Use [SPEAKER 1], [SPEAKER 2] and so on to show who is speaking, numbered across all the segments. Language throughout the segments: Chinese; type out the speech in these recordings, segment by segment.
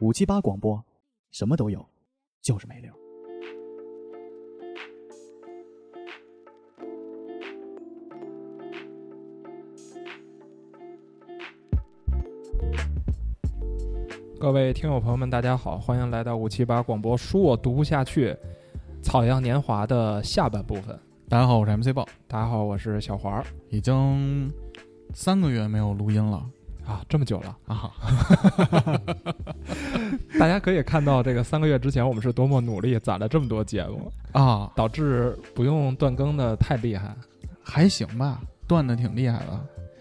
[SPEAKER 1] 五七八广播，什么都有，就是没溜。
[SPEAKER 2] 各位听友朋友们，大家好，欢迎来到五七八广播。书我读不下去，草样年华的下半部分。
[SPEAKER 3] 大家好，我是 MC 豹，
[SPEAKER 2] 大家好，我是小华儿
[SPEAKER 3] 已经三个月没有录音了
[SPEAKER 2] 啊，这么久了，
[SPEAKER 3] 啊！
[SPEAKER 2] 大家可以看到，这个三个月之前我们是多么努力攒了这么多节目，
[SPEAKER 3] 啊，
[SPEAKER 2] 导致不用断更的太厉害。
[SPEAKER 3] 还行吧，断的挺厉害的。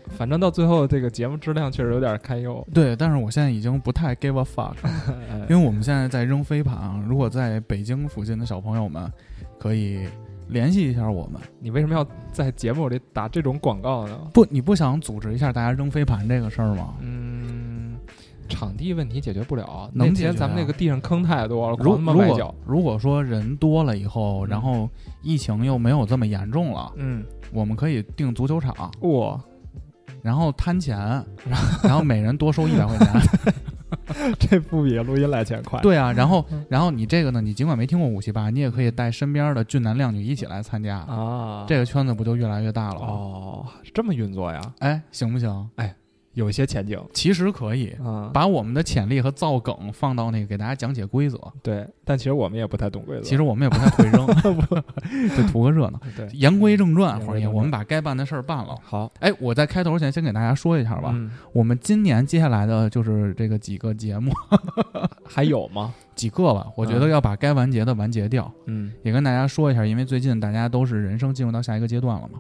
[SPEAKER 2] 反正到最后，这个节目质量确实有点堪忧。
[SPEAKER 3] 对，但是我现在已经不太 give a fuck，了
[SPEAKER 2] 哎
[SPEAKER 3] 因为我们现在在扔飞盘啊。如果在北京附近的小朋友们，可以联系一下我们。
[SPEAKER 2] 你为什么要在节目里打这种广告呢？
[SPEAKER 3] 不，你不想组织一下大家扔飞盘这个事儿吗？
[SPEAKER 2] 嗯，场地问题解决不了，
[SPEAKER 3] 能
[SPEAKER 2] 那
[SPEAKER 3] 解决
[SPEAKER 2] 天咱们
[SPEAKER 3] 啊
[SPEAKER 2] 那个地上坑太多了，
[SPEAKER 3] 如
[SPEAKER 2] 狂他妈
[SPEAKER 3] 如
[SPEAKER 2] 崴脚
[SPEAKER 3] 果。如果说人多了以后，
[SPEAKER 2] 嗯
[SPEAKER 3] 然后疫情又没有这么严重了，
[SPEAKER 2] 嗯，
[SPEAKER 3] 我们可以订足球场，
[SPEAKER 2] 哇，
[SPEAKER 3] 然后摊钱，然后每人多收一百块钱。
[SPEAKER 2] 这不比录音来钱快？
[SPEAKER 3] 对啊，然后
[SPEAKER 2] 嗯
[SPEAKER 3] 然后你这个呢，你尽管没听过五七八，你也可以带身边的俊男靓女一起来参加，
[SPEAKER 2] 啊，
[SPEAKER 3] 这个圈子不就越来越大了？，
[SPEAKER 2] 哦，是这么运作呀，
[SPEAKER 3] 哎，行不行？
[SPEAKER 2] 有一些前景。
[SPEAKER 3] 其实可以
[SPEAKER 2] 嗯，
[SPEAKER 3] 把我们的潜力和造梗放到那个给大家讲解规则。
[SPEAKER 2] 对，但其实我们也不太懂规则。嗯
[SPEAKER 3] 其实我们也不太会 扔，就图个热闹。
[SPEAKER 2] 对，
[SPEAKER 3] 言归正
[SPEAKER 2] 言
[SPEAKER 3] 传，
[SPEAKER 2] 归
[SPEAKER 3] 黄
[SPEAKER 2] 正
[SPEAKER 3] 爷，
[SPEAKER 2] 传
[SPEAKER 3] 我们把该办的事儿办了。
[SPEAKER 2] 好，
[SPEAKER 3] 哎，我在开头前先给大家说一下
[SPEAKER 2] 好
[SPEAKER 3] 吧，？我们今年接下来的就是这个几个节目，
[SPEAKER 2] 还有吗？
[SPEAKER 3] 几个吧，我觉得要把该完结的完结掉。
[SPEAKER 2] 嗯
[SPEAKER 3] 也跟大家说一下，因为最近大家都是人生进入到下一个阶段了嘛，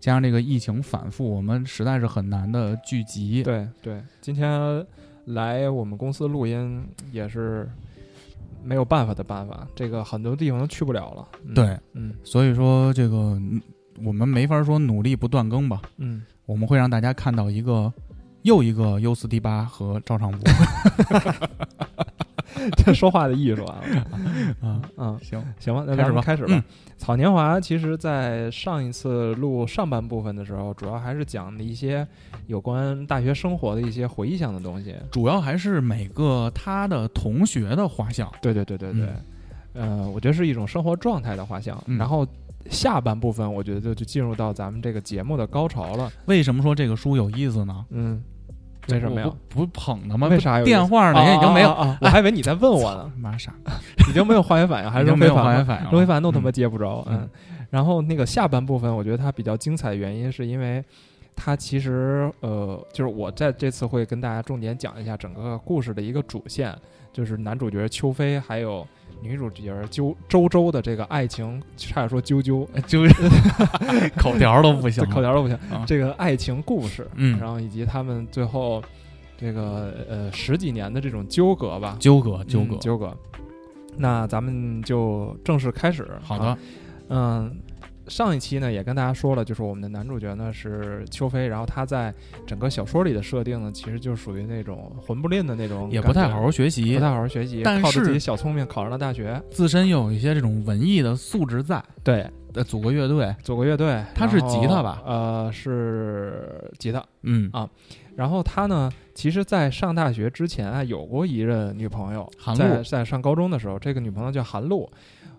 [SPEAKER 3] 加上这个疫情反复，我们实在是很难的聚集。
[SPEAKER 2] 对对，今天来我们公司录音也是没有办法的办法，这个很多地方都去不了了。嗯，
[SPEAKER 3] 对
[SPEAKER 2] 嗯
[SPEAKER 3] 所以说这个嗯我们没法说努力不断更吧，
[SPEAKER 2] 嗯，
[SPEAKER 3] 我们会让大家看到一个又一个优斯迪巴和赵尚武
[SPEAKER 2] 这说话的艺术啊。
[SPEAKER 3] 啊，
[SPEAKER 2] 嗯，
[SPEAKER 3] 行，
[SPEAKER 2] 行吧，那嗯
[SPEAKER 3] 开
[SPEAKER 2] 咱
[SPEAKER 3] 始
[SPEAKER 2] 们
[SPEAKER 3] 吧
[SPEAKER 2] 开始吧。草年华其实，在上一次录上半部分的时候，主要还是讲的一些有关大学生活的一些回忆向的东西。
[SPEAKER 3] 主要还是每个他的同学的画像。
[SPEAKER 2] 对对对对对，呃，我觉得是一种生活状态的画像。
[SPEAKER 3] 嗯
[SPEAKER 2] 然后下半部分，我觉得就就进入到咱们这个节目的高潮了。
[SPEAKER 3] 为什么说这个书有意思呢？
[SPEAKER 2] 嗯，为什么呀
[SPEAKER 3] 我？不不捧他吗？
[SPEAKER 2] 为啥有意思
[SPEAKER 3] 电话呢？也已经没有，
[SPEAKER 2] 啊啊啊我还以为你在问我 呢，
[SPEAKER 3] 妈傻，
[SPEAKER 2] 已经没有化学反应，还
[SPEAKER 3] 已
[SPEAKER 2] 是
[SPEAKER 3] 经没有
[SPEAKER 2] 非凡
[SPEAKER 3] 化
[SPEAKER 2] 吗
[SPEAKER 3] 学反应了，
[SPEAKER 2] 罗非凡都他妈
[SPEAKER 3] 嗯
[SPEAKER 2] 接不着，嗯。
[SPEAKER 3] 嗯
[SPEAKER 2] 然后那个下半部分，我觉得它比较精彩的原因，是因为它其实呃，就是我在这次会跟大家重点讲一下整个故事的一个主线，就是男主角邱飞还有女主角周周周的这个爱情，差点说啾啾，
[SPEAKER 3] 就是 口条都不
[SPEAKER 2] 这
[SPEAKER 3] 行哎了，
[SPEAKER 2] 口条都不行，
[SPEAKER 3] 啊
[SPEAKER 2] 这个爱情故事，
[SPEAKER 3] 嗯
[SPEAKER 2] 然后以及他们最后这个呃十几年的这种纠葛吧，
[SPEAKER 3] 纠葛纠
[SPEAKER 2] 嗯
[SPEAKER 3] 葛。
[SPEAKER 2] 纠葛。那咱们就正式开始。
[SPEAKER 3] 好
[SPEAKER 2] 啊
[SPEAKER 3] 的，
[SPEAKER 2] 嗯，上一期呢也跟大家说了，就是我们的男主角呢是邱飞，然后他在整个小说里的设定呢，其实就属于那种混不吝的那种，
[SPEAKER 3] 也不太好，好学习
[SPEAKER 2] 不，太好好学习，
[SPEAKER 3] 但
[SPEAKER 2] 靠着自己
[SPEAKER 3] 是
[SPEAKER 2] 小聪明考上了大学，
[SPEAKER 3] 自身又有一些这种文艺的素质在，
[SPEAKER 2] 对，
[SPEAKER 3] 呃，组个乐队，
[SPEAKER 2] 组个乐队。
[SPEAKER 3] 他是
[SPEAKER 2] 然后
[SPEAKER 3] 吉他吧
[SPEAKER 2] 呃，是吉他。
[SPEAKER 3] 嗯
[SPEAKER 2] 啊，然后他呢，其实，在上大学之前啊，有过一任女朋友，
[SPEAKER 3] 韩露
[SPEAKER 2] 在在上高中的时候，这个女朋友叫韩露。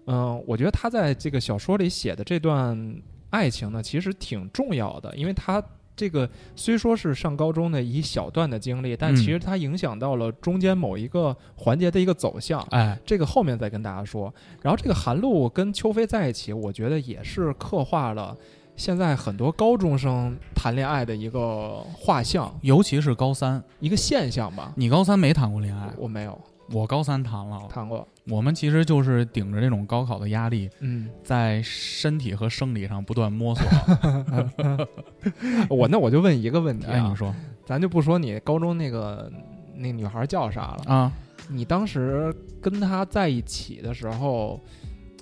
[SPEAKER 2] 嗯，我觉得他在这个小说里写的这段爱情呢，其实挺重要的，因为他这个虽说是上高中的一小段的经历，但
[SPEAKER 3] 嗯
[SPEAKER 2] 其实它影响到了中间某一个环节的一个走向。
[SPEAKER 3] 哎，
[SPEAKER 2] 这个后面再跟大家说。然后这个韩露跟邱飞在一起，我觉得也是刻画了现在很多高中生谈恋爱的一个画像，
[SPEAKER 3] 尤其是高三，
[SPEAKER 2] 一个现象吧。
[SPEAKER 3] 你高三没谈过恋爱，
[SPEAKER 2] 我没有
[SPEAKER 3] 我高三谈了。
[SPEAKER 2] 谈过，
[SPEAKER 3] 我们其实就是顶着这种高考的压力，
[SPEAKER 2] 嗯，
[SPEAKER 3] 在身体和生理上不 断摸索。
[SPEAKER 2] 我那我就问一个问题
[SPEAKER 3] 哎，
[SPEAKER 2] 啊
[SPEAKER 3] 你，说
[SPEAKER 2] 咱就不说你高中那个那女孩叫啥了，
[SPEAKER 3] 啊，
[SPEAKER 2] 你当时跟她在一起的时候，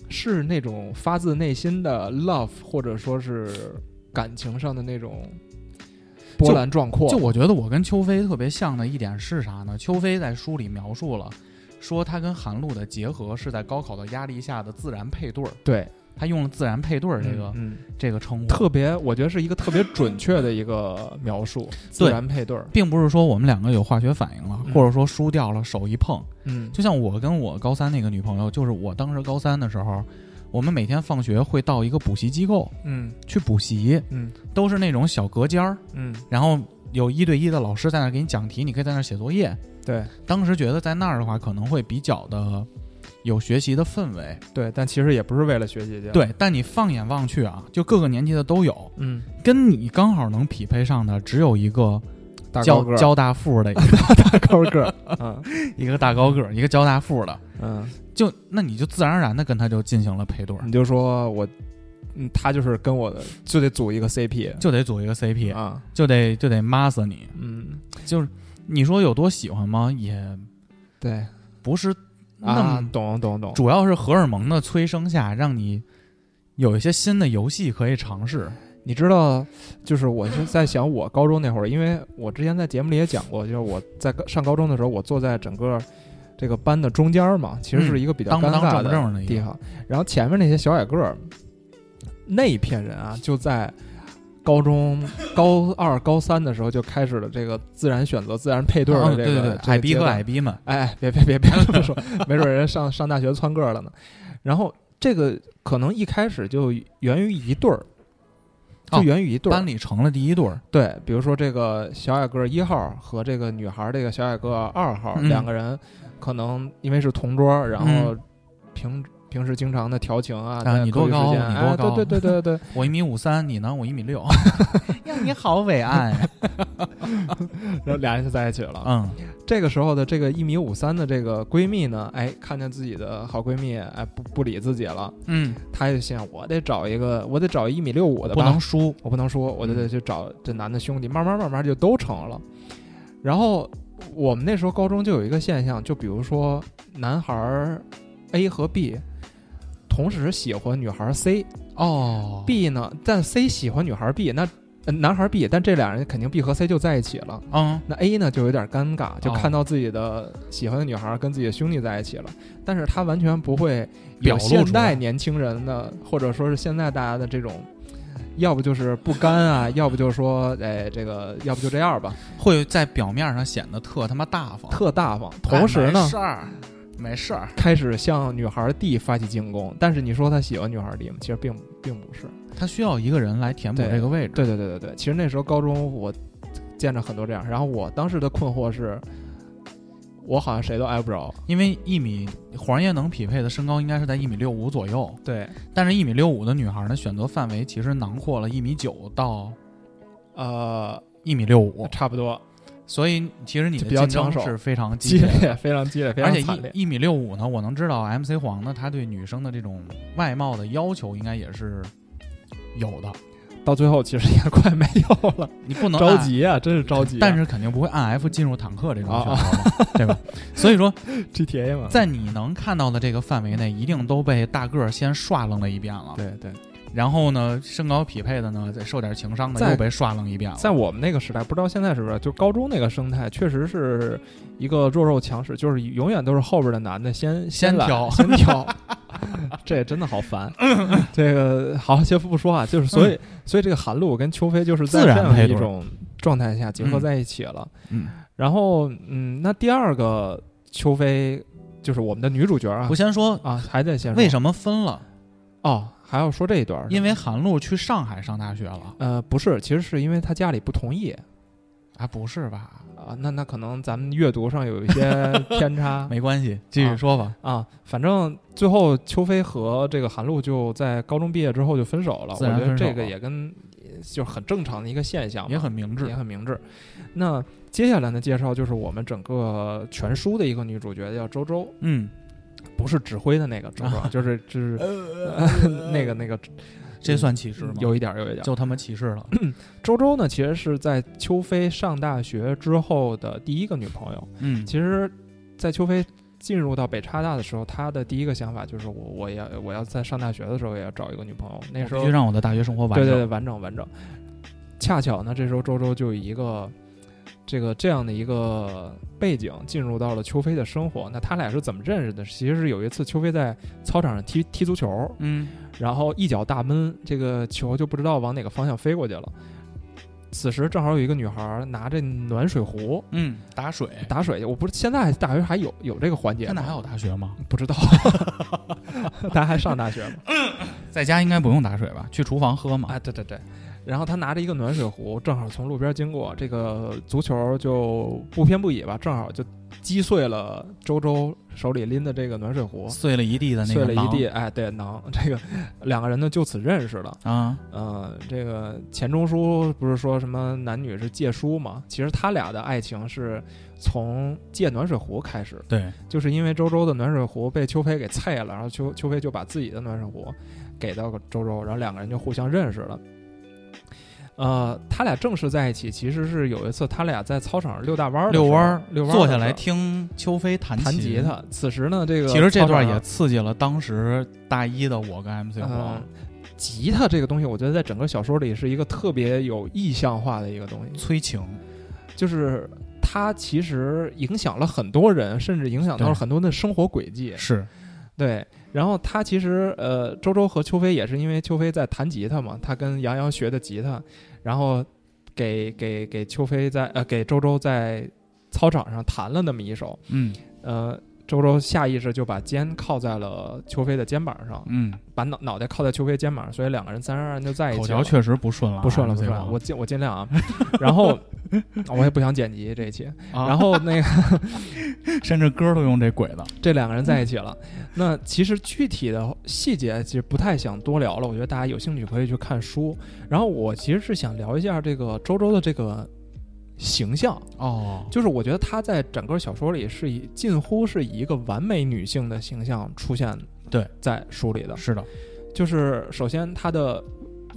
[SPEAKER 2] 是那种发自内心的 love，或者说是感情上的那种波澜壮阔，
[SPEAKER 3] 就我觉得我跟邱飞特别像的一点是啥呢？邱飞在书里描述了，说他跟韩露的结合是在高考的压力下的自然配对儿。
[SPEAKER 2] 对，
[SPEAKER 3] 他用了“自然配对”儿这个、
[SPEAKER 2] 嗯，
[SPEAKER 3] 这个称呼，
[SPEAKER 2] 特别，我觉得是一个特别准确的一个描述，自然配对儿，
[SPEAKER 3] 并不是说我们两个有化学反应了，
[SPEAKER 2] 嗯
[SPEAKER 3] 或者说输掉了手一碰。
[SPEAKER 2] 嗯，
[SPEAKER 3] 就像我跟我高三那个女朋友，就是我当时高三的时候，我们每天放学会到一个补习机构
[SPEAKER 2] 嗯
[SPEAKER 3] 去补习，
[SPEAKER 2] 嗯
[SPEAKER 3] 都是那种小隔间儿，
[SPEAKER 2] 嗯，
[SPEAKER 3] 然后有一对一的老师在那儿给你讲题，你可以在那儿写作业。
[SPEAKER 2] 对
[SPEAKER 3] 当时觉得在那儿的话，可能会比较的有学习的氛围。
[SPEAKER 2] 对，但其实也不是为了学习去，，
[SPEAKER 3] 对，但你放眼望去啊，就各个年级的都有，
[SPEAKER 2] 嗯，
[SPEAKER 3] 跟你刚好能匹配上的只有一个啊
[SPEAKER 2] 大高
[SPEAKER 3] 交
[SPEAKER 2] 个儿，
[SPEAKER 3] 交大附的一个
[SPEAKER 2] 大高个儿，嗯
[SPEAKER 3] 一个大高个儿，一个交大附的，
[SPEAKER 2] 嗯，
[SPEAKER 3] 就那你就自然而然的跟他就进行了配对儿，
[SPEAKER 2] 你就说我，嗯，他就是跟我的，就得组一个 CP
[SPEAKER 3] 就得组一个 CP，、
[SPEAKER 2] 啊，
[SPEAKER 3] 就得就得骂死你。
[SPEAKER 2] 嗯，
[SPEAKER 3] 就是你说有多喜欢吗？也
[SPEAKER 2] 对
[SPEAKER 3] 不是那么
[SPEAKER 2] 啊，懂懂懂，
[SPEAKER 3] 主要是荷尔蒙的催生下，让你有一些新的游戏可以尝试。
[SPEAKER 2] 你知道，就是我是在想，我高中那会儿，因为我之前在节目里也讲过，就是我在高上高中的时候，我坐在整个这个班的中间儿嘛，其实是一个比较尴
[SPEAKER 3] 嗯当不当
[SPEAKER 2] 尬
[SPEAKER 3] 正不正的
[SPEAKER 2] 的
[SPEAKER 3] 一个
[SPEAKER 2] 地方。然后前面那些小矮个儿，那一片人啊，就在高 中高二、高三的时候就开始了这个自然选择、自然配对
[SPEAKER 3] 嗯
[SPEAKER 2] 的
[SPEAKER 3] 对
[SPEAKER 2] 这
[SPEAKER 3] 对
[SPEAKER 2] 个
[SPEAKER 3] 对，矮逼和矮
[SPEAKER 2] 逼。
[SPEAKER 3] 逼们，
[SPEAKER 2] 哎，别别别别这么说，没准人上上大学窜个儿了呢。然后这个可能一开始就源于一对儿，就
[SPEAKER 3] 哦
[SPEAKER 2] 源于一对儿。
[SPEAKER 3] 班里成了第一对 儿。
[SPEAKER 2] 对，比如说这个小矮个儿一号和这个女孩儿这个小矮个儿二号、
[SPEAKER 3] 嗯
[SPEAKER 2] 两个人，可能因为是同桌儿，然后
[SPEAKER 3] 嗯
[SPEAKER 2] 平、平时经常的调情啊，
[SPEAKER 3] 啊
[SPEAKER 2] 在
[SPEAKER 3] 你
[SPEAKER 2] 课余
[SPEAKER 3] 多高
[SPEAKER 2] 时间
[SPEAKER 3] 你多
[SPEAKER 2] 哎
[SPEAKER 3] 高
[SPEAKER 2] 对对对对对，
[SPEAKER 3] 我一米五三，你呢？我一 米六。呀，你好伟岸呀！
[SPEAKER 2] 然后俩人就在一起了。
[SPEAKER 3] 嗯，
[SPEAKER 2] 这个时候的这个一米五三的这个闺蜜呢，哎，看见自己的好闺蜜哎不不理自己了，
[SPEAKER 3] 嗯，
[SPEAKER 2] 她就想我得找一个，我得找一米六五的
[SPEAKER 3] 不
[SPEAKER 2] 吧，
[SPEAKER 3] 能输。
[SPEAKER 2] 我不能说，我就得去找这男的兄弟，慢慢慢慢就都成了。然后我们那时候高中就有一个现象，就比如说男孩儿 A 和 B 同时喜欢女孩儿 C，B
[SPEAKER 3] 哦
[SPEAKER 2] 呢，但 C 喜欢女孩儿 B，那、呃男孩儿 B，但这俩人肯定 B 和 C 就在一起了。
[SPEAKER 3] 嗯，
[SPEAKER 2] 那 A 呢就有点尴尬，
[SPEAKER 3] 哦
[SPEAKER 2] 就看到自己的喜欢的女孩儿跟自己的兄弟在一起了，但是他完全不会有
[SPEAKER 3] 表露
[SPEAKER 2] 现
[SPEAKER 3] 出来
[SPEAKER 2] 代年轻人的，或者说是现在大家的这种，要不就是不甘啊，要不就是说，哎，这个要不就这样吧，
[SPEAKER 3] 会在表面上显得特他妈大方。
[SPEAKER 2] 特大方。同时
[SPEAKER 3] 哎
[SPEAKER 2] 呢
[SPEAKER 3] 没，事儿，没事儿。
[SPEAKER 2] 开始向女孩儿 D 发起进攻，但是你说他喜欢女孩儿 D 吗？其实并并不是。
[SPEAKER 3] 他需要一个人来填补
[SPEAKER 2] 对
[SPEAKER 3] 这个位置。
[SPEAKER 2] 对对对对对，其实那时候高中我见着很多这样，然后我当时的困惑是，我好像谁都挨不着。
[SPEAKER 3] 因为一米黄叶能匹配的身高应该是在一米六五左右，
[SPEAKER 2] 对，
[SPEAKER 3] 但是，一米六五的女孩呢，选择范围其实囊括了一米九到
[SPEAKER 2] 呃，
[SPEAKER 3] 一米六五，
[SPEAKER 2] 差不多，
[SPEAKER 3] 所以其实你的
[SPEAKER 2] 比较
[SPEAKER 3] 竞
[SPEAKER 2] 抢
[SPEAKER 3] 争
[SPEAKER 2] 手
[SPEAKER 3] 是非 常激
[SPEAKER 2] 激
[SPEAKER 3] 烈的。
[SPEAKER 2] 烈，非常激烈，非
[SPEAKER 3] 而
[SPEAKER 2] 常
[SPEAKER 3] 且
[SPEAKER 2] 惨烈。
[SPEAKER 3] 一一米六五呢，我能知道 MC 黄呢，他对女生的这种外貌的要求应该也是有的，
[SPEAKER 2] 到最后其实也快没有了，
[SPEAKER 3] 你不 能
[SPEAKER 2] 着
[SPEAKER 3] 按，
[SPEAKER 2] 急啊，真是着急啊、
[SPEAKER 3] 但是肯定不会按 F 进入坦克这种
[SPEAKER 2] 啊
[SPEAKER 3] 选择嘛， 对吧？所以说，
[SPEAKER 2] GTA 嘛，
[SPEAKER 3] 在你能看到的这个范围内，一定都被大个儿先刷楞了一遍了，
[SPEAKER 2] 对对，
[SPEAKER 3] 然后呢，身高匹配的呢，再受点情商的
[SPEAKER 2] 在
[SPEAKER 3] 又被刷楞一遍了，
[SPEAKER 2] 在我们那个时代，不知道现在是不是，就高中那个生态，确实是一个弱肉强食，就是永远都是后边的男的先
[SPEAKER 3] 先
[SPEAKER 2] 来
[SPEAKER 3] 挑
[SPEAKER 2] 先挑， 这也真的好 烦。这个好，先不说啊，就是所以、所以这个韩露跟邱飞就是在
[SPEAKER 3] 嗯
[SPEAKER 2] 这
[SPEAKER 3] 自然
[SPEAKER 2] 样的
[SPEAKER 3] 配
[SPEAKER 2] 一
[SPEAKER 3] 对
[SPEAKER 2] 种状态下结合
[SPEAKER 3] 嗯
[SPEAKER 2] 在一起了。
[SPEAKER 3] 嗯。
[SPEAKER 2] 然后，嗯，那第二个邱飞就是我们的女主角啊
[SPEAKER 3] 我，先说
[SPEAKER 2] 啊，还在线
[SPEAKER 3] 为
[SPEAKER 2] 么？
[SPEAKER 3] 什么分了，
[SPEAKER 2] 哦，还要说这一段儿是吗，
[SPEAKER 3] 因为韩露去上海上大学了
[SPEAKER 2] 呃，不是，其实是因为他家里不同意
[SPEAKER 3] 啊？不是吧？
[SPEAKER 2] 啊。那那可能咱们阅读上有一 些偏差
[SPEAKER 3] 没关系，继续说吧。
[SPEAKER 2] 啊。反正最后邱飞和这个韩露就在高中毕业之后就分手了。
[SPEAKER 3] 自然
[SPEAKER 2] 我觉得
[SPEAKER 3] 分手
[SPEAKER 2] 这个
[SPEAKER 3] 了
[SPEAKER 2] 也跟就是很正常的一个现象嘛，
[SPEAKER 3] 也很明智
[SPEAKER 2] 也，很明智。那接下来的介绍就是我们整个全书的一个女主角叫周周，
[SPEAKER 3] 嗯，
[SPEAKER 2] 不是指挥的那个周周啊，就是 就是
[SPEAKER 3] 呃
[SPEAKER 2] 那个那个
[SPEAKER 3] 这算歧视吗？
[SPEAKER 2] 有一点儿有一点儿。
[SPEAKER 3] 就他妈歧视了。
[SPEAKER 2] 周周呢，其实是在邱飞上大学之后的第一个女朋友。
[SPEAKER 3] 嗯，
[SPEAKER 2] 其实，在邱飞进入到北叉大的时候，他的第一个想法就是我我要我要在上大学的时候也要找一个女朋友。那时候
[SPEAKER 3] 我哦必须让我的大学生活完
[SPEAKER 2] 对
[SPEAKER 3] 整。
[SPEAKER 2] 对对完整完整。恰巧呢，这时候周周就以一个这个这样的一个背景进入到了邱飞的生活。那他俩是怎么认识的？其实是有一次邱飞在操场上踢踢足球，
[SPEAKER 3] 嗯
[SPEAKER 2] 然后一脚大闷，这个球就不知道往哪个方向飞过去了。此时正好有一个女孩拿着暖水壶
[SPEAKER 3] 嗯，打水，
[SPEAKER 2] 打水去，我不是现在大学还有有这个环节
[SPEAKER 3] 现在
[SPEAKER 2] 吗？
[SPEAKER 3] 还有大学吗？
[SPEAKER 2] 不知 道，他还上大学吗？
[SPEAKER 3] 在家应该不用打水吧？去厨房喝嘛。
[SPEAKER 2] 啊，对对对。然后他拿着一个暖水壶，正好从路边经过，这个足球就不偏不倚吧，正好就击碎了周周手里拎的这个暖水壶，
[SPEAKER 3] 碎了一地的那
[SPEAKER 2] 哎碎
[SPEAKER 3] 个
[SPEAKER 2] 了一
[SPEAKER 3] 囊
[SPEAKER 2] 地。哎，对，囊。这个两个人呢就此认识了。
[SPEAKER 3] 啊，
[SPEAKER 2] 呃，这个钱钟书不是说什么男女是借书吗？其实他俩的爱情是从借暖水壶开始的
[SPEAKER 3] 对，
[SPEAKER 2] 就是因为周周的暖水壶被邱飞给碎了，然后邱邱飞就把自己的暖水壶给到周周，然后两个人就互相认识了。呃，他俩正式在一起，其实是有一次他俩在操场上遛大弯儿的时候，
[SPEAKER 3] 遛弯儿，
[SPEAKER 2] 遛弯儿
[SPEAKER 3] 坐
[SPEAKER 2] 的
[SPEAKER 3] 下
[SPEAKER 2] 时
[SPEAKER 3] 来
[SPEAKER 2] 候
[SPEAKER 3] 听邱飞弹
[SPEAKER 2] 弹吉。他。此时呢，这个
[SPEAKER 3] 其实这
[SPEAKER 2] 操场
[SPEAKER 3] 段
[SPEAKER 2] 上
[SPEAKER 3] 也刺激了当时大一的我跟 MC
[SPEAKER 2] 嗯
[SPEAKER 3] 黄，，
[SPEAKER 2] 吉他这个东西，我觉得在整个小说里是一个特别有意象化的一个东西，
[SPEAKER 3] 催情，
[SPEAKER 2] 就是它其实影响了很多人，甚至影响到
[SPEAKER 3] 对
[SPEAKER 2] 了很多的生活轨迹。
[SPEAKER 3] 是
[SPEAKER 2] 对，然后他其实呃，周周和邱飞也是因为邱飞在弹吉他嘛，他跟杨洋学的吉他，然后给给给邱飞在呃给周周在操场上弹了那么一首，
[SPEAKER 3] 嗯
[SPEAKER 2] 呃，周周下意识就把肩靠在了邱飞的肩膀上，
[SPEAKER 3] 嗯，
[SPEAKER 2] 把脑脑袋靠在邱飞肩膀上，所以两个人自然而然就在一
[SPEAKER 3] 口
[SPEAKER 2] 起
[SPEAKER 3] 条
[SPEAKER 2] 了。
[SPEAKER 3] 确实不顺了啊，
[SPEAKER 2] 不顺了，
[SPEAKER 3] MC
[SPEAKER 2] 不顺了，
[SPEAKER 3] 黄
[SPEAKER 2] 我尽我尽量 啊。然后我也不想剪辑这一期。
[SPEAKER 3] 啊
[SPEAKER 2] 然后那个
[SPEAKER 3] 甚至歌都用这鬼的，
[SPEAKER 2] 这两个人在一 起了。那其实具体的细节其实不太想多聊了，我觉得大家有兴趣可以去看书。然后我其实是想聊一下这个周周的这个形象，
[SPEAKER 3] 哦，
[SPEAKER 2] 就是我觉得她在整个小说里是以近乎是以一个完美女性的形象出现，
[SPEAKER 3] 对，
[SPEAKER 2] 在书里的，
[SPEAKER 3] 是的，
[SPEAKER 2] 就是首先她的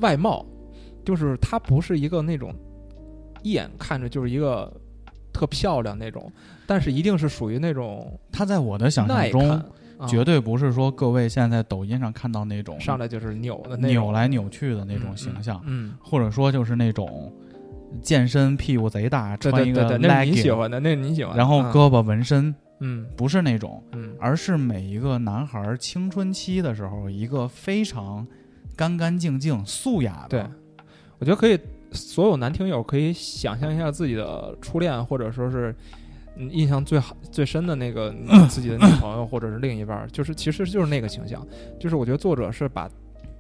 [SPEAKER 2] 外貌，就是她不是一个那种一眼看着就是一个。特漂亮那种，但是一定是属于那种
[SPEAKER 3] 他在我的想
[SPEAKER 2] 耐
[SPEAKER 3] 象
[SPEAKER 2] 看
[SPEAKER 3] 中，
[SPEAKER 2] 啊
[SPEAKER 3] 绝对不是说各位现在抖音上看到那种
[SPEAKER 2] 上来就是扭的那种
[SPEAKER 3] 扭来扭去的那种
[SPEAKER 2] 嗯
[SPEAKER 3] 形象，
[SPEAKER 2] 嗯，
[SPEAKER 3] 或者说就是那种健身屁股贼大，
[SPEAKER 2] 对
[SPEAKER 3] 穿
[SPEAKER 2] 对
[SPEAKER 3] 一
[SPEAKER 2] 对
[SPEAKER 3] 个
[SPEAKER 2] 对，那是你喜
[SPEAKER 3] legging，
[SPEAKER 2] 欢的，那是你喜欢的。
[SPEAKER 3] 然后
[SPEAKER 2] 嗯
[SPEAKER 3] 胳膊纹身，
[SPEAKER 2] 嗯
[SPEAKER 3] 不是那种，
[SPEAKER 2] 嗯
[SPEAKER 3] 而是每一个男孩青春期的时候一个非常干干净净、素雅
[SPEAKER 2] 对
[SPEAKER 3] 的，，
[SPEAKER 2] 我觉得可以，所有男听友可以想象一下自己的初恋，或者说是嗯印象最好最深的那 个你自己的女朋友或者是另一半儿，就是其实就是那个形象，就是我觉得作者是把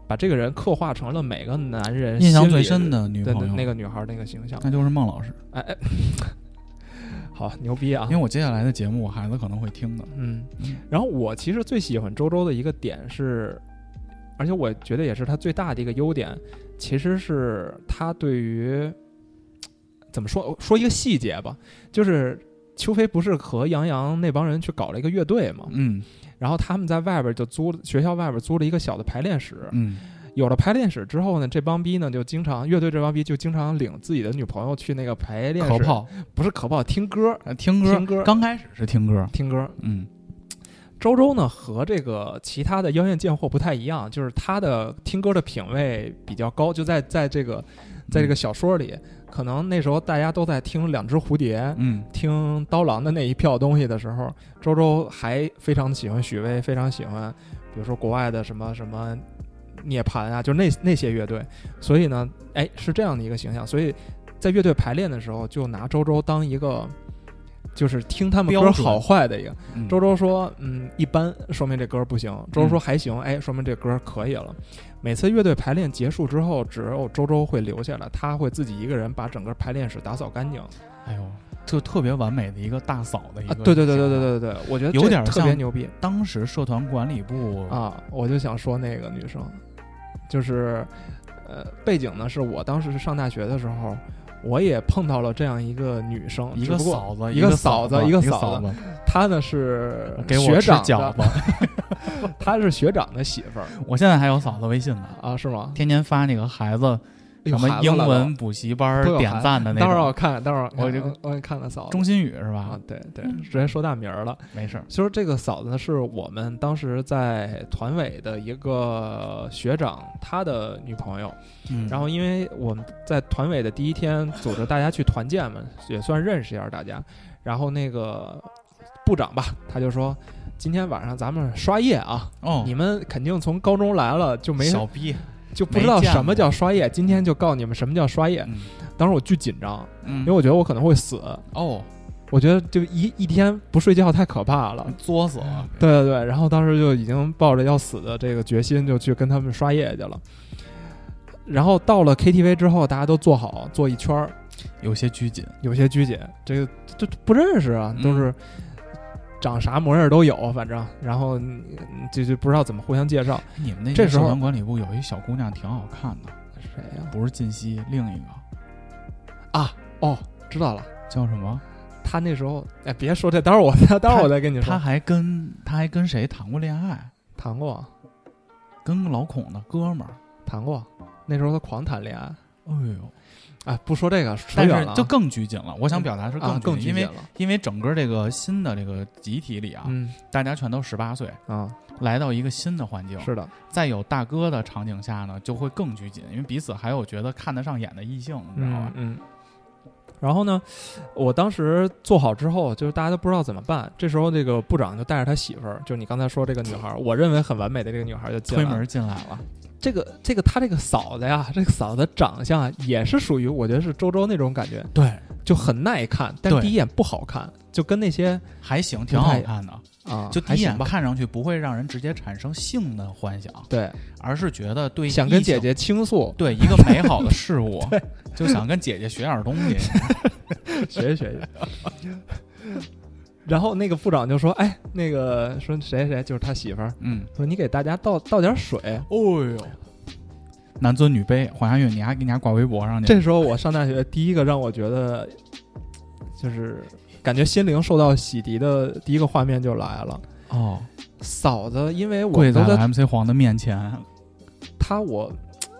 [SPEAKER 2] 把这个人刻画成了每个男人
[SPEAKER 3] 印象
[SPEAKER 2] 心
[SPEAKER 3] 最
[SPEAKER 2] 里
[SPEAKER 3] 深的女
[SPEAKER 2] 的
[SPEAKER 3] 朋友，嗯
[SPEAKER 2] 那个女孩儿那个形象。
[SPEAKER 3] 那就是孟老师，
[SPEAKER 2] 哎哎，好牛逼啊
[SPEAKER 3] 因！为我接下来的节目我孩子可能会听的，
[SPEAKER 2] 嗯
[SPEAKER 3] 嗯，
[SPEAKER 2] 然后我其实最喜欢周周的一个点是，而且我觉得也是他最大的一个优点，其实是他对于怎么说呃说一个细节吧，就是邱飞不是和杨洋那帮人去搞了一个乐队嘛，
[SPEAKER 3] 嗯
[SPEAKER 2] 然后他们在外边就租学校外边租了一个小的排练室，
[SPEAKER 3] 嗯，
[SPEAKER 2] 有了排练室之后呢，这帮逼呢就经常乐队这帮逼就经常领自己的女朋友去那个排练
[SPEAKER 3] 可
[SPEAKER 2] 室，
[SPEAKER 3] 炮，
[SPEAKER 2] 不是可炮听歌
[SPEAKER 3] 呃听歌，
[SPEAKER 2] 听歌
[SPEAKER 3] 刚开始是听歌，
[SPEAKER 2] 听歌，
[SPEAKER 3] 嗯
[SPEAKER 2] 周周呢和这个其他的妖艳贱货不太一样，就是他的听歌的品味比较高，就在在这个在这个小说里，可能那时候大家都在听两只蝴蝶、
[SPEAKER 3] 嗯，
[SPEAKER 2] 听刀郎的那一票东西的时候，周周还非常喜欢许巍，非常喜欢，比如说国外的什么什么涅槃啊，就那那些乐队，所以呢，哎，是这样的一个形象，所以在乐队排练的时候，就拿周周当一个。就是听他们歌
[SPEAKER 3] 标准
[SPEAKER 2] 好坏的一个，
[SPEAKER 3] 嗯
[SPEAKER 2] 周周说，嗯，一般，说明这歌不行。周周说还行，哎，说明这歌可以了。每次乐队排练结束之后，只有周周会留下来，他会自己一个人把整个排练室打扫干净。啊，
[SPEAKER 3] 哎呦，就特别完美的一个大嫂的一个、啊
[SPEAKER 2] 对对对对对。对对，我觉得
[SPEAKER 3] 有
[SPEAKER 2] 这
[SPEAKER 3] 点
[SPEAKER 2] 特
[SPEAKER 3] 像嗯
[SPEAKER 2] 别牛逼
[SPEAKER 3] 当时社团管理部，
[SPEAKER 2] 啊！我就想说那个女生，就是，呃，背景呢是我当时是上大学的时候，我也碰到了这样一个女生，
[SPEAKER 3] 一
[SPEAKER 2] 哦只
[SPEAKER 3] 个
[SPEAKER 2] 不过
[SPEAKER 3] 嫂子，
[SPEAKER 2] 一
[SPEAKER 3] 个
[SPEAKER 2] 个嫂
[SPEAKER 3] 子，
[SPEAKER 2] 子
[SPEAKER 3] 一
[SPEAKER 2] 一个嫂
[SPEAKER 3] 嫂
[SPEAKER 2] 子
[SPEAKER 3] 子，
[SPEAKER 2] 她呢是
[SPEAKER 3] 给我
[SPEAKER 2] 学
[SPEAKER 3] 吃
[SPEAKER 2] 长
[SPEAKER 3] 饺
[SPEAKER 2] 的，
[SPEAKER 3] 子。
[SPEAKER 2] 她是学长的媳妇儿
[SPEAKER 3] 我现在还有嫂子微信呢，
[SPEAKER 2] 啊，是吗？
[SPEAKER 3] 天天发那个孩子
[SPEAKER 2] 有
[SPEAKER 3] 什
[SPEAKER 2] 哎孩
[SPEAKER 3] 么
[SPEAKER 2] 子
[SPEAKER 3] 英
[SPEAKER 2] 了
[SPEAKER 3] 文补习班儿
[SPEAKER 2] 都有
[SPEAKER 3] 点
[SPEAKER 2] 孩子
[SPEAKER 3] 赞的那
[SPEAKER 2] 待会儿我
[SPEAKER 3] 种，嗯
[SPEAKER 2] 看，待会儿
[SPEAKER 3] 我就
[SPEAKER 2] 我我给你看看嫂子
[SPEAKER 3] 钟欣宇是吧
[SPEAKER 2] 啊？，对对，
[SPEAKER 4] 嗯
[SPEAKER 2] 直接说大名儿了。
[SPEAKER 3] 没事儿，
[SPEAKER 2] 其实这个嫂子是我们当时在团委的一个学长，他的女朋友。
[SPEAKER 3] 嗯
[SPEAKER 2] 然后因为我们在团委的第一天组织大家去团建嘛， 也算认识一下大家。然后那个部长吧，他就说。今天晚上咱们刷夜啊！
[SPEAKER 3] 哦，
[SPEAKER 2] 你们肯定从高中来了就没
[SPEAKER 3] 小逼，
[SPEAKER 2] 就不知道
[SPEAKER 3] 没见过
[SPEAKER 2] 什么叫刷夜，今天就告诉你们什么叫刷夜。
[SPEAKER 3] 嗯
[SPEAKER 2] 当时我巨紧张，
[SPEAKER 3] 嗯
[SPEAKER 2] 因为我觉得我可能会死，
[SPEAKER 3] 哦，
[SPEAKER 2] 我觉得就一一天不睡觉太可怕了。
[SPEAKER 3] 作死了，
[SPEAKER 2] 对对对，然后当时就已经抱着要死的这个决心，就去跟他们刷夜去了。然后到了 KTV 之后，大家都坐好，坐一圈儿，
[SPEAKER 3] 有些拘谨，
[SPEAKER 2] 有些拘谨，这个这这不认识啊，
[SPEAKER 3] 嗯
[SPEAKER 2] 都是长啥模样都有，反正然后嗯就就不知道怎么互相介绍。
[SPEAKER 3] 你们那
[SPEAKER 2] 这
[SPEAKER 3] 个
[SPEAKER 2] 时
[SPEAKER 3] 社
[SPEAKER 2] 候
[SPEAKER 3] 团管理部有一小姑娘挺好看的，
[SPEAKER 2] 谁呀、
[SPEAKER 3] 不是晋西，另一个
[SPEAKER 2] 啊？哦，知道了，
[SPEAKER 3] 叫什么？
[SPEAKER 2] 他那时候哎，别说这，待会儿我再待会儿我再跟你
[SPEAKER 3] 她
[SPEAKER 2] 说。
[SPEAKER 3] 还跟她还跟谁谈过恋爱？
[SPEAKER 2] 谈过，
[SPEAKER 3] 跟老孔的哥们儿。
[SPEAKER 2] 谈过，那时候他狂谈恋爱。
[SPEAKER 3] 哎呦，
[SPEAKER 2] 哎，不说这个，扯
[SPEAKER 3] 但
[SPEAKER 2] 远了
[SPEAKER 3] 是
[SPEAKER 2] 啊，
[SPEAKER 3] 就更拘谨了。我想表达是
[SPEAKER 2] 啊
[SPEAKER 3] 更
[SPEAKER 2] 更
[SPEAKER 3] 拘谨，因
[SPEAKER 2] 拘
[SPEAKER 3] 为
[SPEAKER 2] 谨了。
[SPEAKER 3] 因为整个这个新的这个集体里啊，
[SPEAKER 2] 嗯
[SPEAKER 3] 大家全都十八岁，
[SPEAKER 2] 啊，
[SPEAKER 3] 来到一个新的环境，
[SPEAKER 2] 是的，
[SPEAKER 3] 在有大哥的场景下呢，就会更拘谨，因为彼此还有觉得看得上眼的异性，你知道吧？
[SPEAKER 2] 嗯。然后呢，我当时做好之后，就是大家都不知道怎么办。这时候，这个部长就带着他媳妇儿，就是你刚才说这个女孩儿，我认为很完美的这个女孩儿就进来
[SPEAKER 3] 推
[SPEAKER 2] 了。
[SPEAKER 3] 门进来了，
[SPEAKER 2] 这个这个她这个嫂子呀，这个嫂子长相啊也是属于我觉得是周周那种感觉，
[SPEAKER 3] 对，
[SPEAKER 2] 就很耐看，但
[SPEAKER 3] 对
[SPEAKER 2] 第一眼不好看，就跟那些
[SPEAKER 3] 还行，挺好看的。
[SPEAKER 2] 啊
[SPEAKER 3] 就第
[SPEAKER 2] 还
[SPEAKER 3] 一
[SPEAKER 2] 行
[SPEAKER 3] 眼
[SPEAKER 2] 吧，
[SPEAKER 3] 看上去不会让人直接产生性的幻想，
[SPEAKER 2] 对，
[SPEAKER 3] 而是觉得对
[SPEAKER 2] 想跟
[SPEAKER 3] 异性
[SPEAKER 2] 姐姐倾 诉，
[SPEAKER 3] 对一个美好的事 物，就想跟姐姐学点东 西。
[SPEAKER 2] 学一学一学。 然后那个部长就说：“哎，那个说谁谁谁就是他媳妇儿，
[SPEAKER 3] 嗯，
[SPEAKER 2] 说你给大家倒倒点水。
[SPEAKER 3] 哦呦，男尊女卑，黄雅韵，你还给你还挂微博上”去？
[SPEAKER 2] 这时候我上大学第一个让我觉得，就是感觉心灵受到洗涤的第一个画面就来了。
[SPEAKER 3] 哦，
[SPEAKER 2] 嫂子，因为我
[SPEAKER 3] 跪
[SPEAKER 2] 们
[SPEAKER 3] 在
[SPEAKER 2] 都
[SPEAKER 3] 了
[SPEAKER 2] 在
[SPEAKER 3] MC 黄的面前，
[SPEAKER 2] 她我，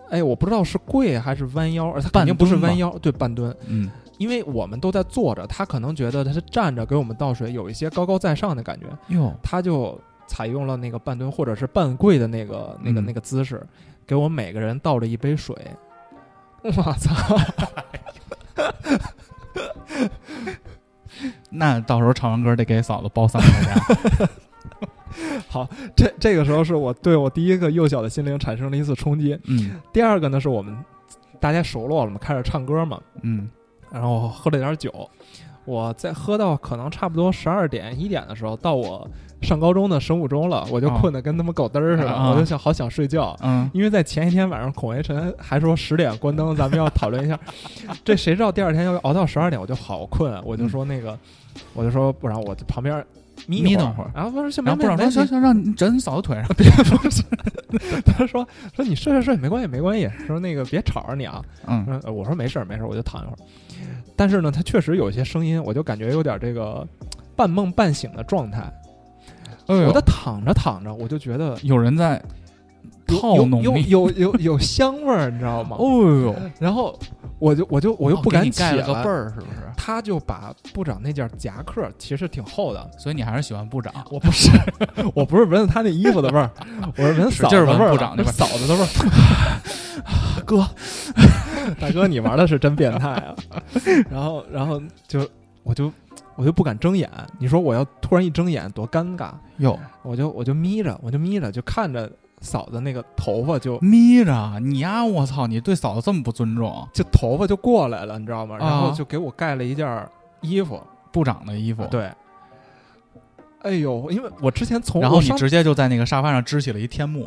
[SPEAKER 2] 哎，我不知道是跪还是弯腰，而她肯定不是
[SPEAKER 3] 半蹲吧
[SPEAKER 2] 弯腰，对，半蹲。
[SPEAKER 3] 嗯，
[SPEAKER 2] 因为我们都在坐着，她可能觉得她是站着给我们倒水，有一些高高在上的感觉。
[SPEAKER 3] 哟，
[SPEAKER 2] 他就采用了那个半蹲或者是半跪的那个、那个、
[SPEAKER 3] 嗯
[SPEAKER 2] 那个姿势，给我每个人倒了一杯水。 我操！
[SPEAKER 3] 那到时候唱完歌得给嫂子包三百 块钱。
[SPEAKER 2] 这这个时候是我对我第一个幼小的心灵产生了一次冲击。
[SPEAKER 3] 嗯
[SPEAKER 2] 第二个呢，是我们大家熟络了嘛，开始唱歌嘛，
[SPEAKER 3] 嗯，
[SPEAKER 2] 然后喝了点酒。我在喝到可能差不多十二点一点的时候，到我上高中的生物钟了，我就
[SPEAKER 3] 啊
[SPEAKER 2] 困得跟他妈狗嘚儿似的，
[SPEAKER 3] 啊
[SPEAKER 2] 我就想好想睡觉。
[SPEAKER 3] 嗯，
[SPEAKER 2] 因为在前一天晚上，孔维晨还说十点关灯，咱们要讨 论一下。这谁知道第二天要熬到十二点，我就好困，我就说那个，我就说不然我就旁边眯
[SPEAKER 3] 嗯眯
[SPEAKER 2] 一会
[SPEAKER 3] 瞪会儿
[SPEAKER 2] 然后他说行，
[SPEAKER 3] 然后部长
[SPEAKER 2] 没没
[SPEAKER 3] 说：“行
[SPEAKER 2] 没
[SPEAKER 3] 行，让你枕你嫂子腿上。
[SPEAKER 2] 他说说你睡睡睡没关系没关系，说那个别吵着你啊。”
[SPEAKER 3] 嗯，
[SPEAKER 2] 嗯，呃我说没事儿没事儿，我就躺一会儿。但是呢，他确实有一些声音，我就感觉有点这个半梦半醒的状态。
[SPEAKER 3] 哎
[SPEAKER 2] 我在
[SPEAKER 3] 呦，
[SPEAKER 2] 躺着躺着，我就觉得
[SPEAKER 3] 有人在
[SPEAKER 2] 有
[SPEAKER 3] 套弄
[SPEAKER 2] 有
[SPEAKER 3] 你。
[SPEAKER 2] 有有有有香味儿，你知道吗？
[SPEAKER 3] 哦呦，
[SPEAKER 2] 然后我就我就我又不
[SPEAKER 3] 哦给
[SPEAKER 2] 敢
[SPEAKER 3] 你
[SPEAKER 2] 起
[SPEAKER 3] 盖
[SPEAKER 2] 来
[SPEAKER 3] 了，个被儿，是不是？
[SPEAKER 2] 他就把部长那件夹克其实挺厚的，
[SPEAKER 3] 所以你还是喜欢部长。
[SPEAKER 2] 我不是 我不是闻他那衣服的味儿，我是闻嫂子
[SPEAKER 3] 劲儿
[SPEAKER 2] 的味
[SPEAKER 3] 闻
[SPEAKER 2] 儿了，
[SPEAKER 3] 部长那味儿
[SPEAKER 2] 嫂子的味儿。 哥， 大哥，你玩的是真变态啊！然后然后就我就我就不敢睁眼，你说我要突然一睁眼多尴尬，
[SPEAKER 3] 哟，
[SPEAKER 2] 我就我就眯着我就眯着就看着嫂子那个头发就
[SPEAKER 3] 眯着你呀、我操，你对嫂子这么不尊重？
[SPEAKER 2] 就头发就过来了，你知道吗？然后
[SPEAKER 3] 啊
[SPEAKER 2] 就给我盖了一件儿衣服，
[SPEAKER 3] 部长的衣服。。
[SPEAKER 2] 对。哎呦，因为我之前从
[SPEAKER 3] 然后
[SPEAKER 2] 我
[SPEAKER 3] 你
[SPEAKER 2] 上
[SPEAKER 3] 直接就在那个沙发上支起了一 天幕，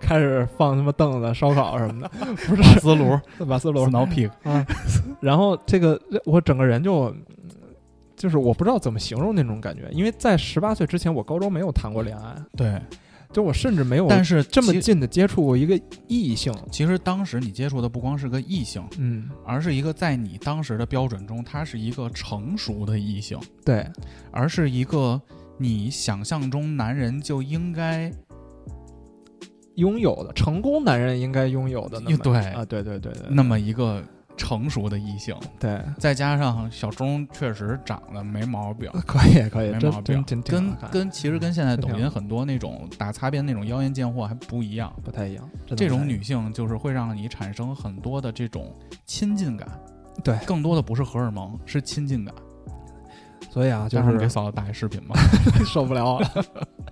[SPEAKER 2] 开始放他妈凳子、烧烤什么的，不
[SPEAKER 3] 瓦
[SPEAKER 2] 是
[SPEAKER 3] 斯炉、
[SPEAKER 2] 瓦斯炉。
[SPEAKER 3] snow pig，
[SPEAKER 2] 然后这个我整个人就，嗯就是我不知道怎么形容那种感觉，因为在十八岁之前，我高中没有谈过恋爱，
[SPEAKER 3] 对。
[SPEAKER 2] 就我甚至没有
[SPEAKER 3] 但是
[SPEAKER 2] 这么
[SPEAKER 3] 其
[SPEAKER 2] 近的接触过一个异性。
[SPEAKER 3] 其实当时你接触的不光是个异性，
[SPEAKER 2] 嗯，
[SPEAKER 3] 而是一个在你当时的标准中，他是一个成熟的异性，
[SPEAKER 2] 对，
[SPEAKER 3] 而是一个你想象中男人就应该
[SPEAKER 2] 拥有的，成功男人应该拥有的那么
[SPEAKER 3] 对
[SPEAKER 2] 啊，对对对对，
[SPEAKER 3] 那么一个成熟的异性，
[SPEAKER 2] 对
[SPEAKER 3] 再加上小钟确实长得没毛病，
[SPEAKER 2] 可以可以，
[SPEAKER 3] 没
[SPEAKER 2] 真
[SPEAKER 3] 毛病
[SPEAKER 2] 真真，呃挺
[SPEAKER 3] 跟
[SPEAKER 2] 好看嗯
[SPEAKER 3] 跟其实跟现在抖
[SPEAKER 2] 真挺
[SPEAKER 3] 音很多那种打擦边那种妖艳贱货还不一样。
[SPEAKER 2] 不太一样，真的不太
[SPEAKER 3] 这种
[SPEAKER 2] 一样
[SPEAKER 3] 女性就是会让你产生很多的这种亲近感，
[SPEAKER 2] 对
[SPEAKER 3] 更多的不是荷尔蒙，是亲近感。
[SPEAKER 2] 所以啊，就
[SPEAKER 3] 待会儿给
[SPEAKER 2] 是
[SPEAKER 3] 嫂子打一视频吧。
[SPEAKER 2] 受不了了，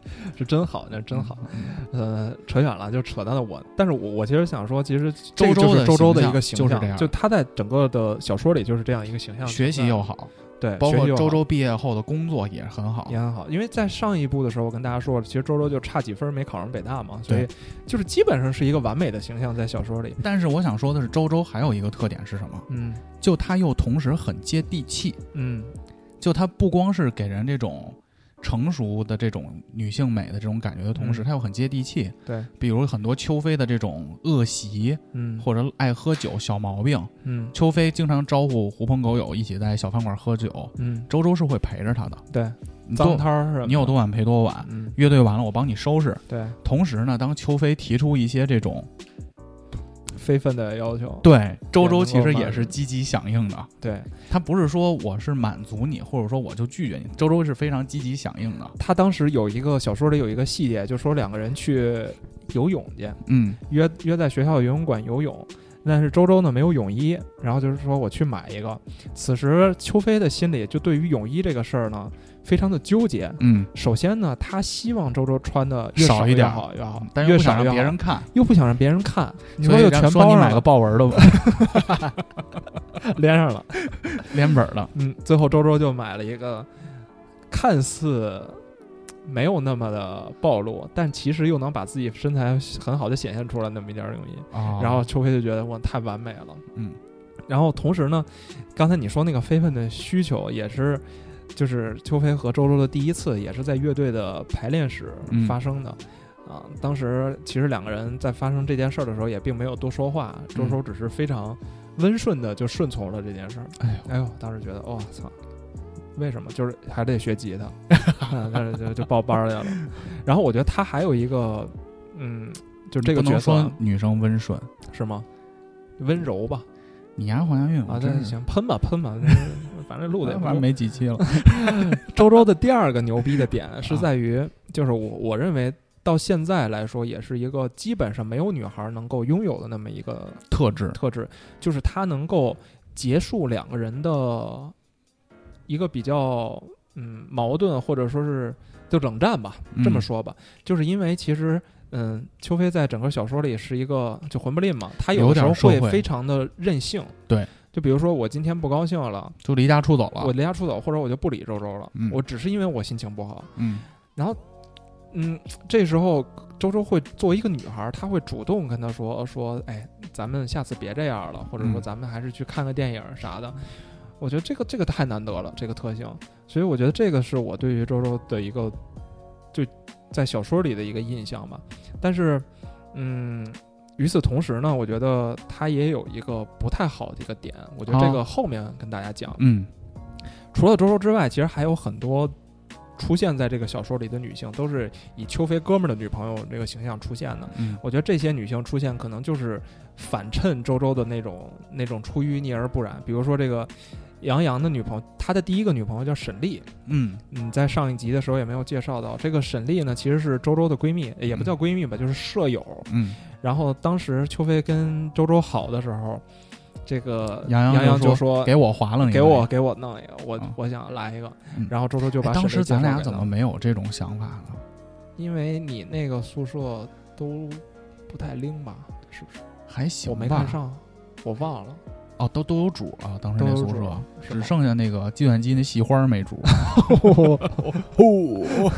[SPEAKER 2] 是真好，那 真好。
[SPEAKER 3] 嗯
[SPEAKER 2] 呃，扯远了，就扯到了我，但是我我其实想说，其实这个
[SPEAKER 3] 周周
[SPEAKER 2] 就是
[SPEAKER 3] 的
[SPEAKER 2] 周周的
[SPEAKER 3] 形
[SPEAKER 2] 一个形
[SPEAKER 3] 象就是
[SPEAKER 2] 象
[SPEAKER 3] 这样
[SPEAKER 2] 就他在整个的小说里就是这样一个形象，
[SPEAKER 3] 学习又好，
[SPEAKER 2] 对，
[SPEAKER 3] 包
[SPEAKER 2] 学
[SPEAKER 3] 括
[SPEAKER 2] 习又好
[SPEAKER 3] 周周毕业后的工作也很好
[SPEAKER 2] 也。很好，因为在上一部的时候，我跟大家说，其实周周就差几分没考上北大嘛，所以
[SPEAKER 3] 对
[SPEAKER 2] 就是基本上是一个完美的形象在小说里。
[SPEAKER 3] 但是我想说的是，周周还有一个特点是什么？
[SPEAKER 2] 嗯
[SPEAKER 3] 就他又同时很接地气，
[SPEAKER 2] 嗯，
[SPEAKER 3] 就他不光是给人这种成熟的这种女性美的这种感觉的同时，
[SPEAKER 2] 嗯
[SPEAKER 3] 他又很接地气。
[SPEAKER 2] 对，
[SPEAKER 3] 比如很多邱飞的这种恶习
[SPEAKER 2] 嗯
[SPEAKER 3] 或者爱喝酒小毛病，
[SPEAKER 2] 嗯
[SPEAKER 3] 邱飞经常招呼狐朋狗友一起在小饭馆喝酒，
[SPEAKER 2] 嗯，
[SPEAKER 3] 周周是会陪着他的。
[SPEAKER 2] 对，
[SPEAKER 3] 你
[SPEAKER 2] 脏
[SPEAKER 3] 多
[SPEAKER 2] 摊儿是吧
[SPEAKER 3] 你有多晚赔多晚，
[SPEAKER 2] 嗯，
[SPEAKER 3] 乐队完了我帮你收拾。
[SPEAKER 2] 对，
[SPEAKER 3] 同时呢，当邱飞提出一些这种
[SPEAKER 2] 非分的要求，
[SPEAKER 3] 对周
[SPEAKER 2] 也能
[SPEAKER 3] 周
[SPEAKER 2] 够
[SPEAKER 3] 其实
[SPEAKER 2] 满
[SPEAKER 3] 也
[SPEAKER 2] 足
[SPEAKER 3] 是积极响应的，
[SPEAKER 2] 对，
[SPEAKER 3] 他不是说我是满足你，或者说我就拒绝你，周周是非常积极响应的。
[SPEAKER 2] 他当时有一个小说里有一个细节，就说两个人去游泳去，
[SPEAKER 3] 嗯，
[SPEAKER 2] 约约在学校游泳馆游泳。但是周周呢没有泳衣，然后就是说我去买一个。此时邱飞的心里就对于泳衣这个事儿呢非常的纠结。
[SPEAKER 3] 嗯，
[SPEAKER 2] 首先呢，他希望周周穿的越
[SPEAKER 3] 少一
[SPEAKER 2] 越
[SPEAKER 3] 点儿
[SPEAKER 2] 好越好，
[SPEAKER 3] 啊但是
[SPEAKER 2] 越
[SPEAKER 3] 又不想
[SPEAKER 2] 少越
[SPEAKER 3] 让别
[SPEAKER 2] 好，
[SPEAKER 3] 人看，
[SPEAKER 2] 又不想让别人看，你
[SPEAKER 3] 所
[SPEAKER 2] 说
[SPEAKER 3] 以
[SPEAKER 2] 就
[SPEAKER 3] 咱
[SPEAKER 2] 全
[SPEAKER 3] 说
[SPEAKER 2] 包啊
[SPEAKER 3] 你
[SPEAKER 2] 上
[SPEAKER 3] 买个
[SPEAKER 2] 了，
[SPEAKER 3] 豹纹 的吧，
[SPEAKER 2] 连上了。
[SPEAKER 3] 连本儿的。
[SPEAKER 2] 嗯，最后周周就买了一个看似没有那么的暴露，但其实又能把自己身材很好的显现出来那么一件儿泳衣。啊
[SPEAKER 3] 哦
[SPEAKER 2] 然后邱飞就觉得哇，太完美了。
[SPEAKER 3] 嗯，
[SPEAKER 2] 然后同时呢，刚才你说那个非分的需求也是，就是邱飞和周周的第一次，也是在乐队的排练室
[SPEAKER 3] 嗯
[SPEAKER 2] 发生的。啊，当时其实两个人在发生这件事儿的时候，也并没有多说话，周
[SPEAKER 3] 嗯
[SPEAKER 2] 周只是非常温顺的就顺从了这件事儿。
[SPEAKER 3] 哎呦，
[SPEAKER 2] 哎呦，当时觉得，我、操，为什么？就是还得学吉 他，嗯但是就就报班儿去了。然后我觉得他还有一个，嗯，就这个
[SPEAKER 3] 不
[SPEAKER 2] 角
[SPEAKER 3] 能
[SPEAKER 2] 色
[SPEAKER 3] 说
[SPEAKER 2] 啊
[SPEAKER 3] 女生温顺，
[SPEAKER 2] 是吗？温柔吧，
[SPEAKER 3] 你丫黄家韵
[SPEAKER 2] 啊，
[SPEAKER 3] 我
[SPEAKER 2] 但
[SPEAKER 3] 嗯
[SPEAKER 2] 是
[SPEAKER 3] 真是啊
[SPEAKER 2] 行，喷吧喷吧， 反正录的也不
[SPEAKER 3] 反
[SPEAKER 2] 多
[SPEAKER 3] 正没 几期了。
[SPEAKER 2] 周周的第二个牛逼的 点是在于，就是我我认为到现在来说，也是一个基本上没有女孩能够拥有的那么一个
[SPEAKER 3] 特质，
[SPEAKER 2] 特质，就是他能够结束两个人的一个比较嗯矛盾或者说是就冷战吧，
[SPEAKER 3] 嗯
[SPEAKER 2] 这么说吧，就是因为其实。嗯，邱飞在整个小说里是一个就魂不吝嘛，他有
[SPEAKER 3] 有
[SPEAKER 2] 的时候
[SPEAKER 3] 点社
[SPEAKER 2] 会
[SPEAKER 3] 会
[SPEAKER 2] 非常的任性。
[SPEAKER 3] 对，
[SPEAKER 2] 就比如说我今天不高兴了，
[SPEAKER 3] 就离家出走
[SPEAKER 2] 我
[SPEAKER 3] 了。
[SPEAKER 2] 离家出走，或者我就不理周周了，
[SPEAKER 3] 嗯
[SPEAKER 2] 我只是因为我心情不好。
[SPEAKER 3] 嗯，
[SPEAKER 2] 嗯，这时候周周会作为一个女孩儿，她会主动跟他说说，哎，咱们下次别这样了，或者说
[SPEAKER 3] 嗯
[SPEAKER 2] 咱们还是去看个电影儿啥的。我觉得这个这个太难得了，这个特性，所以我觉得这个是我对于周周的一个就在小说里的一个印象吧。但是，嗯，与此同时呢，我觉得他也有一个不太好的一个点，我觉得这
[SPEAKER 3] 哦
[SPEAKER 2] 个后面跟大家讲。
[SPEAKER 3] 嗯，
[SPEAKER 2] 除了周周之外，其实还有很多出现在这个小说里的女性，都是以邱飞哥们儿的女朋友这个形象出现的。
[SPEAKER 3] 嗯，
[SPEAKER 2] 我觉得这些女性出现，可能就是反衬周周的那种那种出淤泥而不染。比如说这个杨洋的女朋友，他的第一个女朋友叫沈丽，
[SPEAKER 3] 嗯，
[SPEAKER 2] 嗯，在上一集的时候也没有介绍到。这个沈丽呢，其实是周周的闺蜜，也不叫闺蜜吧，就是舍友。
[SPEAKER 3] 嗯，
[SPEAKER 2] 然后当时邱飞跟周周好的时候，这个
[SPEAKER 3] 杨洋
[SPEAKER 2] 洋
[SPEAKER 3] 就
[SPEAKER 2] 就
[SPEAKER 3] 说
[SPEAKER 2] 说
[SPEAKER 3] 给我划楞一
[SPEAKER 2] 啊给
[SPEAKER 3] 个，
[SPEAKER 2] 我给我弄一个，我、
[SPEAKER 3] 嗯
[SPEAKER 2] 我想来一个
[SPEAKER 3] 嗯。
[SPEAKER 2] 然后周周就
[SPEAKER 3] 哎。
[SPEAKER 2] 把
[SPEAKER 3] 当
[SPEAKER 2] 沈
[SPEAKER 3] 时
[SPEAKER 2] 丽介绍
[SPEAKER 3] 咱
[SPEAKER 2] 给
[SPEAKER 3] 俩
[SPEAKER 2] 了
[SPEAKER 3] 怎么？没有这种想法呢？
[SPEAKER 2] 因为你那个宿舍都不太灵吧？是不是？
[SPEAKER 3] 还行
[SPEAKER 2] 我
[SPEAKER 3] 吧，
[SPEAKER 2] 没看上，我忘了。
[SPEAKER 3] 哦，都都有主了，当时
[SPEAKER 2] 都
[SPEAKER 3] 那
[SPEAKER 2] 有
[SPEAKER 3] 宿
[SPEAKER 2] 主
[SPEAKER 3] 舍
[SPEAKER 2] 了是
[SPEAKER 3] 只
[SPEAKER 2] 吗
[SPEAKER 3] 剩下那个计算机那细花儿没主，
[SPEAKER 2] 哦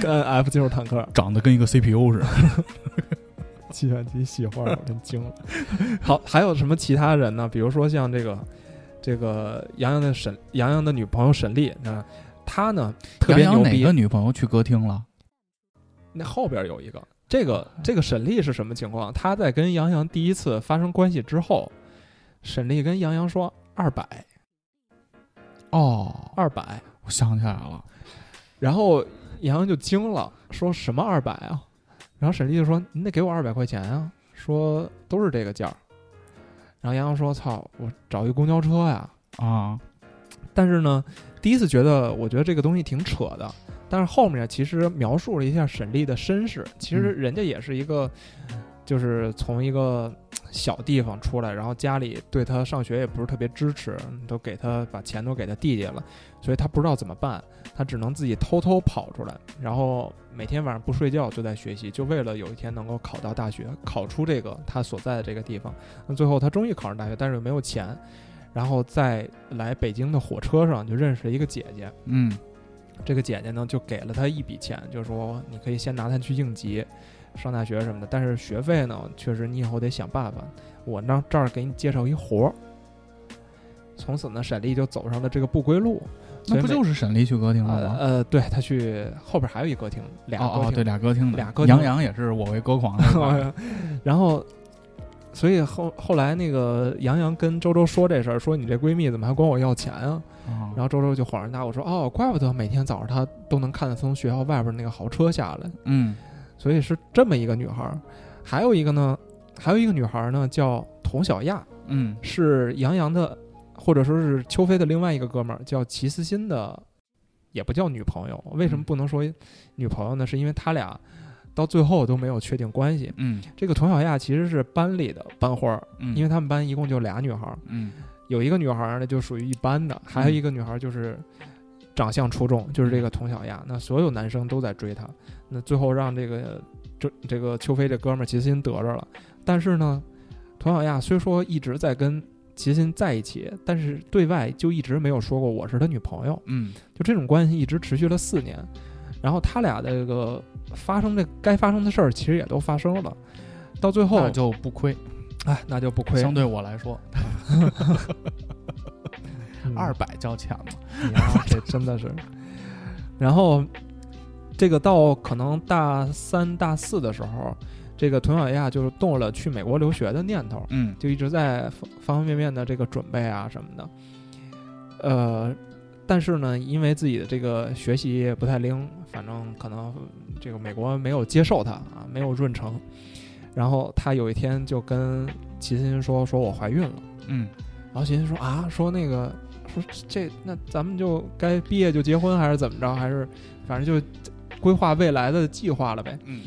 [SPEAKER 2] 跟 F 进入坦克，
[SPEAKER 3] 长得跟一个 CPU 似的。
[SPEAKER 2] 计算机细化，我真惊了。好，还有什么其他人呢？比如说像这个这个杨洋的沈杨洋的女朋友沈丽，那她呢特
[SPEAKER 3] 杨
[SPEAKER 2] 别
[SPEAKER 3] 洋
[SPEAKER 2] 牛
[SPEAKER 3] 哪
[SPEAKER 2] 逼
[SPEAKER 3] 个。女朋友去歌厅了？
[SPEAKER 2] 那后边有一个，这个这个沈丽是什么情况？她在跟杨洋第一次发生关系之后，沈丽跟杨洋说二百
[SPEAKER 3] 哦，
[SPEAKER 2] 二百，
[SPEAKER 3] 我想起来了，
[SPEAKER 2] 然后杨洋就惊了，说什么二百啊？然后沈丽就说：“你得给我二百块钱啊！”说都是这个价儿。然后杨洋说：“操，我找一公交车呀、
[SPEAKER 3] 啊，
[SPEAKER 2] 但是呢，第一次觉得我觉得这个东西挺扯的，但是后面其实描述了一下沈丽的身世，其实人家也是一个，就是从一个小地方出来，然后家里对他上学也不是特别支持，都给他把钱都给他弟弟了，所以他不知道怎么办，他只能自己偷偷跑出来，然后每天晚上不睡觉就在学习，就为了有一天能够考到大学，考出这个他所在的这个地方。那最后他终于考上大学，但是又没有钱。然后在来北京的火车上就认识了一个姐姐，
[SPEAKER 3] 嗯
[SPEAKER 2] 这个姐姐呢就给了他一笔钱，就说你可以先拿它去应急，上大学什么的。但是学费呢，确实你以后得想办法。我呢这儿给你介绍一活儿。从此呢，沈丽就走上了这个不归路。所
[SPEAKER 3] 那
[SPEAKER 2] 以
[SPEAKER 3] 不
[SPEAKER 2] 每
[SPEAKER 3] 就是沈黎去歌厅了
[SPEAKER 2] 呃
[SPEAKER 3] 吗？
[SPEAKER 2] 呃，对他去后边还有一歌厅，俩歌
[SPEAKER 3] 哦
[SPEAKER 2] 厅。
[SPEAKER 3] 哦，对，俩歌厅的，哦
[SPEAKER 2] 俩歌厅
[SPEAKER 3] 杨洋也是我为歌 狂那块儿
[SPEAKER 2] 然后，所以后后来那个杨洋跟周周说这事儿，说你这闺蜜怎么还管我要钱啊？
[SPEAKER 3] 啊
[SPEAKER 2] 然后周周就恍然大悟说：“哦，怪不得每天早上她都能看得从学校外边那个豪车下来，
[SPEAKER 3] 嗯
[SPEAKER 2] 所以是这么一个女孩儿。还有一个呢，还有一个女孩儿呢叫童小亚，
[SPEAKER 3] 嗯
[SPEAKER 2] 是杨洋的，或者说是邱飞的另外一个哥们儿叫齐思欣的，也不叫女朋友。为什么不能说女朋友呢？是因为他俩到最后都没有确定关系。
[SPEAKER 3] 嗯
[SPEAKER 2] 这个童小亚其实是班里的班花儿，
[SPEAKER 3] 嗯，
[SPEAKER 2] 因为他们班一共就俩女孩儿，
[SPEAKER 3] 嗯
[SPEAKER 2] 有一个女孩儿呢就属于一般的，还有一个女孩儿就是长相出众，就是
[SPEAKER 3] 嗯
[SPEAKER 2] 这个佟小亚。那所有男生都在追她，那最后让这个这这个邱飞这哥们儿齐心得着了。但是呢，佟小亚虽说一直在跟齐心在一起，但是对外就一直没有说过我是他女朋友。
[SPEAKER 3] 嗯
[SPEAKER 2] 就这种关系一直持续了四年，然后他俩的这个发生的该发生的事儿其实也都发生了，到最后
[SPEAKER 3] 那就不亏，
[SPEAKER 2] 哎那就不亏
[SPEAKER 3] 相对我来说，
[SPEAKER 2] 嗯
[SPEAKER 3] 二百交钱嘛，
[SPEAKER 2] 你啊，这真的是。然后这个到可能大三、大四的时候，这个佟小亚就是动了去美国留学的念头，
[SPEAKER 3] 嗯
[SPEAKER 2] 就一直在方方方面面的这个准备啊什么的。呃，但是呢，因为自己的这个学习也不太灵，反正可能这个美国没有接受他啊，没有润成。然后他有一天就跟齐心说：“说我怀孕了。”
[SPEAKER 3] 嗯
[SPEAKER 2] 然后寻思说啊，说那个说这那咱们就该毕业就结婚还是怎么着，还是反正就规划未来的计划了呗。
[SPEAKER 3] 嗯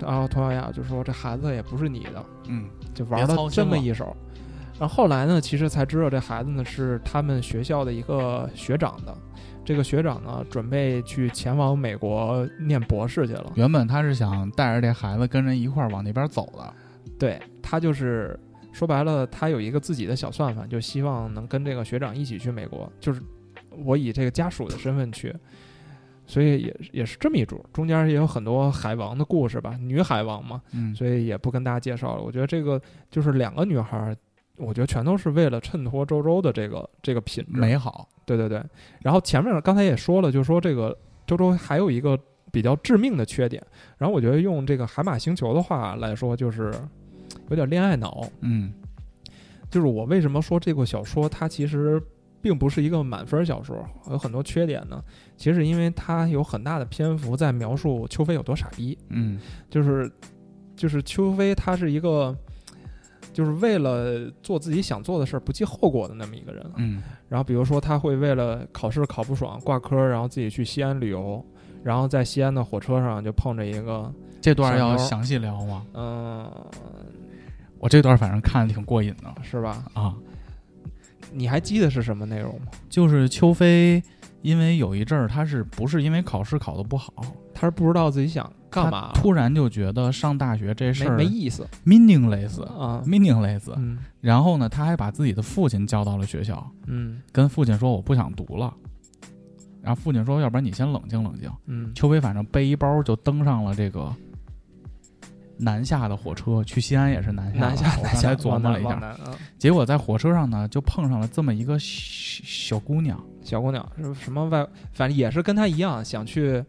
[SPEAKER 2] 然后佟小亚就说这孩子也不是你的，
[SPEAKER 3] 嗯
[SPEAKER 2] 就玩
[SPEAKER 3] 别
[SPEAKER 2] 了
[SPEAKER 3] 操心
[SPEAKER 2] 这么
[SPEAKER 3] 了
[SPEAKER 2] 一手。然后后来呢，其实才知道这孩子呢是他们学校的一个学长的，这个学长呢准备去前往美国念博士去了。
[SPEAKER 3] 原本他是想带着这孩子跟人一块儿往那边走的，
[SPEAKER 2] 对他就是说白了，他有一个自己的小算法，就希望能跟这个学长一起去美国，就是我以这个家属的身份去，所以也也是这么一主，中间也有很多海王的故事吧，女海王嘛，
[SPEAKER 3] 嗯，
[SPEAKER 2] 所以也不跟大家介绍了。我觉得这个就是两个女孩儿，我觉得全都是为了衬托周周的这个这个品质，
[SPEAKER 3] 美好，
[SPEAKER 2] 对对对，然后前面刚才也说了，就是说这个周周还有一个比较致命的缺点，然后我觉得用这个海马星球的话来说，就是有点恋爱脑。
[SPEAKER 3] 嗯
[SPEAKER 2] 就是我为什么说这个小说它其实并不是一个满分小说，有很多缺点呢？其实因为它有很大的篇幅在描述邱飞有多傻逼，
[SPEAKER 3] 嗯
[SPEAKER 2] 就是就是邱飞他是一个。就是为了做自己想做的事儿不计后果的那么一个人，啊
[SPEAKER 3] 嗯
[SPEAKER 2] 然后比如说他会为了考试考不爽挂科，然后自己去西安旅游，然后在西安的火车上就碰着一个，
[SPEAKER 3] 这段
[SPEAKER 2] 小
[SPEAKER 3] 要
[SPEAKER 2] 妞儿
[SPEAKER 3] 详细聊吗？
[SPEAKER 2] 嗯、
[SPEAKER 3] 我这段反正看的挺过瘾的
[SPEAKER 2] 是吧？
[SPEAKER 3] 啊，
[SPEAKER 2] 你还记得是什么内容吗？
[SPEAKER 3] 就是邱飞，因为有一阵儿他是不是因为考试考得不好，
[SPEAKER 2] 他是不知道自己想干嘛
[SPEAKER 3] 他，突然就觉得上大学这事
[SPEAKER 2] 没
[SPEAKER 3] 儿
[SPEAKER 2] 没意思
[SPEAKER 3] meaningless
[SPEAKER 2] 啊。
[SPEAKER 3] meaningless，
[SPEAKER 2] 嗯
[SPEAKER 3] 然后呢，他还把自己的父亲叫到了学校，
[SPEAKER 2] 嗯
[SPEAKER 3] 跟父亲说我不想读了，然后父亲说要不然你先冷静冷静。
[SPEAKER 2] 嗯
[SPEAKER 3] 邱飞反正背一包就登上了这个南下的火车，去西安也是南下
[SPEAKER 2] 南下南
[SPEAKER 3] 的，我刚
[SPEAKER 2] 下
[SPEAKER 3] 才琢磨了一
[SPEAKER 2] 往
[SPEAKER 3] 下，
[SPEAKER 2] 南往南啊，
[SPEAKER 3] 结果在火车上呢就碰上了这么一个小小姑娘，
[SPEAKER 2] 小姑娘是什么外，反正也是跟他一样想去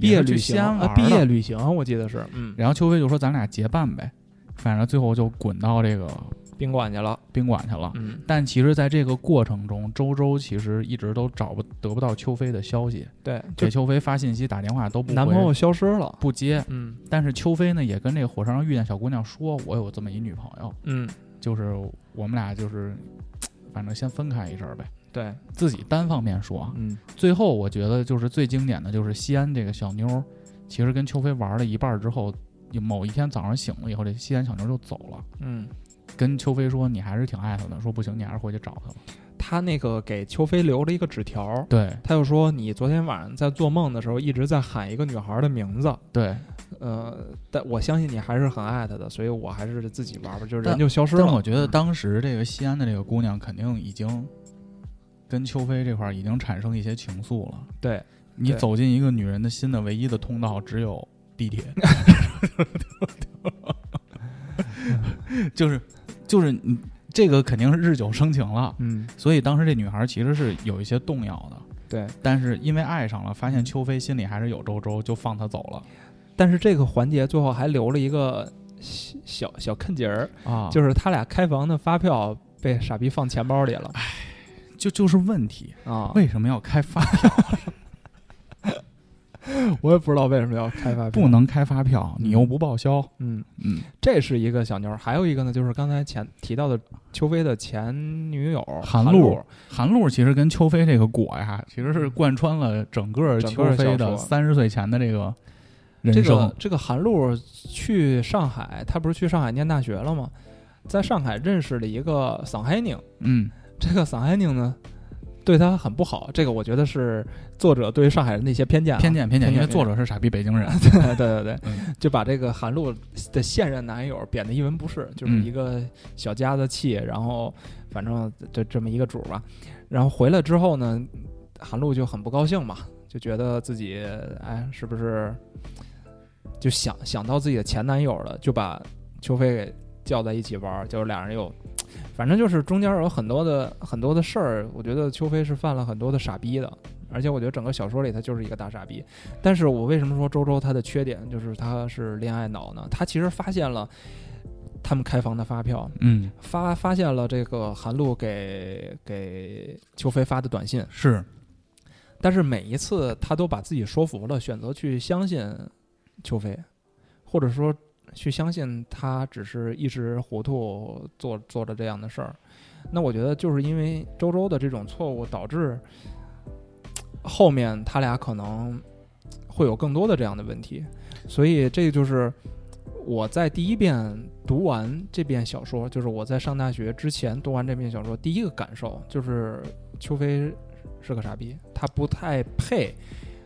[SPEAKER 2] 毕
[SPEAKER 3] 也
[SPEAKER 2] 业
[SPEAKER 3] 是去
[SPEAKER 2] 旅
[SPEAKER 3] 西
[SPEAKER 2] 行，
[SPEAKER 3] 安
[SPEAKER 2] 啊
[SPEAKER 3] 玩的
[SPEAKER 2] 毕业旅行我记得是，嗯
[SPEAKER 3] 然后邱飞就说咱俩结伴呗，反正最后就滚到这个
[SPEAKER 2] 宾馆去了。
[SPEAKER 3] 宾馆去了。
[SPEAKER 2] 嗯，
[SPEAKER 3] 但其实，在这个过程中，周周其实一直都找不得不到邱飞的消息，
[SPEAKER 2] 对，就
[SPEAKER 3] 给邱飞发信息、打电话都不回
[SPEAKER 2] 男朋友消失了。
[SPEAKER 3] 不接。
[SPEAKER 2] 嗯
[SPEAKER 3] 但是邱飞呢，也跟这个火车上遇见小姑娘说：“我有这么一女朋友，
[SPEAKER 2] 嗯，
[SPEAKER 3] 就是我们俩就是，反正先分开一阵儿呗。
[SPEAKER 2] 对，”
[SPEAKER 3] 自己单方面说啊。
[SPEAKER 2] 嗯
[SPEAKER 3] 最后我觉得就是最经典的就是西安这个小妞儿，其实跟邱飞玩了一半儿之后，某一天早上醒了以后，这西安小妞儿就走了，
[SPEAKER 2] 嗯，
[SPEAKER 3] 跟邱飞说：“你还是挺爱她的。”说：“不行，你还是回去找她吧。
[SPEAKER 2] 他那个给邱飞留了一个纸条”。
[SPEAKER 3] 对
[SPEAKER 2] 他就说：“你昨天晚上在做梦的时候一直在喊一个女孩的名字，
[SPEAKER 3] 对，
[SPEAKER 2] 呃，但我相信你还是很爱她的，所以我还是自己玩吧，就是人
[SPEAKER 3] 但
[SPEAKER 2] 就消失了。嗯
[SPEAKER 3] 但我觉得当时这个西安的这个姑娘肯定已经跟邱飞这块儿已经产生一些情愫了。
[SPEAKER 2] 对，
[SPEAKER 3] 你
[SPEAKER 2] 对
[SPEAKER 3] 走进一个女人的心的唯一的通道只有地铁， 就是就是你这个肯定是日久生情了。
[SPEAKER 2] 嗯，
[SPEAKER 3] 所以当时这女孩其实是有一些动摇的，
[SPEAKER 2] 对。
[SPEAKER 3] 但是因为爱上了，发现邱飞心里还是有周周，就放她走了
[SPEAKER 2] 但是这个环节最后还留了一个小小小坑节儿，
[SPEAKER 3] 啊就
[SPEAKER 2] 就是他俩开房的发票被傻逼放钱包里了
[SPEAKER 3] 哎就就是问题，
[SPEAKER 2] 啊！
[SPEAKER 3] 为什么要开 发？
[SPEAKER 2] 我也不知道为什么要开发票，
[SPEAKER 3] 不能开发票，你又不报销，
[SPEAKER 2] 嗯，
[SPEAKER 3] 嗯，
[SPEAKER 2] 这是一个小妞儿，还有一个呢，就是刚才前提到的邱飞的前女友
[SPEAKER 3] 韩
[SPEAKER 2] 露，
[SPEAKER 3] 露韩露其实跟邱飞这个果呀，其实是贯穿了整个
[SPEAKER 2] 整
[SPEAKER 3] 邱
[SPEAKER 2] 个
[SPEAKER 3] 飞
[SPEAKER 2] 小说
[SPEAKER 3] 的三十岁前的这个人
[SPEAKER 2] 啊这
[SPEAKER 3] 生。
[SPEAKER 2] 个这个韩露去上海，她不是去上海念大学了吗？在上海认识了一个桑海宁，
[SPEAKER 3] 嗯，
[SPEAKER 2] 这个桑海宁呢，对她很不好，这个我觉得是作者对于上海人的一些偏见、啊，
[SPEAKER 3] 偏见偏见，因为
[SPEAKER 2] 偏见
[SPEAKER 3] 作者是傻逼北京人。
[SPEAKER 2] 对对对，
[SPEAKER 3] 嗯
[SPEAKER 2] 就把这个韩露的现任男友贬得一文不值，就是
[SPEAKER 3] 嗯
[SPEAKER 2] 一个小家子气，然后反正就这么一个主吧。然后回来之后呢，韩露就很不高兴嘛，就觉得自己哎是不是就想想到自己的前男友了，就把邱飞给叫在一起玩儿，就是俩人又。反正就是中间有很多的很多的事儿，我觉得邱飞是犯了很多的傻逼的，而且我觉得整个小说里他就是一个大傻逼。但是我为什么说周周他的缺点就是他是恋爱脑呢？他其实发现了他们开房的发票，
[SPEAKER 3] 嗯，
[SPEAKER 2] 发发现了这个韩露给给邱飞发的短信，
[SPEAKER 3] 是
[SPEAKER 2] 但是每一次他都把自己说服了，选择去相信邱飞，或者说去相信他只是一时糊涂做做了这样的事儿。那我觉得就是因为周周的这种错误，导致后面他俩可能会有更多的这样的问题。所以这就是我在第一遍读完这篇小说，就是我在上大学之前读完这篇小说，第一个感受就是邱飞是个傻逼，他不太配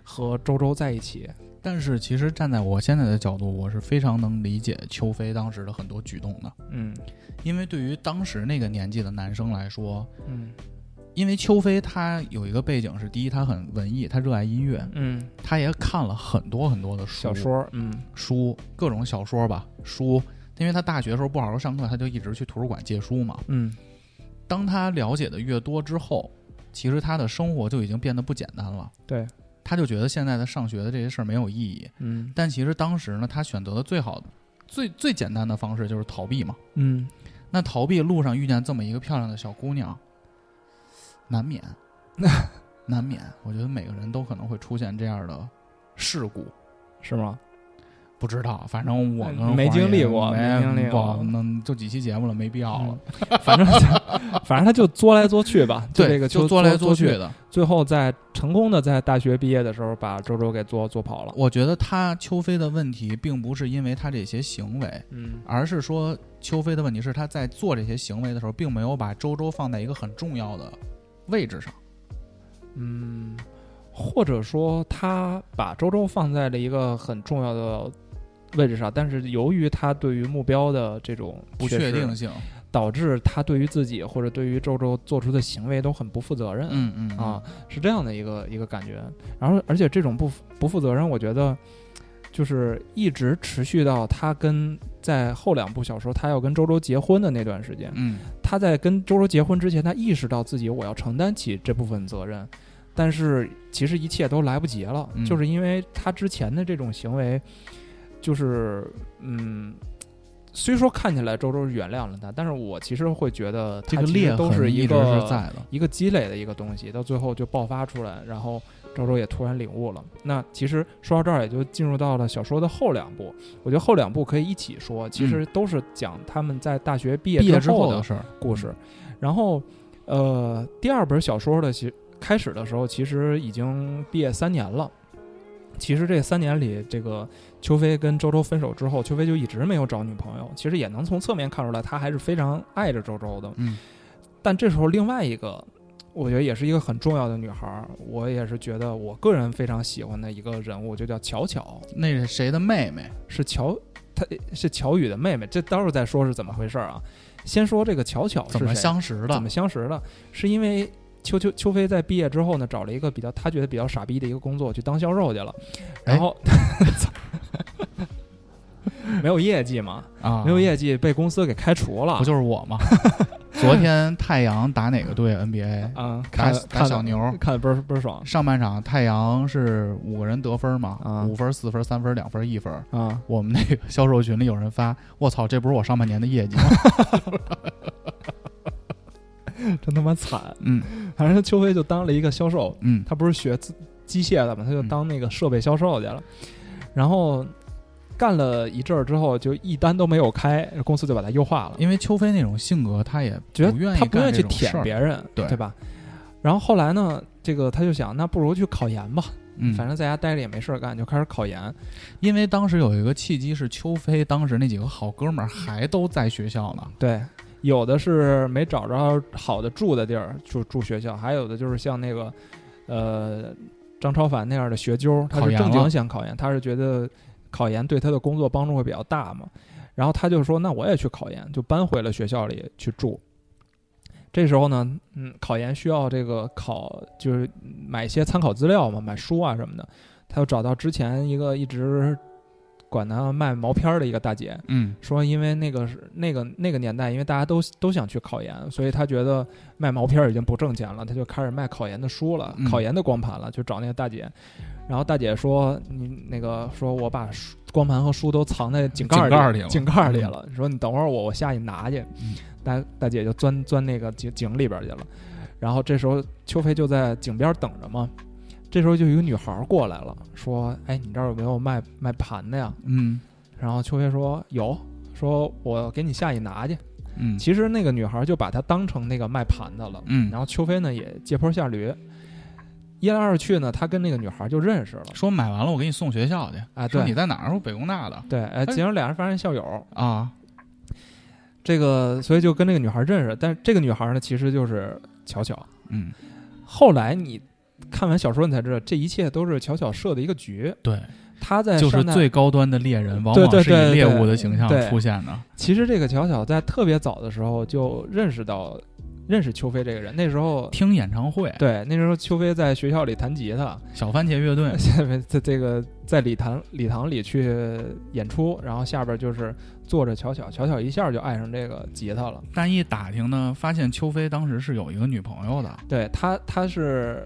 [SPEAKER 2] 和周周在一起。
[SPEAKER 3] 但是其实站在我现在的角度，我是非常能理解邱飞当时的很多举动的，
[SPEAKER 2] 嗯
[SPEAKER 3] 因为对于当时那个年纪的男生来说，
[SPEAKER 2] 嗯
[SPEAKER 3] 因为邱飞他有一个背景是，第一他很文艺，他热爱音乐，
[SPEAKER 2] 嗯，
[SPEAKER 3] 他也看了很多很多的书
[SPEAKER 2] 小说，嗯
[SPEAKER 3] 书各种小说吧书，因为他大学的时候不好好上课，他就一直去图书馆借书嘛。
[SPEAKER 2] 嗯
[SPEAKER 3] 当他了解的越多之后，其实他的生活就已经变得不简单了。
[SPEAKER 2] 对，
[SPEAKER 3] 他就觉得现在的上学的这些事儿没有意义，
[SPEAKER 2] 嗯
[SPEAKER 3] 但其实当时呢，他选择的最好、最最简单的方式就是逃避嘛。
[SPEAKER 2] 嗯，
[SPEAKER 3] 那逃避路上遇见这么一个漂亮的小姑娘，难免，难免。我觉得每个人都可能会出现这样的事故，
[SPEAKER 2] 是吗？
[SPEAKER 3] 不知道，反正我跟
[SPEAKER 2] 没
[SPEAKER 3] 黄爷
[SPEAKER 2] 经历过
[SPEAKER 3] 嗯没
[SPEAKER 2] 没经历过
[SPEAKER 3] 过嗯那就几期节目了，没必要了。
[SPEAKER 2] 嗯反正反正他就作来作去吧，就
[SPEAKER 3] 对，
[SPEAKER 2] 这个
[SPEAKER 3] 就
[SPEAKER 2] 作
[SPEAKER 3] 来
[SPEAKER 2] 作
[SPEAKER 3] 去，的。
[SPEAKER 2] 最后在成功的在大学毕业的时候把周周给做做跑了。
[SPEAKER 3] 我觉得他邱飞的问题，并不是因为他这些行为，
[SPEAKER 2] 嗯
[SPEAKER 3] 而是说邱飞的问题是他在做这些行为的时候，并没有把周周放在一个很重要的位置上。
[SPEAKER 2] 嗯，或者说他把周周放在了一个很重要的位置上，但是由于他对于目标的这种
[SPEAKER 3] 不
[SPEAKER 2] 确
[SPEAKER 3] 确
[SPEAKER 2] 实
[SPEAKER 3] 定性，
[SPEAKER 2] 导致他对于自己或者对于周周做出的行为都很不负责任。
[SPEAKER 3] 嗯嗯
[SPEAKER 2] 啊，，是这样的一个一个感觉。然后，而且这种不负不负责任，我觉得就是一直持续到他跟在后两部小说他要跟周周结婚的那段时间。
[SPEAKER 3] 嗯，
[SPEAKER 2] 他在跟周周结婚之前，他意识到自己我要承担起这部分责任，但是其实一切都来不及了，
[SPEAKER 3] 嗯
[SPEAKER 2] 就是因为他之前的这种行为，就是嗯，虽说看起来周周原谅了他，但是我其实会觉得
[SPEAKER 3] 这
[SPEAKER 2] 他
[SPEAKER 3] 个
[SPEAKER 2] 其
[SPEAKER 3] 裂
[SPEAKER 2] 实都
[SPEAKER 3] 痕
[SPEAKER 2] 是
[SPEAKER 3] 一
[SPEAKER 2] 一
[SPEAKER 3] 直
[SPEAKER 2] 个
[SPEAKER 3] 是在的。
[SPEAKER 2] 一个积累的一个东西，到最后就爆发出来，然后周周也突然领悟了。那其实说到这儿，也就进入到了小说的后两部。我觉得后两部可以一起说，其实都是讲他们在大学毕
[SPEAKER 3] 嗯毕业
[SPEAKER 2] 业
[SPEAKER 3] 之
[SPEAKER 2] 后
[SPEAKER 3] 后
[SPEAKER 2] 的
[SPEAKER 3] 的事儿，
[SPEAKER 2] 故事。然后，呃，第二本小说的其开始的时候，其实已经毕业三年了。其实这三年里，这个邱飞跟周周分手之后，邱飞就一直没有找女朋友。其实也能从侧面看出来，他还是非常爱着周周的。
[SPEAKER 3] 嗯，
[SPEAKER 2] 但这时候另外一个，我觉得也是一个很重要的女孩儿，我也是觉得我个人非常喜欢的一个人物，就叫巧巧，
[SPEAKER 3] 那是谁的妹妹？
[SPEAKER 2] 是乔，她是乔宇的妹妹。这待会儿再说是怎么回事儿啊。先说这个巧巧是
[SPEAKER 3] 怎
[SPEAKER 2] 谁
[SPEAKER 3] 么相识
[SPEAKER 2] 怎
[SPEAKER 3] 的
[SPEAKER 2] 么？相识的？是因为邱邱邱飞在毕业之后呢，找了一个比较他觉得比较傻逼的一个工作，去当销售去了，
[SPEAKER 3] 哎
[SPEAKER 2] 然后、 没有业绩嘛，
[SPEAKER 3] 啊，
[SPEAKER 2] 没有业绩被公司给开除了
[SPEAKER 3] 不。就是 我吗？昨天太阳打哪个 队 NBA？
[SPEAKER 2] 啊，
[SPEAKER 3] 打
[SPEAKER 2] 看
[SPEAKER 3] 打
[SPEAKER 2] 看
[SPEAKER 3] 小牛。
[SPEAKER 2] 看倍儿倍儿爽
[SPEAKER 3] 上半场太阳是五个人得分嘛
[SPEAKER 2] 啊，
[SPEAKER 3] 五分、四分、三分、两分、一分。
[SPEAKER 2] 啊！
[SPEAKER 3] 我们那个销售群里有人发：“我操，这不是我上半年的业绩吗
[SPEAKER 2] 真他妈惨！？”
[SPEAKER 3] 嗯
[SPEAKER 2] 反正邱飞就当了一个销售，
[SPEAKER 3] 嗯，
[SPEAKER 2] 他不是学自机械的嘛，他就
[SPEAKER 3] 嗯
[SPEAKER 2] 当那个设备销售去了，然后干了一阵儿之后，就一单都没有开，公司就把他优化了。
[SPEAKER 3] 因为邱飞那种性格，他也
[SPEAKER 2] 觉得
[SPEAKER 3] 不愿意
[SPEAKER 2] 他不
[SPEAKER 3] 干
[SPEAKER 2] 愿意
[SPEAKER 3] 这
[SPEAKER 2] 去
[SPEAKER 3] 种
[SPEAKER 2] 舔
[SPEAKER 3] 事儿
[SPEAKER 2] 别人，
[SPEAKER 3] 对
[SPEAKER 2] 吧？然后后来呢，这个他就想，那不如去考研吧，
[SPEAKER 3] 嗯，
[SPEAKER 2] 反正在家待着也没事儿干，就开始考研。
[SPEAKER 3] 因为当时有一个契机是邱飞，当时那几个好哥们儿还都在学校呢。
[SPEAKER 2] 对，有的是没找着好的住的地儿，就住学校；还有的就是像那个，呃，张超凡那样的学究，他
[SPEAKER 3] 考
[SPEAKER 2] 是
[SPEAKER 3] 研
[SPEAKER 2] 正
[SPEAKER 3] 了
[SPEAKER 2] 经想考研，他是觉得考研对他的工作帮助会比较大嘛。然后他就说：“那我也去考研，就搬回了学校里去住。”这时候呢，嗯，考研需要这个考，就是买一些参考资料嘛，买书啊什么的。他又找到之前一个一直管他卖毛片儿的一个大姐，
[SPEAKER 3] 嗯，
[SPEAKER 2] 说因为那个是那个那个年代，因为大家都都想去考研，所以他觉得卖毛片儿已经不挣钱了，他就开始卖考研的书了，
[SPEAKER 3] 嗯
[SPEAKER 2] 考研的光盘了，就找那个大姐。然后大姐说：“你那个说我把书光盘和书都藏在井盖儿
[SPEAKER 3] 井盖儿里了
[SPEAKER 2] 井盖儿里了。说你等会儿我我下去拿去。
[SPEAKER 3] 嗯
[SPEAKER 2] 大大姐就钻钻那个井井里边儿去了。然后这时候邱飞就在井边儿等着嘛。这时候就有一个女孩儿过来了，说：‘哎，你这儿有没有卖卖盘的呀？’
[SPEAKER 3] 嗯
[SPEAKER 2] 然后邱飞说有，说我给你下去拿去。
[SPEAKER 3] 嗯
[SPEAKER 2] 其实那个女孩就把他当成那个卖盘的了。
[SPEAKER 3] 嗯，
[SPEAKER 2] 然后邱飞呢也借坡下驴，一来二去呢，他跟那个女孩就认识了。
[SPEAKER 3] 说买完了我给你送学校去。
[SPEAKER 2] 啊，
[SPEAKER 3] 说你
[SPEAKER 2] 对
[SPEAKER 3] 在哪儿？我北工大的
[SPEAKER 2] 对，哎，结果俩人发现校友，
[SPEAKER 3] 啊。
[SPEAKER 2] 这个所以就跟那个女孩认识。但是这个女孩呢，其实就是巧巧。
[SPEAKER 3] 嗯，
[SPEAKER 2] 后来你看完小说，你才知道这一切都是巧巧设的一个局。
[SPEAKER 3] 对，
[SPEAKER 2] 她在
[SPEAKER 3] 就是
[SPEAKER 2] 山大
[SPEAKER 3] 最高端的猎人，往
[SPEAKER 2] 对
[SPEAKER 3] 往
[SPEAKER 2] 对
[SPEAKER 3] 是以
[SPEAKER 2] 对
[SPEAKER 3] 猎
[SPEAKER 2] 对
[SPEAKER 3] 物的形象
[SPEAKER 2] 对
[SPEAKER 3] 出现的。
[SPEAKER 2] 其实这个巧巧在特别早的时候就认识到认识邱飞这个人，那时候
[SPEAKER 3] 听演唱会，
[SPEAKER 2] 对，那时候邱飞在学校里弹吉他，
[SPEAKER 3] 小番茄乐队
[SPEAKER 2] 下面在这个在礼堂礼堂里去演出，然后下边就是坐着巧巧，巧巧一下就爱上这个吉他了。
[SPEAKER 3] 但一打听呢，发现邱飞当时是有一个女朋友的，
[SPEAKER 2] 对他，他是、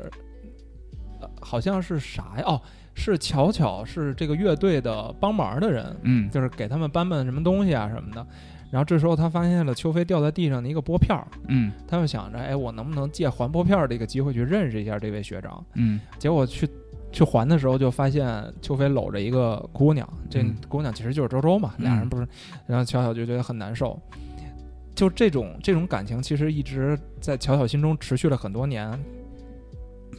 [SPEAKER 2] 呃好像是啥呀？哦，是巧巧是这个乐队的帮忙的人，
[SPEAKER 3] 嗯，
[SPEAKER 2] 就是给他们搬搬什么东西啊什么的。然后这时候他发现了邱飞掉在地上的一个拨片儿，
[SPEAKER 3] 嗯
[SPEAKER 2] 他就想着，哎，我能不能借还拨片儿的一个机会去认识一下这位学长？
[SPEAKER 3] 嗯
[SPEAKER 2] 结果去去还的时候，就发现邱飞搂着一个姑娘，这
[SPEAKER 3] 嗯
[SPEAKER 2] 姑娘其实就是周周嘛，
[SPEAKER 3] 嗯
[SPEAKER 2] 俩人不是，然后巧巧就觉得很难受。就这种这种感情，其实一直在巧巧心中持续了很多年。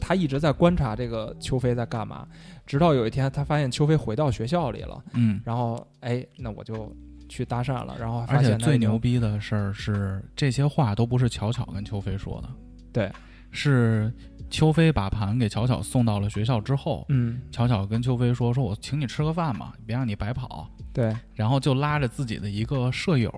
[SPEAKER 2] 他一直在观察这个邱飞在干嘛，直到有一天，他发现邱飞回到学校里了，
[SPEAKER 3] 嗯。
[SPEAKER 2] 然后哎，那我就去搭讪了，然后
[SPEAKER 3] 而
[SPEAKER 2] 发
[SPEAKER 3] 且
[SPEAKER 2] 现他
[SPEAKER 3] 最
[SPEAKER 2] 已经
[SPEAKER 3] 牛，逼的事儿是，这些话都不是巧巧跟邱飞说的，
[SPEAKER 2] 对，
[SPEAKER 3] 是邱飞把盘给巧巧送到了学校之后，
[SPEAKER 2] 嗯，
[SPEAKER 3] 巧巧跟邱飞说：“说我请你吃个饭嘛，别让你白跑。
[SPEAKER 2] 对”
[SPEAKER 3] 然后就拉着自己的一个舍友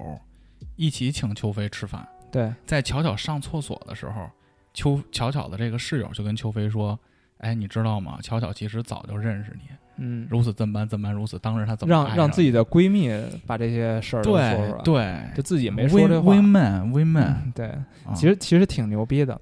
[SPEAKER 3] 一起请邱飞吃饭。
[SPEAKER 2] 对，
[SPEAKER 3] 在巧巧上厕所的时候，邱巧巧的这个室友就跟邱飞说：“哎，你知道吗？巧巧其实早就认识你，
[SPEAKER 2] 嗯，
[SPEAKER 3] 如此这般这般如此，当时她怎么爱
[SPEAKER 2] 让
[SPEAKER 3] 上
[SPEAKER 2] 让
[SPEAKER 3] 你
[SPEAKER 2] 自己的闺蜜把这些事儿都说出
[SPEAKER 3] 对
[SPEAKER 2] 来，
[SPEAKER 3] 对
[SPEAKER 2] 就自己没说这话。
[SPEAKER 3] ，women women，
[SPEAKER 2] 嗯对，
[SPEAKER 3] 啊
[SPEAKER 2] 其实其实挺牛逼的，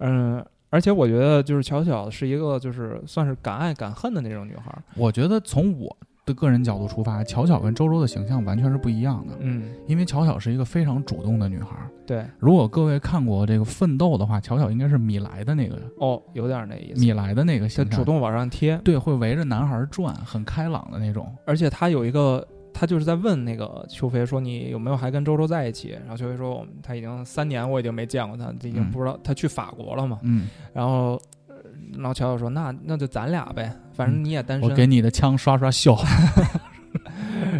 [SPEAKER 2] 嗯，而且我觉得就是巧巧是一个就是算是敢爱敢恨的那种女孩儿，
[SPEAKER 3] 我觉得从我的个人角度出发，巧巧跟周周的形象完全是不一样的。
[SPEAKER 2] 嗯，
[SPEAKER 3] 因为巧巧是一个非常主动的女孩儿。
[SPEAKER 2] 对，
[SPEAKER 3] 如果各位看过这个《奋斗》的话，巧巧应该是米莱的那个
[SPEAKER 2] 哦，有点那意思。
[SPEAKER 3] 米莱的那个
[SPEAKER 2] 他
[SPEAKER 3] 形象，
[SPEAKER 2] 主动往上贴，
[SPEAKER 3] 对，会围着男孩转，很开朗的那种。
[SPEAKER 2] 而且他有一个，他就是在问那个邱飞说：“你有没有还跟周周在一起？”然后邱飞说我们：“他已经三年，我已经没见过他，已经
[SPEAKER 3] 嗯
[SPEAKER 2] 不知道、他去法国了嘛。
[SPEAKER 3] 嗯，”
[SPEAKER 2] 然后，呃然后乔乔说：“那那就咱俩呗，反正你也单
[SPEAKER 3] 我
[SPEAKER 2] 身。
[SPEAKER 3] 给你的枪刷刷锈。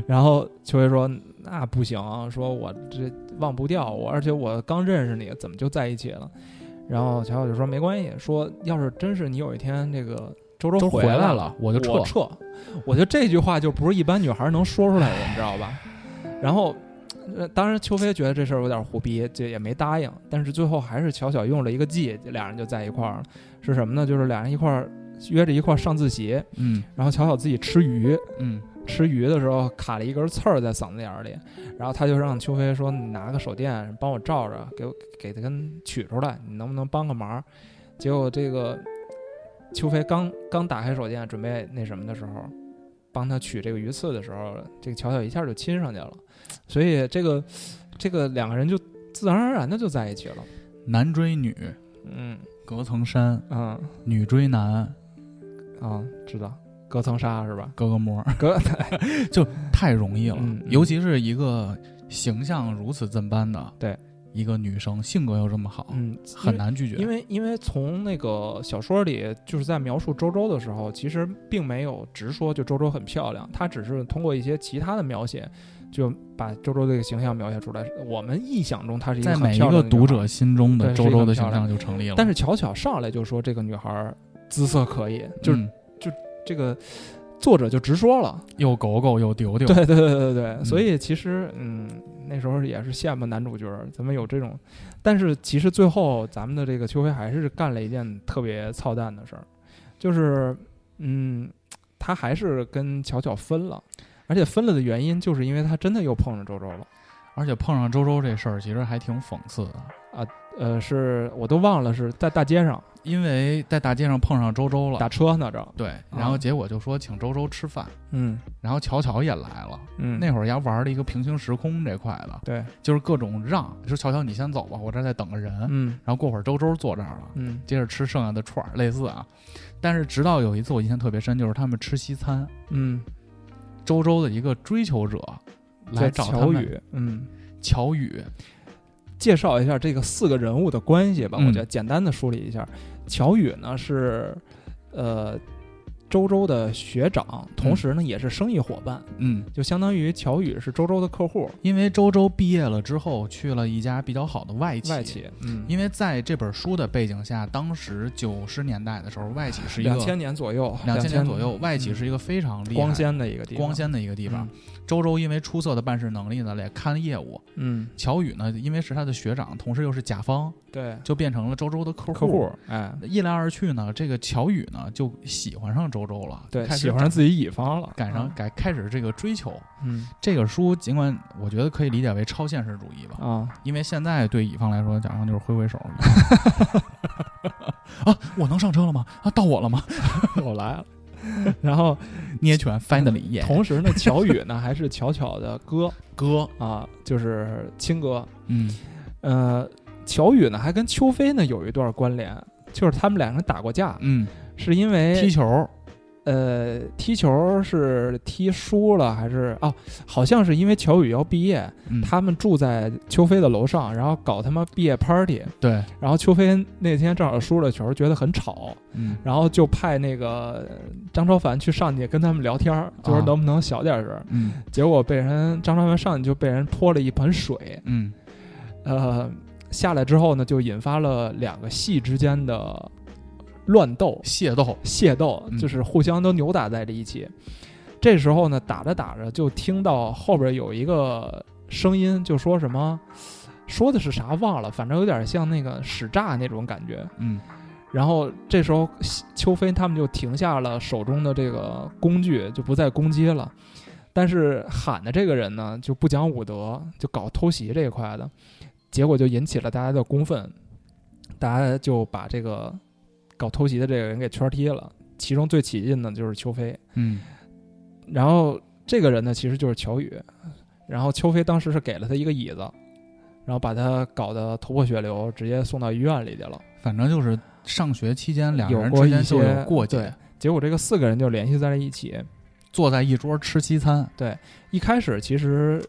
[SPEAKER 2] 然后邱飞说：“那不行，说我这忘不掉我，而且我刚认识你，怎么就在一起了？”然后乔乔就说：“没关系，说要是真是你有一天这个周周
[SPEAKER 3] 周
[SPEAKER 2] 回
[SPEAKER 3] 回来
[SPEAKER 2] 了，
[SPEAKER 3] 了我就
[SPEAKER 2] 我
[SPEAKER 3] 撤
[SPEAKER 2] 撤。我觉得这句话就不是一般女孩能说出来的，你知道吧？然后，呃当然邱飞觉得这事儿有点胡逼，这也没答应。但是最后还是巧巧用了一个计，俩人就在一块儿了。是什么呢？就是俩人一块儿约着一块儿上自习，
[SPEAKER 3] 嗯
[SPEAKER 2] 然后巧巧自己吃鱼，
[SPEAKER 3] 嗯
[SPEAKER 2] 吃鱼的时候卡了一根刺儿在嗓子眼儿里，然后他就让邱飞说：“你拿个手电帮我照着，给我给他根取出来，你能不能帮个忙？”结果这个邱飞刚刚打开手电准备那什么的时候，帮他取这个鱼刺的时候，这个巧巧一下就亲上去了，所以这个这个两个人就自然而然的就在一起了。
[SPEAKER 3] 男追女
[SPEAKER 2] 嗯
[SPEAKER 3] 隔层山，
[SPEAKER 2] 嗯
[SPEAKER 3] 女追男
[SPEAKER 2] 啊，知道隔层纱是吧？
[SPEAKER 3] 隔个膜，
[SPEAKER 2] 隔
[SPEAKER 3] 就 太容易了、
[SPEAKER 2] 嗯嗯
[SPEAKER 3] 尤其是一个形象如此这般的
[SPEAKER 2] 对
[SPEAKER 3] 一个女生，性格又这么好，
[SPEAKER 2] 嗯，
[SPEAKER 3] 很难拒绝。
[SPEAKER 2] 因为因为从那个小说里，就是在描述周周的时候，其实并没有直说就周周很漂亮，他只是通过一些其他的描写，就把周周这个形象描写出来。我们臆想中她是一个
[SPEAKER 3] 在
[SPEAKER 2] 很
[SPEAKER 3] 每一
[SPEAKER 2] 漂
[SPEAKER 3] 个
[SPEAKER 2] 亮的女孩
[SPEAKER 3] 读者，心中的
[SPEAKER 2] 对
[SPEAKER 3] 周周的
[SPEAKER 2] 是一个
[SPEAKER 3] 形
[SPEAKER 2] 很漂亮
[SPEAKER 3] 象就成立了。
[SPEAKER 2] 但是巧巧上来就说这个女孩儿姿色可以，就是
[SPEAKER 3] 嗯
[SPEAKER 2] 这个作者就直说了。
[SPEAKER 3] 又狗狗又丢丢，
[SPEAKER 2] 对对对对对对，
[SPEAKER 3] 嗯
[SPEAKER 2] 所以其实嗯，那时候也是羡慕男主角，咱们有这种，但是其实最后咱们的这个邱飞还是干了一件特别操蛋的事儿，就是嗯，他还是跟巧巧分了，而且分了的原因就是因为他真的又碰上周周了，
[SPEAKER 3] 而且碰上周周这事儿，其实还挺讽刺的。
[SPEAKER 2] 呃，是我都忘了是在大街上
[SPEAKER 3] 因为在大街上碰上周周了
[SPEAKER 2] 打，车呢，这，
[SPEAKER 3] 对，然后结果就说请周周吃饭，
[SPEAKER 2] 嗯
[SPEAKER 3] 然后巧巧也来了。
[SPEAKER 2] 嗯，
[SPEAKER 3] 那会儿丫玩了一个平行时空这块的，
[SPEAKER 2] 对，
[SPEAKER 3] 就是各种让，说巧巧你先走吧，我这儿再等个人。
[SPEAKER 2] 嗯
[SPEAKER 3] 然后过会儿周周坐这儿了，
[SPEAKER 2] 嗯
[SPEAKER 3] 接着吃剩下的串儿，类似啊。但是直到有一次我印象特别深，就是他们吃西餐，
[SPEAKER 2] 嗯，
[SPEAKER 3] 周周的一个追求者来
[SPEAKER 2] 叫
[SPEAKER 3] 找他
[SPEAKER 2] 乔
[SPEAKER 3] 们，
[SPEAKER 2] 宇，嗯。
[SPEAKER 3] 乔宇，
[SPEAKER 2] 介绍一下这个四个人物的关系吧，
[SPEAKER 3] 嗯
[SPEAKER 2] 我觉得简单的梳理一下。乔宇呢是，呃，周周的学长，同时呢也是生意伙伴，
[SPEAKER 3] 嗯，
[SPEAKER 2] 就相当于乔宇是周周的客户，
[SPEAKER 3] 因为周周毕业了之后去了一家比较好的外企，
[SPEAKER 2] 外企，嗯，
[SPEAKER 3] 因为在这本书的背景下，当时九十年代的时候，外企是一个
[SPEAKER 2] 两千年左右，
[SPEAKER 3] 两千
[SPEAKER 2] 千嗯
[SPEAKER 3] 年左右，外企是一个非常厉害
[SPEAKER 2] 光鲜的一个地方，
[SPEAKER 3] 光鲜的一个地
[SPEAKER 2] 地
[SPEAKER 3] 方。，周周因为出色的办事能力呢，来看业务；
[SPEAKER 2] 嗯，
[SPEAKER 3] 乔宇呢，因为是他的学长，同时又是甲方，
[SPEAKER 2] 对，
[SPEAKER 3] 就变成了周周的客户。
[SPEAKER 2] 客户，哎，
[SPEAKER 3] 一来二去呢，这个乔宇呢就喜欢上周周了，
[SPEAKER 2] 对，
[SPEAKER 3] 开始
[SPEAKER 2] 喜欢上自己乙方了，
[SPEAKER 3] 赶上
[SPEAKER 2] 啊，
[SPEAKER 3] 改开始这个追求。
[SPEAKER 2] 嗯
[SPEAKER 3] 这个书尽管我觉得可以理解为超现实主义吧，
[SPEAKER 2] 啊，
[SPEAKER 3] 因为现在对乙方来说，甲方就是挥挥 手。啊，我能上车了吗？啊，到 我了吗？
[SPEAKER 2] 我来了， 然后
[SPEAKER 3] 捏拳，finally，耶！
[SPEAKER 2] 同时呢，乔宇呢还是巧巧的哥
[SPEAKER 3] 哥，
[SPEAKER 2] 啊，就是亲哥，
[SPEAKER 3] 嗯，
[SPEAKER 2] 呃，乔宇呢还跟邱飞呢有一段关联，就是他们两个人打过架，
[SPEAKER 3] 嗯，
[SPEAKER 2] 是因为
[SPEAKER 3] 踢球，
[SPEAKER 2] 呃踢球是踢输了还是哦，好像是因为乔宇要毕业，
[SPEAKER 3] 嗯
[SPEAKER 2] 他们住在邱飞的楼上，然后搞他妈毕业 party，
[SPEAKER 3] 对，
[SPEAKER 2] 然后邱飞那天正好输了球，觉得很吵，
[SPEAKER 3] 嗯，
[SPEAKER 2] 然后就派那个张超凡去上去跟他们聊天儿，就说
[SPEAKER 3] 啊
[SPEAKER 2] 能不能小点声儿，
[SPEAKER 3] 嗯
[SPEAKER 2] 结果被人张超凡上去就被人泼了一盆水，
[SPEAKER 3] 嗯，
[SPEAKER 2] 呃，下来之后呢，就引发了两个系之间的乱斗、
[SPEAKER 3] 械斗，
[SPEAKER 2] 械斗
[SPEAKER 3] 嗯，
[SPEAKER 2] 就是互相都扭打在了一起。这时候呢，打着打着就听到后边有一个声音，就说什么，说的是啥忘了，反正有点像那个使诈那种感觉。
[SPEAKER 3] 嗯
[SPEAKER 2] 然后这时候邱飞他们就停下了手中的这个工具，就不再攻击了。但是喊的这个人呢，就不讲武德，就搞偷袭这一块的，结果就引起了大家的公愤，大家就把这个搞偷袭的这个人给圈踢了。其中最起劲的就是邱飞，
[SPEAKER 3] 嗯
[SPEAKER 2] 然后这个人呢，其实就是乔宇，然后邱飞当时是给了他一个椅子，然后把他搞得头破血流，直接送到医院里去了。
[SPEAKER 3] 反正就是上学期间两
[SPEAKER 2] 有
[SPEAKER 3] 人
[SPEAKER 2] 过
[SPEAKER 3] 之
[SPEAKER 2] 一
[SPEAKER 3] 间就
[SPEAKER 2] 些
[SPEAKER 3] 有过
[SPEAKER 2] 对
[SPEAKER 3] 节，
[SPEAKER 2] 结果这个四个人就联系在了一起。
[SPEAKER 3] 坐在一桌吃西餐，
[SPEAKER 2] 一开始其实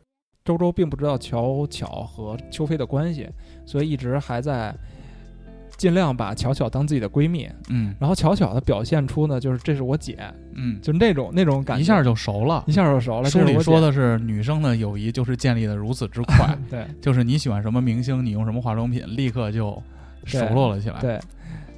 [SPEAKER 2] 周周并不知道乔巧和邱飞的关系，所以一直还在尽量把巧巧当自己的闺蜜。
[SPEAKER 3] 嗯
[SPEAKER 2] 然后巧巧的表现出呢，就是这是我姐，
[SPEAKER 3] 嗯，
[SPEAKER 2] 就那种那种感觉，
[SPEAKER 3] 一下就熟了。
[SPEAKER 2] 一下就熟了。
[SPEAKER 3] 书
[SPEAKER 2] 这是
[SPEAKER 3] 里
[SPEAKER 2] 我
[SPEAKER 3] 说
[SPEAKER 2] 姐
[SPEAKER 3] 的是女生的友谊就是建立的如此之 快，
[SPEAKER 2] 对
[SPEAKER 3] 就是你喜欢什么明星，你用什么化妆品，立刻就熟
[SPEAKER 2] 对
[SPEAKER 3] 络了起来。
[SPEAKER 2] 对。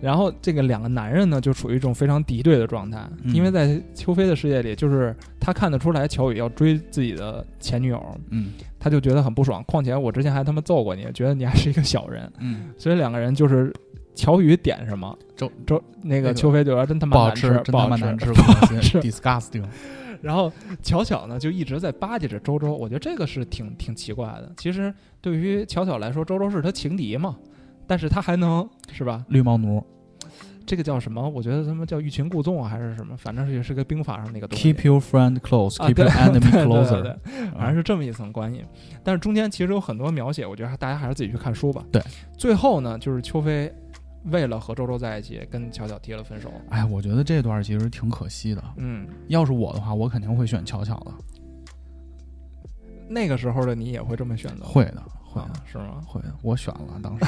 [SPEAKER 2] 然后这个两个男人呢，就处于一种非常敌对的状态，
[SPEAKER 3] 嗯
[SPEAKER 2] 因为在邱飞的世界里，就是他看得出来乔宇要追自己的前女友，
[SPEAKER 3] 嗯
[SPEAKER 2] 他就觉得很不爽。况且我之前还他妈揍过你，觉得你还是一个小人，
[SPEAKER 3] 嗯，
[SPEAKER 2] 所以两个人就是乔宇点什么，
[SPEAKER 3] 周
[SPEAKER 2] 周那
[SPEAKER 3] 那
[SPEAKER 2] 个
[SPEAKER 3] 个
[SPEAKER 2] 邱飞就说啊真他
[SPEAKER 3] 不
[SPEAKER 2] 妈
[SPEAKER 3] 好
[SPEAKER 2] 难
[SPEAKER 3] 吃，真
[SPEAKER 2] 不
[SPEAKER 3] 他
[SPEAKER 2] 好
[SPEAKER 3] 妈难
[SPEAKER 2] 吃。
[SPEAKER 3] 不恶
[SPEAKER 2] 吃
[SPEAKER 3] 心，disgusting。
[SPEAKER 2] 然后巧巧呢就一直在巴结着周周，我觉得这个是挺挺奇怪的。其实对于巧巧来说，周周是他情敌嘛，但是他还能是吧？
[SPEAKER 3] 绿毛奴
[SPEAKER 2] 这个叫什么？我觉得他们叫欲擒故纵啊，还是什么？反正也是个兵法上那个东西。
[SPEAKER 3] ，keep your friend
[SPEAKER 2] 啊
[SPEAKER 3] close，keep
[SPEAKER 2] 对
[SPEAKER 3] your enemy
[SPEAKER 2] 对对
[SPEAKER 3] closer 嗯
[SPEAKER 2] 对。反正是这么一层关系。但是中间其实有很多描写，我觉得大家还是自己去看书吧。
[SPEAKER 3] 对，
[SPEAKER 2] 最后呢，就是邱飞为了和周周在一起，跟巧巧提了分手。
[SPEAKER 3] 哎，我觉得这段其实挺可惜的。
[SPEAKER 2] 嗯，
[SPEAKER 3] 要是我的话，我肯定会选巧巧的，
[SPEAKER 2] 那个时候的你也会这么选择？
[SPEAKER 3] 会的，会
[SPEAKER 2] 啊
[SPEAKER 3] 的，，
[SPEAKER 2] 是吗？
[SPEAKER 3] 会的。我选了， 当时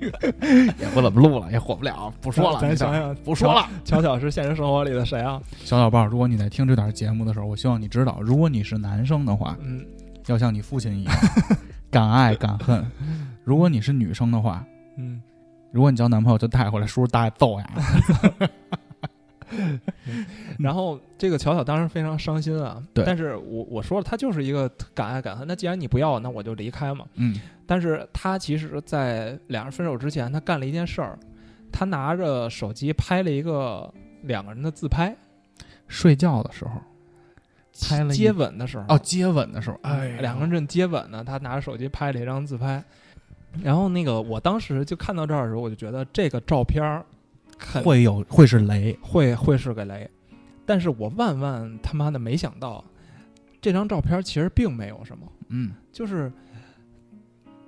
[SPEAKER 3] 也不怎么录了，也火不了，不说了，
[SPEAKER 2] 咱
[SPEAKER 3] 没事
[SPEAKER 2] 想
[SPEAKER 3] 儿
[SPEAKER 2] 想，
[SPEAKER 3] 不说了。
[SPEAKER 2] 巧巧是现实生活里的谁啊？
[SPEAKER 3] 小小豹，如果你在听这档节目的时候，我希望你知道，如果你是男生的话，
[SPEAKER 2] 嗯，
[SPEAKER 3] 要像你父亲一样，敢爱敢恨；如果你是女生的话，
[SPEAKER 2] 嗯，
[SPEAKER 3] 如果你交男朋友就带回来，叔叔大揍啊呀。
[SPEAKER 2] 然后这个巧巧当时非常伤心啊，
[SPEAKER 3] 对
[SPEAKER 2] 但是我我说了，她就是一个敢爱敢恨。那既然你不要，那我就离开嘛。
[SPEAKER 3] 嗯，
[SPEAKER 2] 但是她其实，在两人分手之前，她干了一件事儿，她拿着手机拍了一个两个人的自拍，
[SPEAKER 3] 睡觉的时候，拍了一
[SPEAKER 2] 接吻的时候，
[SPEAKER 3] 哦，接吻的时候，哎呀，
[SPEAKER 2] 两个人正接吻呢，她拿着手机拍了一张自拍。然后那个，我当时就看到这儿的时候，我就觉得这个照片儿肯
[SPEAKER 3] 会有会是雷，
[SPEAKER 2] 会会是个雷，但是我万万他妈的没想到，这张照片其实并没有什么，
[SPEAKER 3] 嗯
[SPEAKER 2] 就是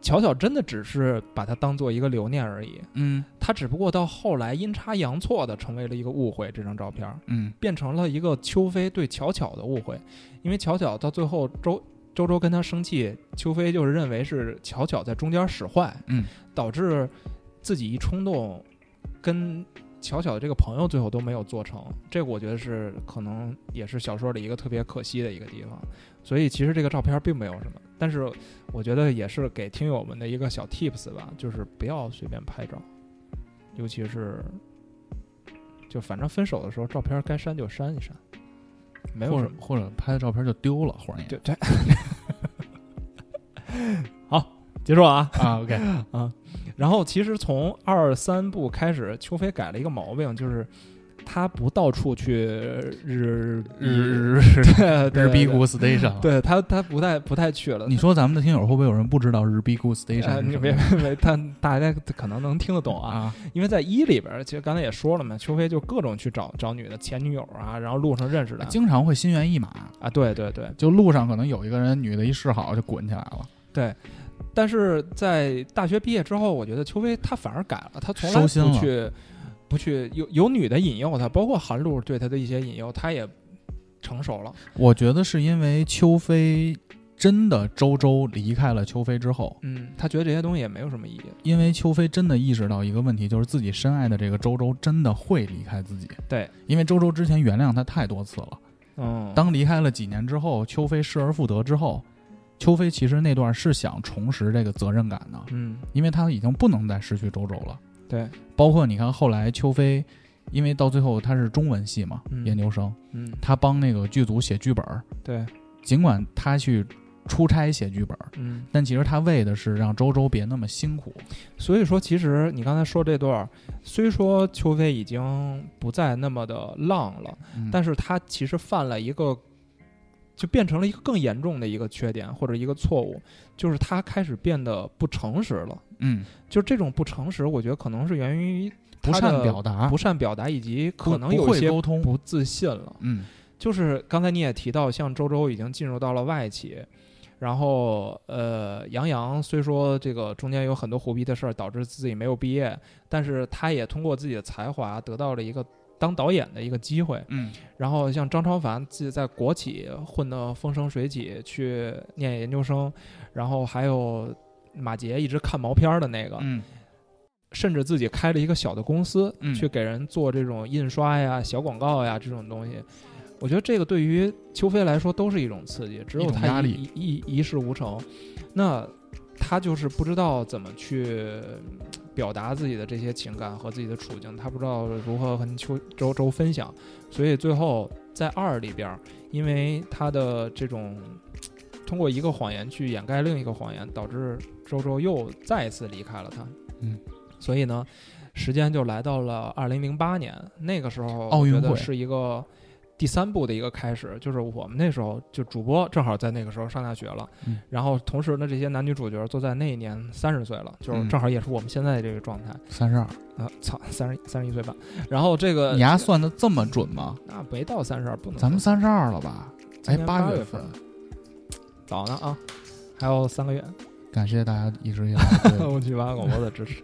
[SPEAKER 2] 巧巧真的只是把它当做一个留念而已，
[SPEAKER 3] 嗯
[SPEAKER 2] 她只不过到后来阴差阳错的成为了一个误会，这张照片
[SPEAKER 3] 嗯
[SPEAKER 2] 变成了一个邱飞对巧巧的误会，因为巧巧到最后周。周周跟他生气，邱飞就是认为是巧巧在中间使坏，
[SPEAKER 3] 嗯，
[SPEAKER 2] 导致自己一冲动，跟巧巧这个朋友最后都没有做成，这个我觉得是可能也是小说里一个特别可惜的一个地方。所以其实这个照片并没有什么，但是我觉得也是给听友们的一个小 tips 吧，就是不要随便拍照，尤其是就反正分手的时候，照片该删就删一删，没有
[SPEAKER 3] 或
[SPEAKER 2] 什
[SPEAKER 3] 者
[SPEAKER 2] 么。
[SPEAKER 3] 或者拍的照片就丢了，忽然间
[SPEAKER 2] 对对， 好，结束了啊。
[SPEAKER 3] 啊，OK，
[SPEAKER 2] 然后其实从二三部开始，邱飞改了一个毛病，就是他不到处去日
[SPEAKER 3] 日日
[SPEAKER 2] 对对
[SPEAKER 3] 日逼
[SPEAKER 2] 对
[SPEAKER 3] 谷 station，，啊
[SPEAKER 2] 对他他不太不太去了。
[SPEAKER 3] 你说咱们的听友会不会有人不知道日逼谷
[SPEAKER 2] 呃，
[SPEAKER 3] station？是
[SPEAKER 2] 你
[SPEAKER 3] 什
[SPEAKER 2] 别
[SPEAKER 3] 么
[SPEAKER 2] 别别，但大家可能能听得懂啊，
[SPEAKER 3] 啊？
[SPEAKER 2] 因为在一里边儿，其实刚才也说了嘛，邱飞就各种去找找女的前女友啊，然后路上认识的
[SPEAKER 3] 经常会心猿意马，
[SPEAKER 2] 啊，对对对，
[SPEAKER 3] 就路上可能有一个人女的一示好就滚起来了，
[SPEAKER 2] 但是在大学毕业之后，我觉得邱飞他反而改了，他从来
[SPEAKER 3] 收心
[SPEAKER 2] 不
[SPEAKER 3] 了
[SPEAKER 2] 去不去有有女的引诱他，包括韩露对他的一些引诱，他也成熟了。
[SPEAKER 3] 我觉得是因为邱飞真的周周离开了邱飞之后，
[SPEAKER 2] 嗯，他觉得这些东西也没有什么意义。
[SPEAKER 3] 因为邱飞真的意识到一个问题，就是自己深爱的这个周周真的会离开自己。
[SPEAKER 2] 对，
[SPEAKER 3] 因为周周之前原谅他太多次了。
[SPEAKER 2] 嗯，
[SPEAKER 3] 当离开了几年之后，邱飞失而复得之后，邱飞其实那段是想重拾这个责任感的，
[SPEAKER 2] 嗯
[SPEAKER 3] 因为他已经不能再失去周周了。
[SPEAKER 2] 对，
[SPEAKER 3] 包括你看后来邱飞，因为到最后他是中文系嘛，
[SPEAKER 2] 嗯
[SPEAKER 3] 研究生，
[SPEAKER 2] 嗯
[SPEAKER 3] 他帮那个剧组写剧本儿，
[SPEAKER 2] 对，
[SPEAKER 3] 尽管他去出差写剧本儿，
[SPEAKER 2] 嗯，
[SPEAKER 3] 但其实他为的是让周周别那么辛苦。
[SPEAKER 2] 所以说，其实你刚才说这段儿，虽说邱飞已经不再那么的浪了，
[SPEAKER 3] 嗯
[SPEAKER 2] 但是他其实犯了一个，就变成了一个更严重的一个缺点或者一个错误，就是他开始变得不诚实了。
[SPEAKER 3] 嗯，
[SPEAKER 2] 就这种不诚实，我觉得可能是源于
[SPEAKER 3] 不
[SPEAKER 2] 他的
[SPEAKER 3] 善表达，
[SPEAKER 2] 不善表达，以及可能
[SPEAKER 3] 啊不
[SPEAKER 2] 有
[SPEAKER 3] 会
[SPEAKER 2] 些
[SPEAKER 3] 沟通。
[SPEAKER 2] 不自信了。
[SPEAKER 3] 嗯，
[SPEAKER 2] 就是刚才你也提到，像周周已经进入到了外企，然后呃，杨洋虽说这个中间有很多胡逼的事儿，导致自己没有毕业，但是他也通过自己的才华得到了一个当导演的一个机会。
[SPEAKER 3] 嗯，
[SPEAKER 2] 然后像张超凡自己在国企混得风生水起，去念研究生，然后还有马杰一直看毛片儿的那个，
[SPEAKER 3] 嗯，
[SPEAKER 2] 甚至自己开了一个小的公司，
[SPEAKER 3] 嗯
[SPEAKER 2] 去给人做这种印刷呀、小广告呀这种东西。我觉得这个对于邱飞来说都是一种刺激，只有
[SPEAKER 3] 一种压
[SPEAKER 2] 他
[SPEAKER 3] 力
[SPEAKER 2] 一一一事无成，那他就是不知道怎么去嗯表达自己的这些情感和自己的处境，他不知道如何和邱周周分享，所以最后在二里边儿，因为他的这种嗯通过一个谎言去掩盖另一个谎言，导致周周又再次离开了他。
[SPEAKER 3] 嗯，
[SPEAKER 2] 所以呢，时间就来到了二零零八年，那个时候
[SPEAKER 3] 奥运
[SPEAKER 2] 我觉得
[SPEAKER 3] 会
[SPEAKER 2] 是一个第三部的一个开始，就是我们那时候就主播正好在那个时候上大学了，
[SPEAKER 3] 嗯
[SPEAKER 2] 然后同时呢，这些男女主角都在那一年三十岁了，就是
[SPEAKER 3] 嗯
[SPEAKER 2] 正好也是我们现在这个状态
[SPEAKER 3] 三十二，
[SPEAKER 2] 啊，操，三十三十一岁半，然后这个
[SPEAKER 3] 你丫算的这么准吗？
[SPEAKER 2] 那没到三十二，不能
[SPEAKER 3] 咱们
[SPEAKER 2] 算
[SPEAKER 3] 三十二了吧？哎
[SPEAKER 2] 今，年
[SPEAKER 3] 八
[SPEAKER 2] 八月
[SPEAKER 3] 份
[SPEAKER 2] 份，早呢啊，还有三个月，
[SPEAKER 3] 感谢大家一直以 来对
[SPEAKER 2] 我去八广播的支 持。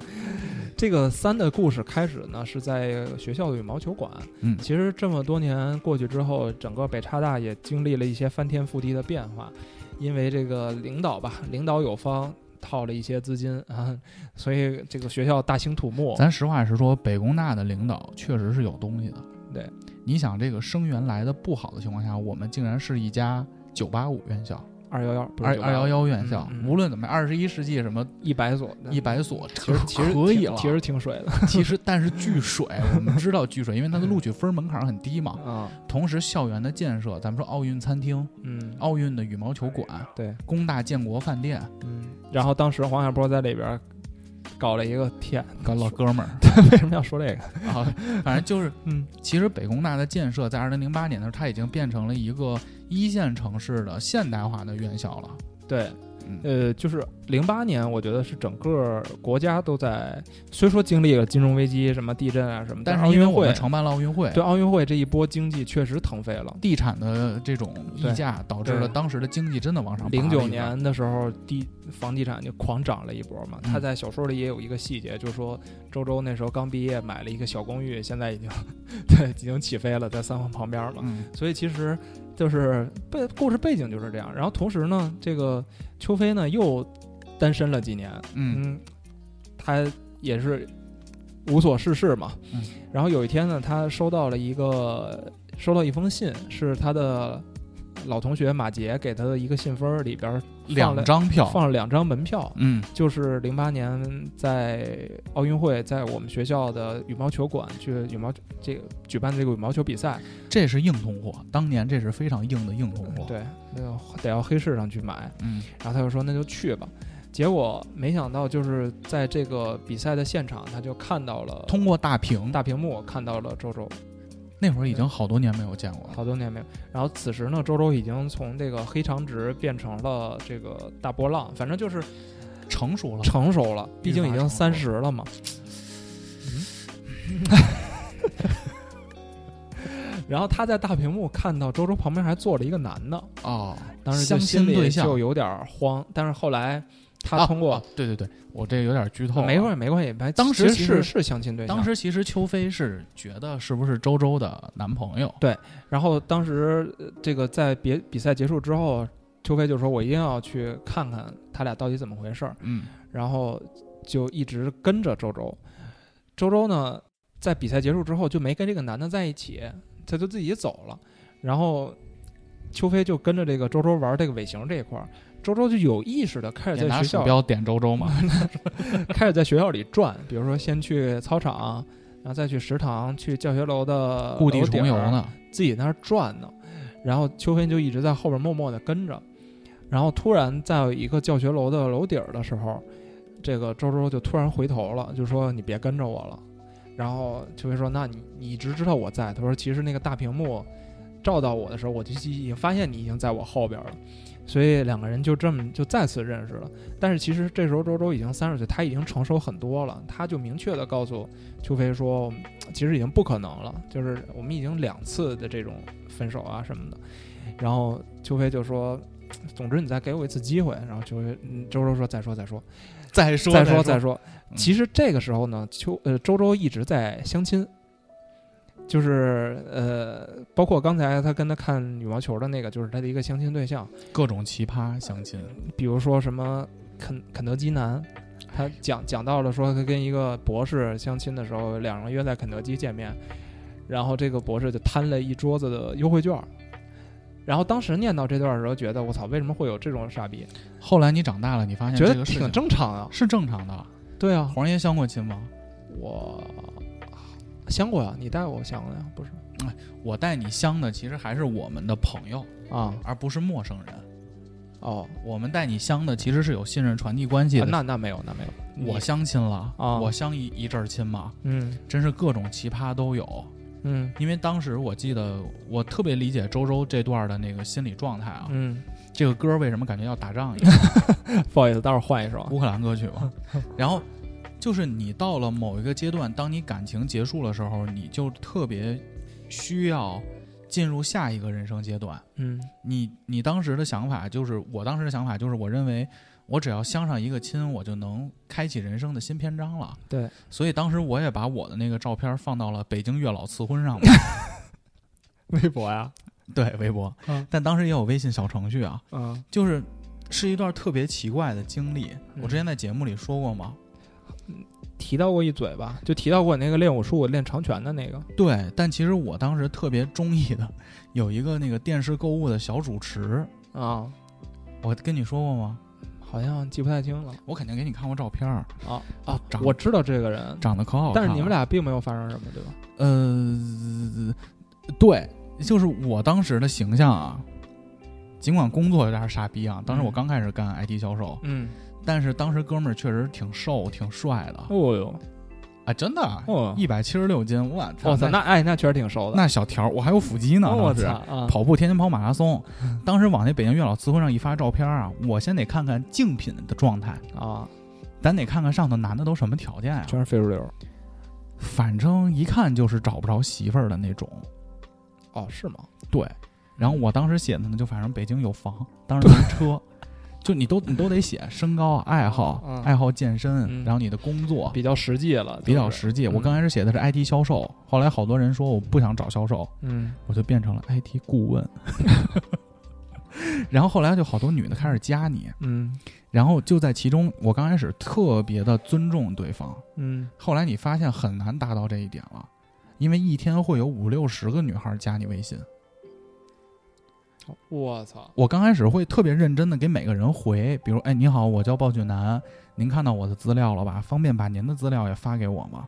[SPEAKER 2] 这个三的故事开始呢，是在学校的羽毛球馆。
[SPEAKER 3] 嗯
[SPEAKER 2] 其实这么多年过去之后，整个北叉大也经历了一些翻天覆地的变化，因为这个领导吧，领导有方套了一些资金啊，所以这个学校大兴土木。
[SPEAKER 3] 咱实话实说，北工大的领导确实是有东西的。
[SPEAKER 2] 对，
[SPEAKER 3] 你想这个生源来的不好的情况下，我们竟然是一家九八五院校、
[SPEAKER 2] 二幺幺不是
[SPEAKER 3] 二二幺幺院
[SPEAKER 2] 嗯
[SPEAKER 3] 校，
[SPEAKER 2] 嗯
[SPEAKER 3] 无论怎么样，二十一世纪什么
[SPEAKER 2] 一百所，
[SPEAKER 3] 一百所，
[SPEAKER 2] 其实其实
[SPEAKER 3] 可以
[SPEAKER 2] 挺
[SPEAKER 3] 了。
[SPEAKER 2] 其实挺水的
[SPEAKER 3] 其 实但是巨水，我们知道巨水，因为它的录取分门槛很低嘛。
[SPEAKER 2] 啊，
[SPEAKER 3] 同时，校园的建设，咱们说奥运餐厅、
[SPEAKER 2] 嗯，
[SPEAKER 3] 奥运的羽毛球馆、
[SPEAKER 2] 对，
[SPEAKER 3] 工大建国饭 店，
[SPEAKER 2] 嗯。然后当时黄海波在里边儿搞了一个天，
[SPEAKER 3] 跟老哥们儿
[SPEAKER 2] 为什么要说这个？
[SPEAKER 3] 啊，反正就是
[SPEAKER 2] 嗯
[SPEAKER 3] 其实北工大的建设在二零零八年的时候，它已经变成了一个一线城市的现代化的院校了。，
[SPEAKER 2] 对，
[SPEAKER 3] 嗯，
[SPEAKER 2] 呃，就是零八年，我觉得是整个国家都在，虽说经历了金融危机、什么地震啊什么，
[SPEAKER 3] 但
[SPEAKER 2] 是奥
[SPEAKER 3] 是因为
[SPEAKER 2] 运
[SPEAKER 3] 我
[SPEAKER 2] 会
[SPEAKER 3] 们承办了奥运会，
[SPEAKER 2] 对奥运会这一波经济确实腾飞了。
[SPEAKER 3] 地产的这种溢价，导致了当时的经济真的往上爬了
[SPEAKER 2] 零
[SPEAKER 3] 一
[SPEAKER 2] 九
[SPEAKER 3] 段。
[SPEAKER 2] 年的时候，地房地产就狂涨了一波嘛。他
[SPEAKER 3] 嗯
[SPEAKER 2] 在小说里也有一个细节，就是说周周那时候刚毕业，买了一个小公寓，现在已经对已经起飞了，在三环旁边嘛。
[SPEAKER 3] 嗯，
[SPEAKER 2] 所以其实就是背故事背景就是这样。然后同时呢，这个邱飞呢又单身了几年，
[SPEAKER 3] 嗯
[SPEAKER 2] 嗯，他也是无所事事嘛。
[SPEAKER 3] 嗯
[SPEAKER 2] 然后有一天呢，他收到了一个收到一封信，是他的老同学马杰给他的一个信封儿，里边儿放
[SPEAKER 3] 两
[SPEAKER 2] 了
[SPEAKER 3] 张票，
[SPEAKER 2] 放了两张门票，
[SPEAKER 3] 嗯，
[SPEAKER 2] 就是零八年在奥运会在我们学校的羽毛球馆去羽毛这个举办这个羽毛球比赛，
[SPEAKER 3] 这是硬通货，当年这是非常硬的硬通货。，
[SPEAKER 2] 对，那个得要黑市上去买。
[SPEAKER 3] 嗯，
[SPEAKER 2] 然后他就说那就去吧。结果没想到，就是在这个比赛的现场，他就看到了
[SPEAKER 3] 通过大屏，
[SPEAKER 2] 大屏幕看到了周周，
[SPEAKER 3] 那会儿已经好多年没有见过了。
[SPEAKER 2] 好多年没有。然后此时呢，周周已经从这个黑长直变成了这个大波浪，反正就是
[SPEAKER 3] 哦成熟了，
[SPEAKER 2] 成熟了，毕竟已经
[SPEAKER 3] 愈发
[SPEAKER 2] 三
[SPEAKER 3] 成熟嗯
[SPEAKER 2] 十了嘛。 然后他在大屏幕看到周周旁边还坐着一个男的，
[SPEAKER 3] 哦，
[SPEAKER 2] 当时就
[SPEAKER 3] 相
[SPEAKER 2] 心
[SPEAKER 3] 亲
[SPEAKER 2] 里
[SPEAKER 3] 对象
[SPEAKER 2] 就有点儿慌，但是后来他
[SPEAKER 3] 啊
[SPEAKER 2] 通过、
[SPEAKER 3] 啊对对对，我这有点剧透了，
[SPEAKER 2] 没关系，没关系，反正
[SPEAKER 3] 当时
[SPEAKER 2] 其
[SPEAKER 3] 其
[SPEAKER 2] 是
[SPEAKER 3] 实
[SPEAKER 2] 是相亲对象。
[SPEAKER 3] 当时其实邱飞是觉得是不是周周的男朋友？
[SPEAKER 2] 然后当时呃这个在别比赛结束之后，邱飞就说：“我一定要去看看他俩到底怎么回事儿。
[SPEAKER 3] 嗯，”
[SPEAKER 2] 然后就一直跟着周周。周周呢，在比赛结束之后就没跟这个男的在一起，他就自己走了。然后邱飞就跟着这个周周玩这个尾行这一块儿，周周就有意识的开
[SPEAKER 3] 也
[SPEAKER 2] 始在
[SPEAKER 3] 拿
[SPEAKER 2] 学
[SPEAKER 3] 鼠
[SPEAKER 2] 校
[SPEAKER 3] 标点周周嘛。
[SPEAKER 2] 开始在学校里转，比如说先去操场，然后再去食堂，去教学楼的
[SPEAKER 3] 故地
[SPEAKER 2] 楼顶
[SPEAKER 3] 重
[SPEAKER 2] 儿
[SPEAKER 3] 游，呢。
[SPEAKER 2] 自己在那儿转呢。然后邱飞就一直在后边默默的跟着，然后突然在一个教学楼的楼顶儿的时候，这个周周就突然回头了，就说：“你别跟着我了。”然后邱飞说：“那你你一直知道我在。”他说：“其实那个大屏幕照到我的时候，我就已经发现你已经在我后边了，所以两个人就这么就再次认识了。但是其实这时候周周已经三十岁，他已经成熟很多了，他就明确的告诉邱飞说，其实已经不可能了，就是我们已经两次的这种分手啊什么的。然后邱飞就说，总之你再给我一次机会。然后邱飞嗯周周说再说再说
[SPEAKER 3] 再说
[SPEAKER 2] 再
[SPEAKER 3] 说
[SPEAKER 2] 再说。
[SPEAKER 3] 嗯
[SPEAKER 2] 其实这个时候呢，邱呃周周一直在相亲，就是呃，包括刚才他跟他看羽毛球的那个，就是他的一个相亲对象，
[SPEAKER 3] 各种奇葩相亲，
[SPEAKER 2] 比如说什么肯肯德基男，他讲讲到了说他跟一个博士相亲的时候，两人约在肯德基见面，然后这个博士就摊了一桌子的优惠券儿。然后当时念到这段的时候，觉得我操，为什么会有这种傻逼？
[SPEAKER 3] 后来你长大了，你发现
[SPEAKER 2] 觉
[SPEAKER 3] 这
[SPEAKER 2] 得
[SPEAKER 3] 个事
[SPEAKER 2] 挺
[SPEAKER 3] 情
[SPEAKER 2] 正常啊。
[SPEAKER 3] 是正常的。
[SPEAKER 2] 对啊，
[SPEAKER 3] 黄爷相过亲吗？
[SPEAKER 2] 我相过呀，你带我相过呀，不是
[SPEAKER 3] 我带你相的其实还是我们的朋友，
[SPEAKER 2] 啊？
[SPEAKER 3] 而不是陌生人。
[SPEAKER 2] 哦，
[SPEAKER 3] 我们带你相的其实是有信任传递关系
[SPEAKER 2] 啊
[SPEAKER 3] 的。
[SPEAKER 2] 那那没有，那没有。
[SPEAKER 3] 我
[SPEAKER 2] 你
[SPEAKER 3] 相亲了，
[SPEAKER 2] 啊
[SPEAKER 3] 我相一一阵儿亲嘛，
[SPEAKER 2] 嗯
[SPEAKER 3] 真是各种奇葩都有。
[SPEAKER 2] 嗯
[SPEAKER 3] 因为当时我记得，我特别理解周周这段的那个心理状态啊。
[SPEAKER 2] 嗯，
[SPEAKER 3] 这个歌为什么感觉要打仗一样？
[SPEAKER 2] 不好意思，待会儿换一首啊。
[SPEAKER 3] 乌克兰歌曲 嘛。然后就是你到了某一个阶段，当你感情结束的时候，你就特别需要进入下一个人生阶段。
[SPEAKER 2] 嗯
[SPEAKER 3] 你你当时的想法就是，我当时的想法就是，我认为我只要相上一个亲，我就能开启人生的新篇章了。
[SPEAKER 2] 对，
[SPEAKER 3] 所以当时我也把我的那个照片放到了北京月老赐婚上嘛，
[SPEAKER 2] 微博呀，
[SPEAKER 3] 对微博
[SPEAKER 2] 嗯，
[SPEAKER 3] 但当时也有微信小程序啊，
[SPEAKER 2] 嗯，
[SPEAKER 3] 就是是一段特别奇怪的经历。
[SPEAKER 2] 嗯
[SPEAKER 3] 我之前在节目里说过嘛，
[SPEAKER 2] 提到过一嘴吧，就提到过你那个练武术，我练长拳的那个。
[SPEAKER 3] 对，但其实我当时特别中意的有一个那个电视购物的小主持，
[SPEAKER 2] 啊，
[SPEAKER 3] 我跟你说过吗？
[SPEAKER 2] 好像记不太清了
[SPEAKER 3] 我肯定给你看过照片儿，哦
[SPEAKER 2] 啊啊
[SPEAKER 3] 长！
[SPEAKER 2] 我知道这个人，
[SPEAKER 3] 长得可好看了。
[SPEAKER 2] 但是你们俩并没有发生什么，对吧？
[SPEAKER 3] 呃，对，就是我当时的形象啊，尽管工作有点傻逼啊，当时我
[SPEAKER 2] 嗯
[SPEAKER 3] 刚开始干 IT 销售，
[SPEAKER 2] 嗯，
[SPEAKER 3] 但是当时哥们儿确实挺瘦、挺帅的
[SPEAKER 2] 哦哟，
[SPEAKER 3] 啊，真的，
[SPEAKER 2] 哦，
[SPEAKER 3] 一百七十六斤，我操，
[SPEAKER 2] 我操，那哎，那确实挺熟的。
[SPEAKER 3] 那小条儿，我还有腹肌呢，
[SPEAKER 2] 哦我
[SPEAKER 3] 当时
[SPEAKER 2] 操啊！
[SPEAKER 3] 跑步天天跑马拉松，当时往那北京月老词汇上一发照片啊，我先得看看竞品的状态，
[SPEAKER 2] 啊，
[SPEAKER 3] 咱得看看上头男的都什么条件呀、
[SPEAKER 2] 全是非主流。
[SPEAKER 3] 反正一看就是找不着媳妇儿的那种，
[SPEAKER 2] 哦，是吗？
[SPEAKER 3] 对。然后我当时写的呢，就反正北京有房，当时没车，就你都你都得写身高、啊爱好、
[SPEAKER 2] 嗯
[SPEAKER 3] 爱好健身，
[SPEAKER 2] 嗯
[SPEAKER 3] 然后你的工作
[SPEAKER 2] 比较实际了，
[SPEAKER 3] 比较
[SPEAKER 2] 就是。
[SPEAKER 3] 实际。
[SPEAKER 2] 嗯
[SPEAKER 3] 我刚开始写的是 IT 销售，后来好多人说我不想找销售，
[SPEAKER 2] 嗯
[SPEAKER 3] 我就变成了 IT 顾问。然后后来就好多女的开始加你，
[SPEAKER 2] 嗯
[SPEAKER 3] 然后就在其中，我刚开始特别的尊重对方，
[SPEAKER 2] 嗯，
[SPEAKER 3] 后来你发现很难达到这一点了，因为一天会有五六十个女孩加你微信。
[SPEAKER 2] 我操！
[SPEAKER 3] 我刚开始会特别认真的给每个人回，比如哎你好，我叫鲍俊南，您看到我的资料了吧？方便把您的资料也发给我吗？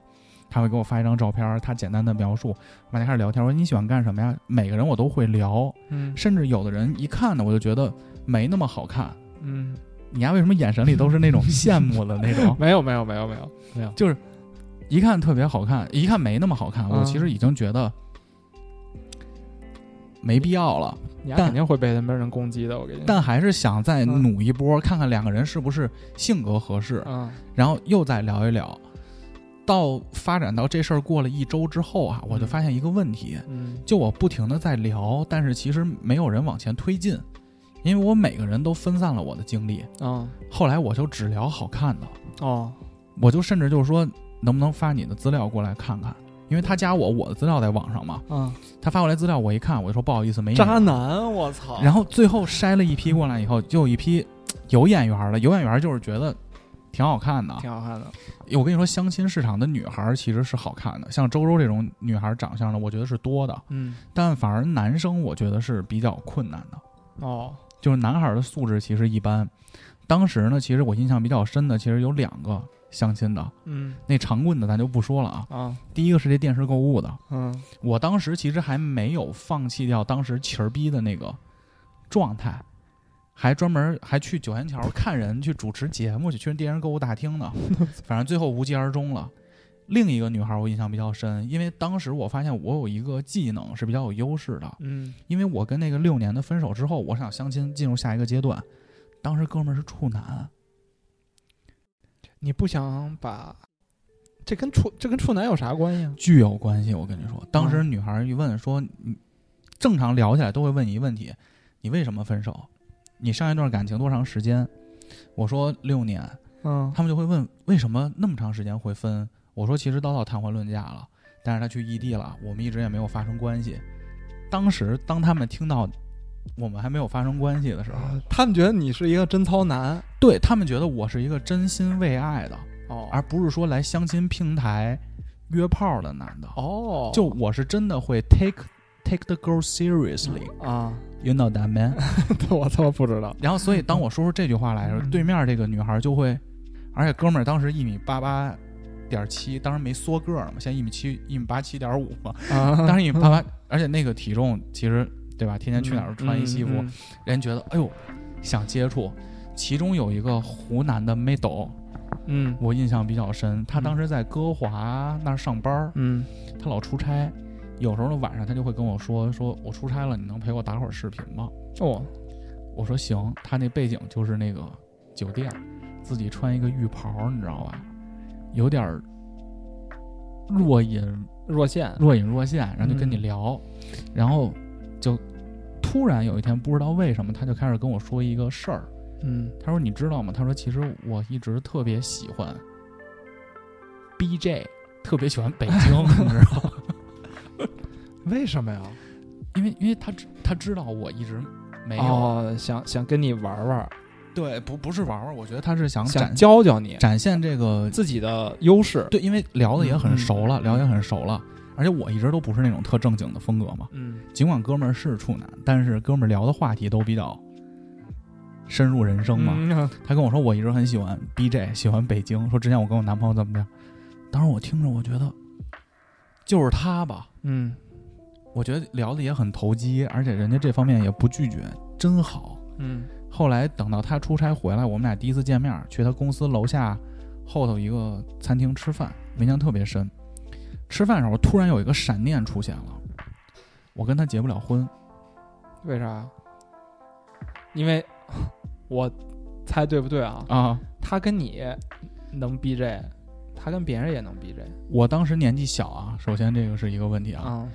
[SPEAKER 3] 他会给我发一张照片，他简单的描述，我们俩开始聊天。我说你喜欢干什么呀？每个人我都会聊，
[SPEAKER 2] 嗯
[SPEAKER 3] 甚至有的人一看呢，我就觉得没那么好看。
[SPEAKER 2] 嗯，
[SPEAKER 3] 你丫为什么眼神里都是那种羡慕的那 种？
[SPEAKER 2] 没有没有没有没有，
[SPEAKER 3] 就是一看特别好看，一看没那么好看，
[SPEAKER 2] 嗯
[SPEAKER 3] 我其实已经觉得没必要了，
[SPEAKER 2] 你俩
[SPEAKER 3] 但
[SPEAKER 2] 肯定会被他们人攻击的，我跟你说。
[SPEAKER 3] 但还是想再
[SPEAKER 2] 嗯
[SPEAKER 3] 努一波，看看两个人是不是性格合适，
[SPEAKER 2] 嗯
[SPEAKER 3] 然后又再聊一聊。到发展到这事儿过了一周之后啊，我就
[SPEAKER 2] 嗯
[SPEAKER 3] 发现一个问题，
[SPEAKER 2] 嗯
[SPEAKER 3] 就我不停的在聊，但是其实没有人往前推进，因为我每个人都分散了我的精力。
[SPEAKER 2] 啊
[SPEAKER 3] 后来我就只聊好看的，
[SPEAKER 2] 哦
[SPEAKER 3] 我就甚至就是说，能不能发你的资料过来看看？因为他加我，我的资料在网上嘛。
[SPEAKER 2] 嗯，
[SPEAKER 3] 他发过来资料，我一看，我就说不好意思，没眼缘
[SPEAKER 2] 渣。男，我操！
[SPEAKER 3] 然后最后筛了一批过来以后，就有一批嘖有眼缘的，有眼缘就是觉得挺好看的。
[SPEAKER 2] 挺好看的，
[SPEAKER 3] 我跟你说，相亲市场的女孩儿其实是好看的，像周周这种女孩儿长相的，我觉得是多的，
[SPEAKER 2] 嗯
[SPEAKER 3] 但反而男生我觉得是比较困难的。
[SPEAKER 2] 哦
[SPEAKER 3] 就是男孩儿的素质其实一般。当时呢，其实我印象比较深的，其实有两个相亲的，
[SPEAKER 2] 嗯
[SPEAKER 3] 那长棍的咱就不说了啊。
[SPEAKER 2] 啊
[SPEAKER 3] 第一个是这电视购物的，
[SPEAKER 2] 嗯
[SPEAKER 3] 我当时其实还没有放弃掉当时旗儿逼的那个状态，还专门还去九元桥看人去主持节目去，去电视购物大厅呢，反正最后无疾而终了。另一个女孩我印象比较深，因为当时我发现我有一个技能是比较有优势的，
[SPEAKER 2] 嗯
[SPEAKER 3] 因为我跟那个六年的分手之后，我想相亲进入下一个阶段，当时哥们儿是处男，
[SPEAKER 2] 你不想把这跟处这跟处男有啥关系啊？
[SPEAKER 3] 具有关系。我跟你说，当时女孩一问说，你正常聊起来都会问你一问题：你为什么分手？你上一段感情多长时间？我说六年，
[SPEAKER 2] 嗯
[SPEAKER 3] 他们就会问为什么那么长时间会分？我说其实到到谈婚论嫁了，但是他去异地了，我们一直也没有发生关系。当时当他们听到我们还没有发生关系的时候，
[SPEAKER 2] 他们觉得你是一个贞操男
[SPEAKER 3] 对他们觉得我是一个真心为爱的，
[SPEAKER 2] 哦
[SPEAKER 3] 而不是说来相亲平台约炮的男的。
[SPEAKER 2] 哦
[SPEAKER 3] 就我是真的会 take take the girl seriously，you
[SPEAKER 2] 啊，
[SPEAKER 3] know that man。
[SPEAKER 2] 我他妈不知道
[SPEAKER 3] 然后，所以当我说出这句话来的时候，
[SPEAKER 2] 嗯
[SPEAKER 3] 对面这个女孩就会，而且哥们儿当时一米八八点七，当时没缩个儿嘛，现在一米七一米八七点五嘛，
[SPEAKER 2] 啊，
[SPEAKER 3] 当时一米八八，而且那个体重其实对吧，天天去哪儿都穿一西服，
[SPEAKER 2] 嗯嗯
[SPEAKER 3] 人觉得哎呦想接触。其中有一个湖南的妹抖，
[SPEAKER 2] 嗯
[SPEAKER 3] 我印象比较深，她当时在歌华那儿上班儿，
[SPEAKER 2] 嗯
[SPEAKER 3] 他老出差，有时候呢晚上他就会跟我说说我出差了，你能陪我打会儿视频吗？
[SPEAKER 2] 哦
[SPEAKER 3] 我说行。他那背景就是那个酒店，自己穿一个浴袍，你知道吧？有点儿若隐
[SPEAKER 2] 若现
[SPEAKER 3] 若隐若现，然后就跟你聊，然后就突然有一天不知道为什么他就开始跟我说一个事儿，
[SPEAKER 2] 嗯
[SPEAKER 3] 他说你知道吗？他说其实我一直特别喜欢 BJ，特别喜欢北京，你知道吗？
[SPEAKER 2] 为什么呀？
[SPEAKER 3] 因为因为他知他知道我一直没有、
[SPEAKER 2] 哦，想想跟你玩玩，
[SPEAKER 3] 对，不不是玩玩，我觉得他是想展
[SPEAKER 2] 想教教你
[SPEAKER 3] 展现这个
[SPEAKER 2] 自己的优势。
[SPEAKER 3] 对，因为聊的也很熟了，
[SPEAKER 2] 嗯
[SPEAKER 3] 聊得也很熟了，而且我一直都不是那种特正经的风格嘛。
[SPEAKER 2] 嗯
[SPEAKER 3] 尽管哥们儿是处男，但是哥们儿聊的话题都比较深入人生嘛。
[SPEAKER 2] 嗯
[SPEAKER 3] 他跟我说我一直很喜欢 BJ，喜欢北京，说之前我跟我男朋友怎么样，当时我听着我觉得就是他吧，
[SPEAKER 2] 嗯
[SPEAKER 3] 我觉得聊的也很投机，而且人家这方面也不拒绝，真好。
[SPEAKER 2] 嗯
[SPEAKER 3] 后来等到他出差回来，我们俩第一次见面，去他公司楼下后头一个餐厅吃饭，我印象特别深。吃饭的时候突然有一个闪念出现了，我跟他结不了婚，
[SPEAKER 2] 为啥？因为 我猜对不对啊？
[SPEAKER 3] 啊！
[SPEAKER 2] 他跟你能 BJ，他跟别人也能 BJ
[SPEAKER 3] 我当时年纪小啊，首先这个是一个问题啊。
[SPEAKER 2] 啊。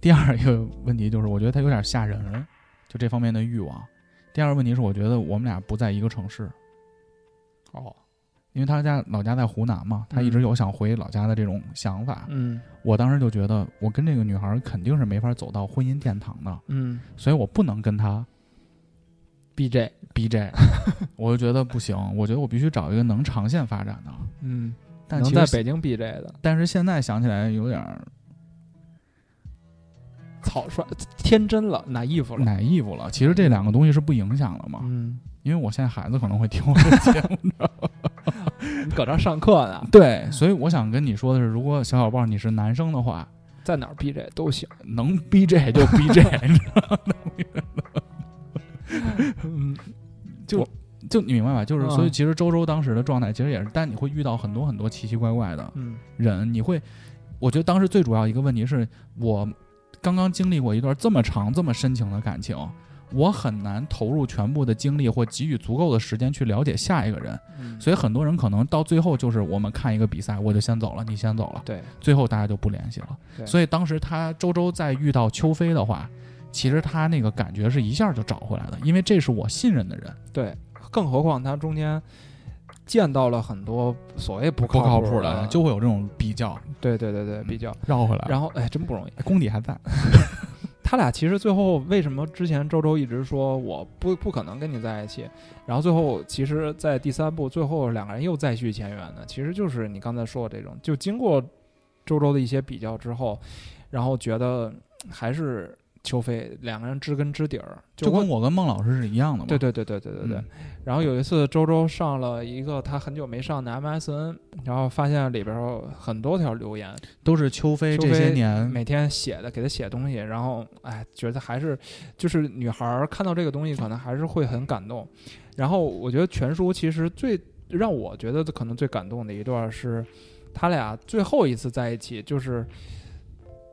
[SPEAKER 3] 第二一个问题就是，我觉得他有点吓人，就这方面的欲望。第二个问题是，我觉得我们俩不在一个城市，
[SPEAKER 2] 哦，
[SPEAKER 3] 因为他家老家在湖南嘛，他一直有想回老家的这种想法。
[SPEAKER 2] 嗯
[SPEAKER 3] 我当时就觉得，我跟这个女孩肯定是没法走到婚姻殿堂的，
[SPEAKER 2] 嗯
[SPEAKER 3] 所以我不能 跟她
[SPEAKER 2] ，BJ，
[SPEAKER 3] BJ。我就觉得不行，我觉得我必须找一个能长线发展的。
[SPEAKER 2] 嗯，
[SPEAKER 3] 但
[SPEAKER 2] 能
[SPEAKER 3] 其
[SPEAKER 2] 在
[SPEAKER 3] 实，
[SPEAKER 2] 北京 BJ 的
[SPEAKER 3] 但是现在想起来有点儿
[SPEAKER 2] 草率、天真了、拿衣服了。
[SPEAKER 3] 奶义务了。其实这两个东西是不影响的嘛，
[SPEAKER 2] 嗯，
[SPEAKER 3] 因为我现在孩子可 能会听我的节目。
[SPEAKER 2] 嗯你搁这儿上课呢，
[SPEAKER 3] 对，所以我想跟你说的是，如果小小豹你是男生的话，
[SPEAKER 2] 在哪儿 BJ 都行。
[SPEAKER 3] 能 BJ 就 BJ，你知道
[SPEAKER 2] 嗯，
[SPEAKER 3] 就你明白吧？就是，
[SPEAKER 2] 嗯
[SPEAKER 3] 所以其实周周当时的状态其实也是，但你会遇到很多很多奇奇怪怪的
[SPEAKER 2] 嗯
[SPEAKER 3] 人，你会，我觉得当时最主要一个问题是我刚刚经历过一段这么长、这么深情的感情，我很难投入全部的精力或给予足够的时间去了解下一个人，
[SPEAKER 2] 嗯，
[SPEAKER 3] 所以很多人可能到最后就是我们看一个比赛，我就先走了，你先走了，
[SPEAKER 2] 对，
[SPEAKER 3] 最后大家就不联系了。
[SPEAKER 2] 对
[SPEAKER 3] 所以当时他周周在遇到邱飞的话，其实他那个感觉是一下就找回来了，因为这是我信任的人，
[SPEAKER 2] 对，更何况他中间见到了很多所谓不
[SPEAKER 3] 不靠
[SPEAKER 2] 谱
[SPEAKER 3] 谱的人就嗯会有这种比较
[SPEAKER 2] 对对对对比较。
[SPEAKER 3] 绕回来然
[SPEAKER 2] 然
[SPEAKER 3] 后
[SPEAKER 2] 后哎，真不容易。
[SPEAKER 3] 功底还在，
[SPEAKER 2] 他俩其实最后为什么之前周周一直说我不不可能跟你在一起，然后最后其实，在第三部最后两个人又再续前缘呢，其实就是你刚才说的这种，就经过周周的一些比较之后，然后觉得嗯还是邱飞两个人知根知底儿，
[SPEAKER 3] 就
[SPEAKER 2] 我
[SPEAKER 3] 跟我跟孟老师是一样的嘛。
[SPEAKER 2] 对对对对对对对。
[SPEAKER 3] 嗯
[SPEAKER 2] 然后有一次，周周上了一个他很久没上的 MSN，然后发现里边有很多条留言，
[SPEAKER 3] 都是邱飞
[SPEAKER 2] 邱
[SPEAKER 3] 这些
[SPEAKER 2] 飞
[SPEAKER 3] 年，
[SPEAKER 2] 每天写的给他写东西，然后哎，觉得还是就是女孩儿看到这个东西，可能还是会很感动。然后我觉得全书其实最让我觉得可能最感动的一段是，他俩最后一次在一起，就是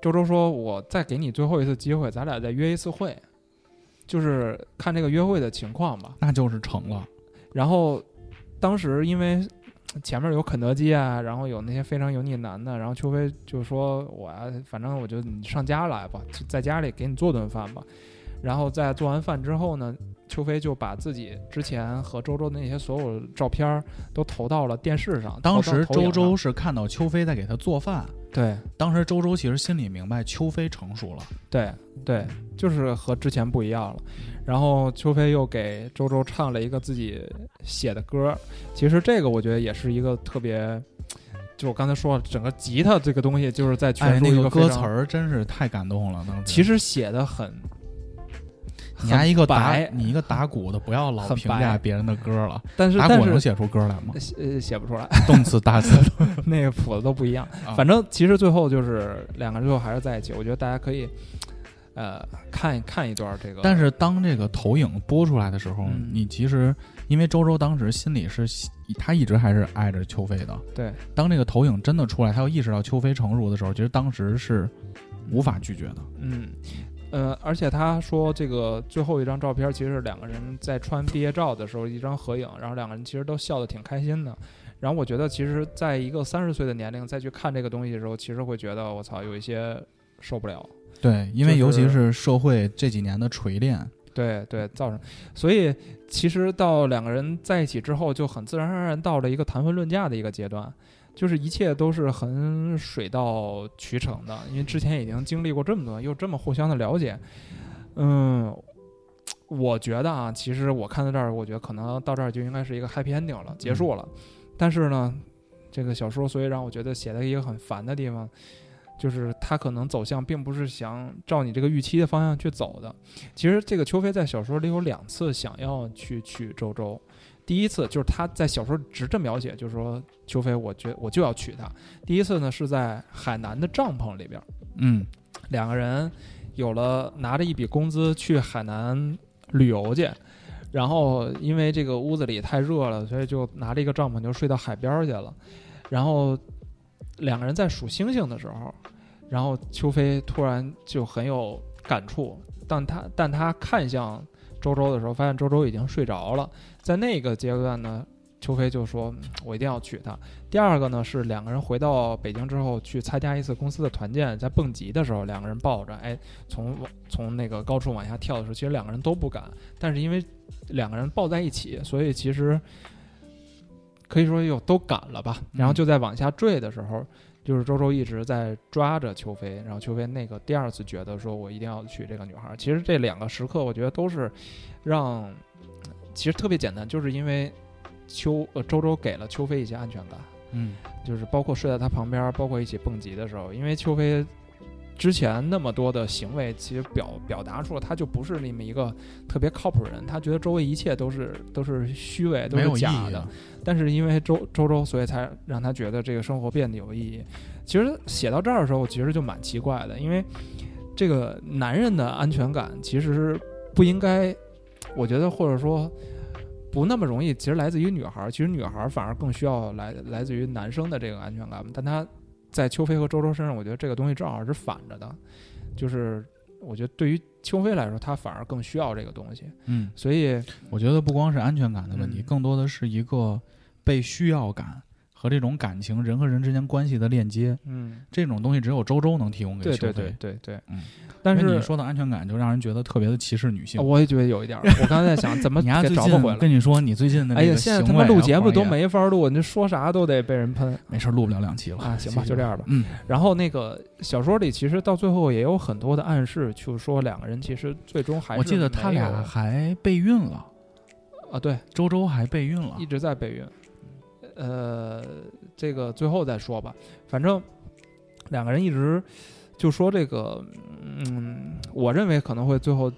[SPEAKER 2] 周周说：“我再给你最后一次机会，咱俩再约一次会，就是看这个约会的情况吧。
[SPEAKER 3] 那就是成了。”
[SPEAKER 2] 然后当时因为前面有肯德基啊，然后有那些非常油腻男的，然后邱飞就说：“我啊反正我就你上家来吧，就在家里给你做顿饭吧。”然后在做完饭之后呢，邱飞就把自己之前和周周的那些所有照片儿都投到了电视上。投到
[SPEAKER 3] 当时
[SPEAKER 2] 投影
[SPEAKER 3] 周周
[SPEAKER 2] 上
[SPEAKER 3] 是看到邱飞在给他做饭，
[SPEAKER 2] 对
[SPEAKER 3] 当时周周其实心里明白邱飞成熟了，
[SPEAKER 2] 对对，就是和之前不一样了。然后邱飞又给周周唱了一个自己写的歌儿，其实这个我觉得也是一个特别，就我刚才说了，整个吉他这个东西就是在
[SPEAKER 3] 哎，
[SPEAKER 2] 全
[SPEAKER 3] 那
[SPEAKER 2] 个
[SPEAKER 3] 歌词
[SPEAKER 2] 非常
[SPEAKER 3] 儿真是太感动了。当时
[SPEAKER 2] 其实写的很，
[SPEAKER 3] 你还一个
[SPEAKER 2] 很
[SPEAKER 3] 打
[SPEAKER 2] 白
[SPEAKER 3] 你一个打鼓的，不要老
[SPEAKER 2] 很
[SPEAKER 3] 评
[SPEAKER 2] 白
[SPEAKER 3] 价别人的歌了，
[SPEAKER 2] 但是
[SPEAKER 3] 打
[SPEAKER 2] 但
[SPEAKER 3] 鼓能
[SPEAKER 2] 是？
[SPEAKER 3] 写出歌来吗
[SPEAKER 2] 写呃写不出来，
[SPEAKER 3] 动词大词，
[SPEAKER 2] 那个谱子都不一样
[SPEAKER 3] 啊。
[SPEAKER 2] 反正其实最后就是两个人最后还是在一起，我觉得大家可以呃看一看一段这个，
[SPEAKER 3] 但是当这个投影播出来的时候，
[SPEAKER 2] 嗯
[SPEAKER 3] 你其实因为周周当时心里是他一直还是爱着邱飞的。
[SPEAKER 2] 对，
[SPEAKER 3] 当这个投影真的出来，他又意识到邱飞成熟的时候，其实当时是无法拒绝的。
[SPEAKER 2] 嗯，呃，而且他说这个最后一张照片，其实是两个人在穿毕业照的时候一张合影，然后两个人其实都笑得挺开心的。然后我觉得，其实在一个三十岁的年龄再去看这个东西的时候，其实会觉得我操，有一些受不了。
[SPEAKER 3] 对，因为
[SPEAKER 2] 就
[SPEAKER 3] 尤其
[SPEAKER 2] 是
[SPEAKER 3] 是社会这几年的锤炼，
[SPEAKER 2] 对对，造成，所以其实到两个人在一起之后，就很自然而然到了一个谈婚论嫁的一个阶段，就是一切都是很水到渠成的，因为之前已经经历过这么多，又这么互相的了解，嗯，我觉得啊，其实我看到这儿，我觉得可能到这儿就应该是一个 happy ending 了，结束了。但是呢，这个小说所以让我觉得写的一个很烦的地方，就是他可能走向并不是想照你这个预期的方向去走的。其实这个邱飞在小说里有两次想要去娶周周，第一次就是他在小说里直着描写，就是说邱飞，我觉我就要娶她。第一次呢是在海南的帐篷里边，
[SPEAKER 3] 嗯，
[SPEAKER 2] 两个人有了拿着一笔工资去海南旅游去，然后因为这个屋子里太热了，所以就拿着一个帐篷就睡到海边儿去了。然后两个人在数星星的时候，然后邱飞突然就很有感触，但他但他看向周周的时候，发现周周已经睡着了。在那个阶段呢，邱飞就说：“嗯我一定要娶她。”第二个呢是两个人回到北京之后去参加一次公司的团建，在蹦极的时候，两个人抱着，哎，从从那个高处往下跳的时候，其实两个人都不敢，但是因为两个人抱在一起，所以其实可以说又都敢了吧。然后就在往下坠的时候，就是周周一直在抓着邱飞，然后邱飞那个第二次觉得说我一定要娶这个女孩儿。其实这两个时刻，我觉得都是让其实特别简单，就是因为邱呃周周给了邱飞一些安全感。
[SPEAKER 3] 嗯，
[SPEAKER 2] 就是包括睡在他旁边儿，包括一起蹦极的时候，因为邱飞之前那么多的行为，其实表表达出了他就不是那么一个特别靠谱的人，他觉得周围一切都是都是虚伪，都
[SPEAKER 3] 没
[SPEAKER 2] 是
[SPEAKER 3] 有意
[SPEAKER 2] 假
[SPEAKER 3] 义
[SPEAKER 2] 的。。但是因为周周周，所以才让他觉得这个生活变得有意义。其实写到这儿的时候，我其实就蛮奇怪的，因为这个男人的安全感其实不应该，我觉得或者说不那么容易，其实来自于女孩儿，其实女孩儿反而更需要来来自于男生的这个安全感。但他在邱飞和周周身上，我觉得这个东西正好是反着的，就是我觉得对于邱飞来说，他反而更需要这个东西，
[SPEAKER 3] 嗯，
[SPEAKER 2] 所以
[SPEAKER 3] 我觉得不光是安全感的问题，
[SPEAKER 2] 嗯
[SPEAKER 3] 更多的是一个被需要感和这种感情人和人之间关系的链接。
[SPEAKER 2] 嗯。
[SPEAKER 3] 这种东西只有周周能提供给
[SPEAKER 2] 对
[SPEAKER 3] 邱
[SPEAKER 2] 对
[SPEAKER 3] 飞。
[SPEAKER 2] 对对对，
[SPEAKER 3] 嗯
[SPEAKER 2] 但
[SPEAKER 3] 因为
[SPEAKER 2] 是
[SPEAKER 3] 你说到安全感，就让人觉得特别的歧视女性。
[SPEAKER 2] 啊我也觉得有一点 儿，我刚才在想怎么
[SPEAKER 3] 你丫
[SPEAKER 2] 给
[SPEAKER 3] 最
[SPEAKER 2] 找不
[SPEAKER 3] 近
[SPEAKER 2] 回
[SPEAKER 3] 我
[SPEAKER 2] 来。
[SPEAKER 3] 跟你说，你最近的
[SPEAKER 2] 哎
[SPEAKER 3] 这
[SPEAKER 2] 呀，
[SPEAKER 3] 个
[SPEAKER 2] 现在
[SPEAKER 3] 行
[SPEAKER 2] 他
[SPEAKER 3] 为
[SPEAKER 2] 妈
[SPEAKER 3] 啊，
[SPEAKER 2] 录节目都
[SPEAKER 3] 黄爷
[SPEAKER 2] 没法录，你说啥都得被人喷
[SPEAKER 3] 没事儿，录不了两期了
[SPEAKER 2] 啊！行吧，
[SPEAKER 3] 谢谢
[SPEAKER 2] 就这样吧。
[SPEAKER 3] 嗯，
[SPEAKER 2] 然后那个小说里其实到最后也有很多的暗示，就说两个人其实最终还是
[SPEAKER 3] 我记得他
[SPEAKER 2] 没有
[SPEAKER 3] 俩还备孕了，
[SPEAKER 2] 啊，对，
[SPEAKER 3] 周周还备孕了
[SPEAKER 2] 一。直在备孕。呃，这个最后再说吧，反正两个人一直就说这个，嗯，我认为可能会最后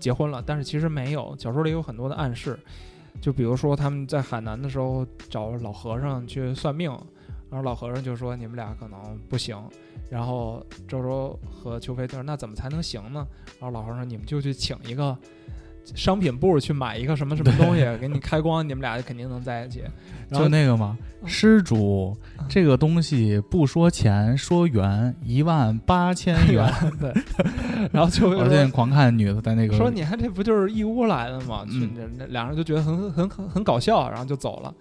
[SPEAKER 2] 结婚了，但是其实没有，小说里有很多的暗示，就比如说他们在海南的时候找老和尚去算命，然后老和尚就说你们俩可能不行，然后周周和邱飞就说那怎么才能行呢？然后老和尚说你们就去请一个商品部去买一个什么什么东西，给你开光，你们俩肯定能在一起。然
[SPEAKER 3] 就
[SPEAKER 2] 后
[SPEAKER 3] 那个嘛，
[SPEAKER 2] 嗯
[SPEAKER 3] 施主
[SPEAKER 2] 嗯，
[SPEAKER 3] 这个东西不说钱，说元，一万八千元。
[SPEAKER 2] 对，然后就会
[SPEAKER 3] 我最近狂看女的在那个
[SPEAKER 2] 说你看这不就是义乌来的吗？
[SPEAKER 3] 呃嗯
[SPEAKER 2] 去那两人就觉得很很很很搞笑，然后就走了。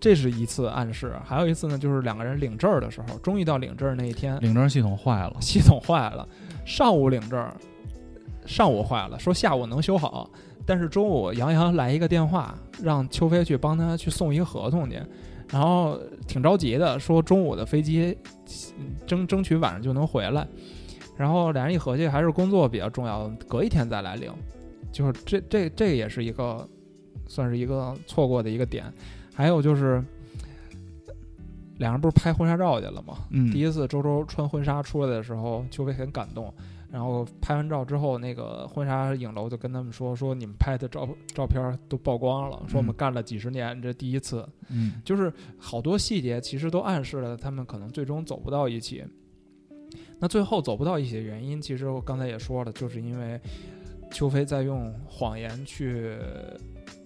[SPEAKER 2] 这是一次暗示，还有一次呢，就是两个人领证儿的时候，终于到领证儿那一天，
[SPEAKER 3] 领证系统坏了，
[SPEAKER 2] 系统坏了，上午领证儿，上午坏了，说下午能修好，但是中午杨洋来一个电话，让邱飞去帮他去送一个合同去，然后挺着急的，说中午的飞机嗯争争取晚上就能回来，然后俩人一合计，还是工作比较重要，隔一天再来领，就是这这这也是一个算是一个错过的一个点，还有就是。俩人不是拍婚纱照去了吗？
[SPEAKER 3] 嗯
[SPEAKER 2] 第，一次周周穿婚纱出来的时候，邱飞很感动。然后拍完照之后，那个婚纱影楼就跟他们说：“说你们拍的照照片都曝光了，说我们
[SPEAKER 3] 嗯
[SPEAKER 2] 干了几十年，这第一次。
[SPEAKER 3] 嗯，
[SPEAKER 2] 就是好多细节其实都暗示了他们可能最终走不到一起。那最后走不到一起的原因，其实我刚才也说了，就是因为邱飞在用谎言去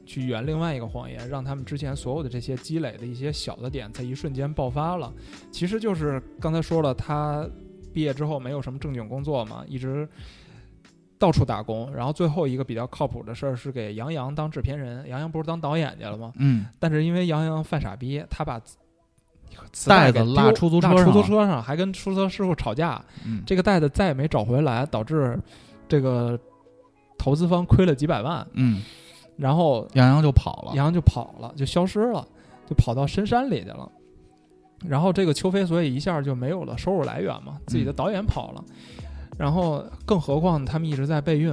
[SPEAKER 2] 去圆另外一个谎言，让他们之前所有的这些积累的一些小的点，在一瞬间爆发了。其实就是刚才说了，他毕业之后没有什么正经工作嘛，一直。到处打工，然后最后一个比较靠谱的事儿是给杨洋当制片人。杨洋不是当导演去了吗？
[SPEAKER 3] 嗯，
[SPEAKER 2] 但是因为杨洋犯傻逼，他把磁磁
[SPEAKER 3] 袋
[SPEAKER 2] 给
[SPEAKER 3] 子
[SPEAKER 2] 丢
[SPEAKER 3] 落出租车
[SPEAKER 2] 落出
[SPEAKER 3] 上
[SPEAKER 2] 租
[SPEAKER 3] 了
[SPEAKER 2] 车上，还跟出租车师傅吵架，
[SPEAKER 3] 嗯
[SPEAKER 2] 这个袋子再也没找回来，导致这个投资方亏了几百万，
[SPEAKER 3] 嗯，
[SPEAKER 2] 然后
[SPEAKER 3] 杨洋就跑了。
[SPEAKER 2] 杨洋就跑了，就消失了，就跑到深山里去了。然后这个邱飞，所以一下就没有了收入来源嘛，自
[SPEAKER 3] 嗯
[SPEAKER 2] 己的导演跑了，然后更何况他们一直在备孕，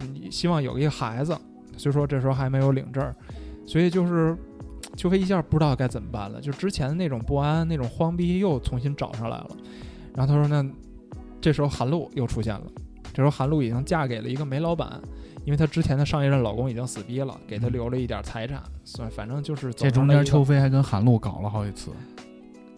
[SPEAKER 2] 嗯希望有一个孩子，所以说这时候还没有领证儿，所以就是邱飞一下不知道该怎么办了，就之前的那种不安、那种慌逼又重新找上来了。然后他说：“那这时候韩露又出现了，这时候韩露已经嫁给了一个煤老板，因为她之前的上一任老公已经死逼了，给她留了一点财产，算反正就是走
[SPEAKER 3] 嗯这中
[SPEAKER 2] 上了
[SPEAKER 3] 间
[SPEAKER 2] 一个
[SPEAKER 3] 邱飞还跟韩露搞了好几次。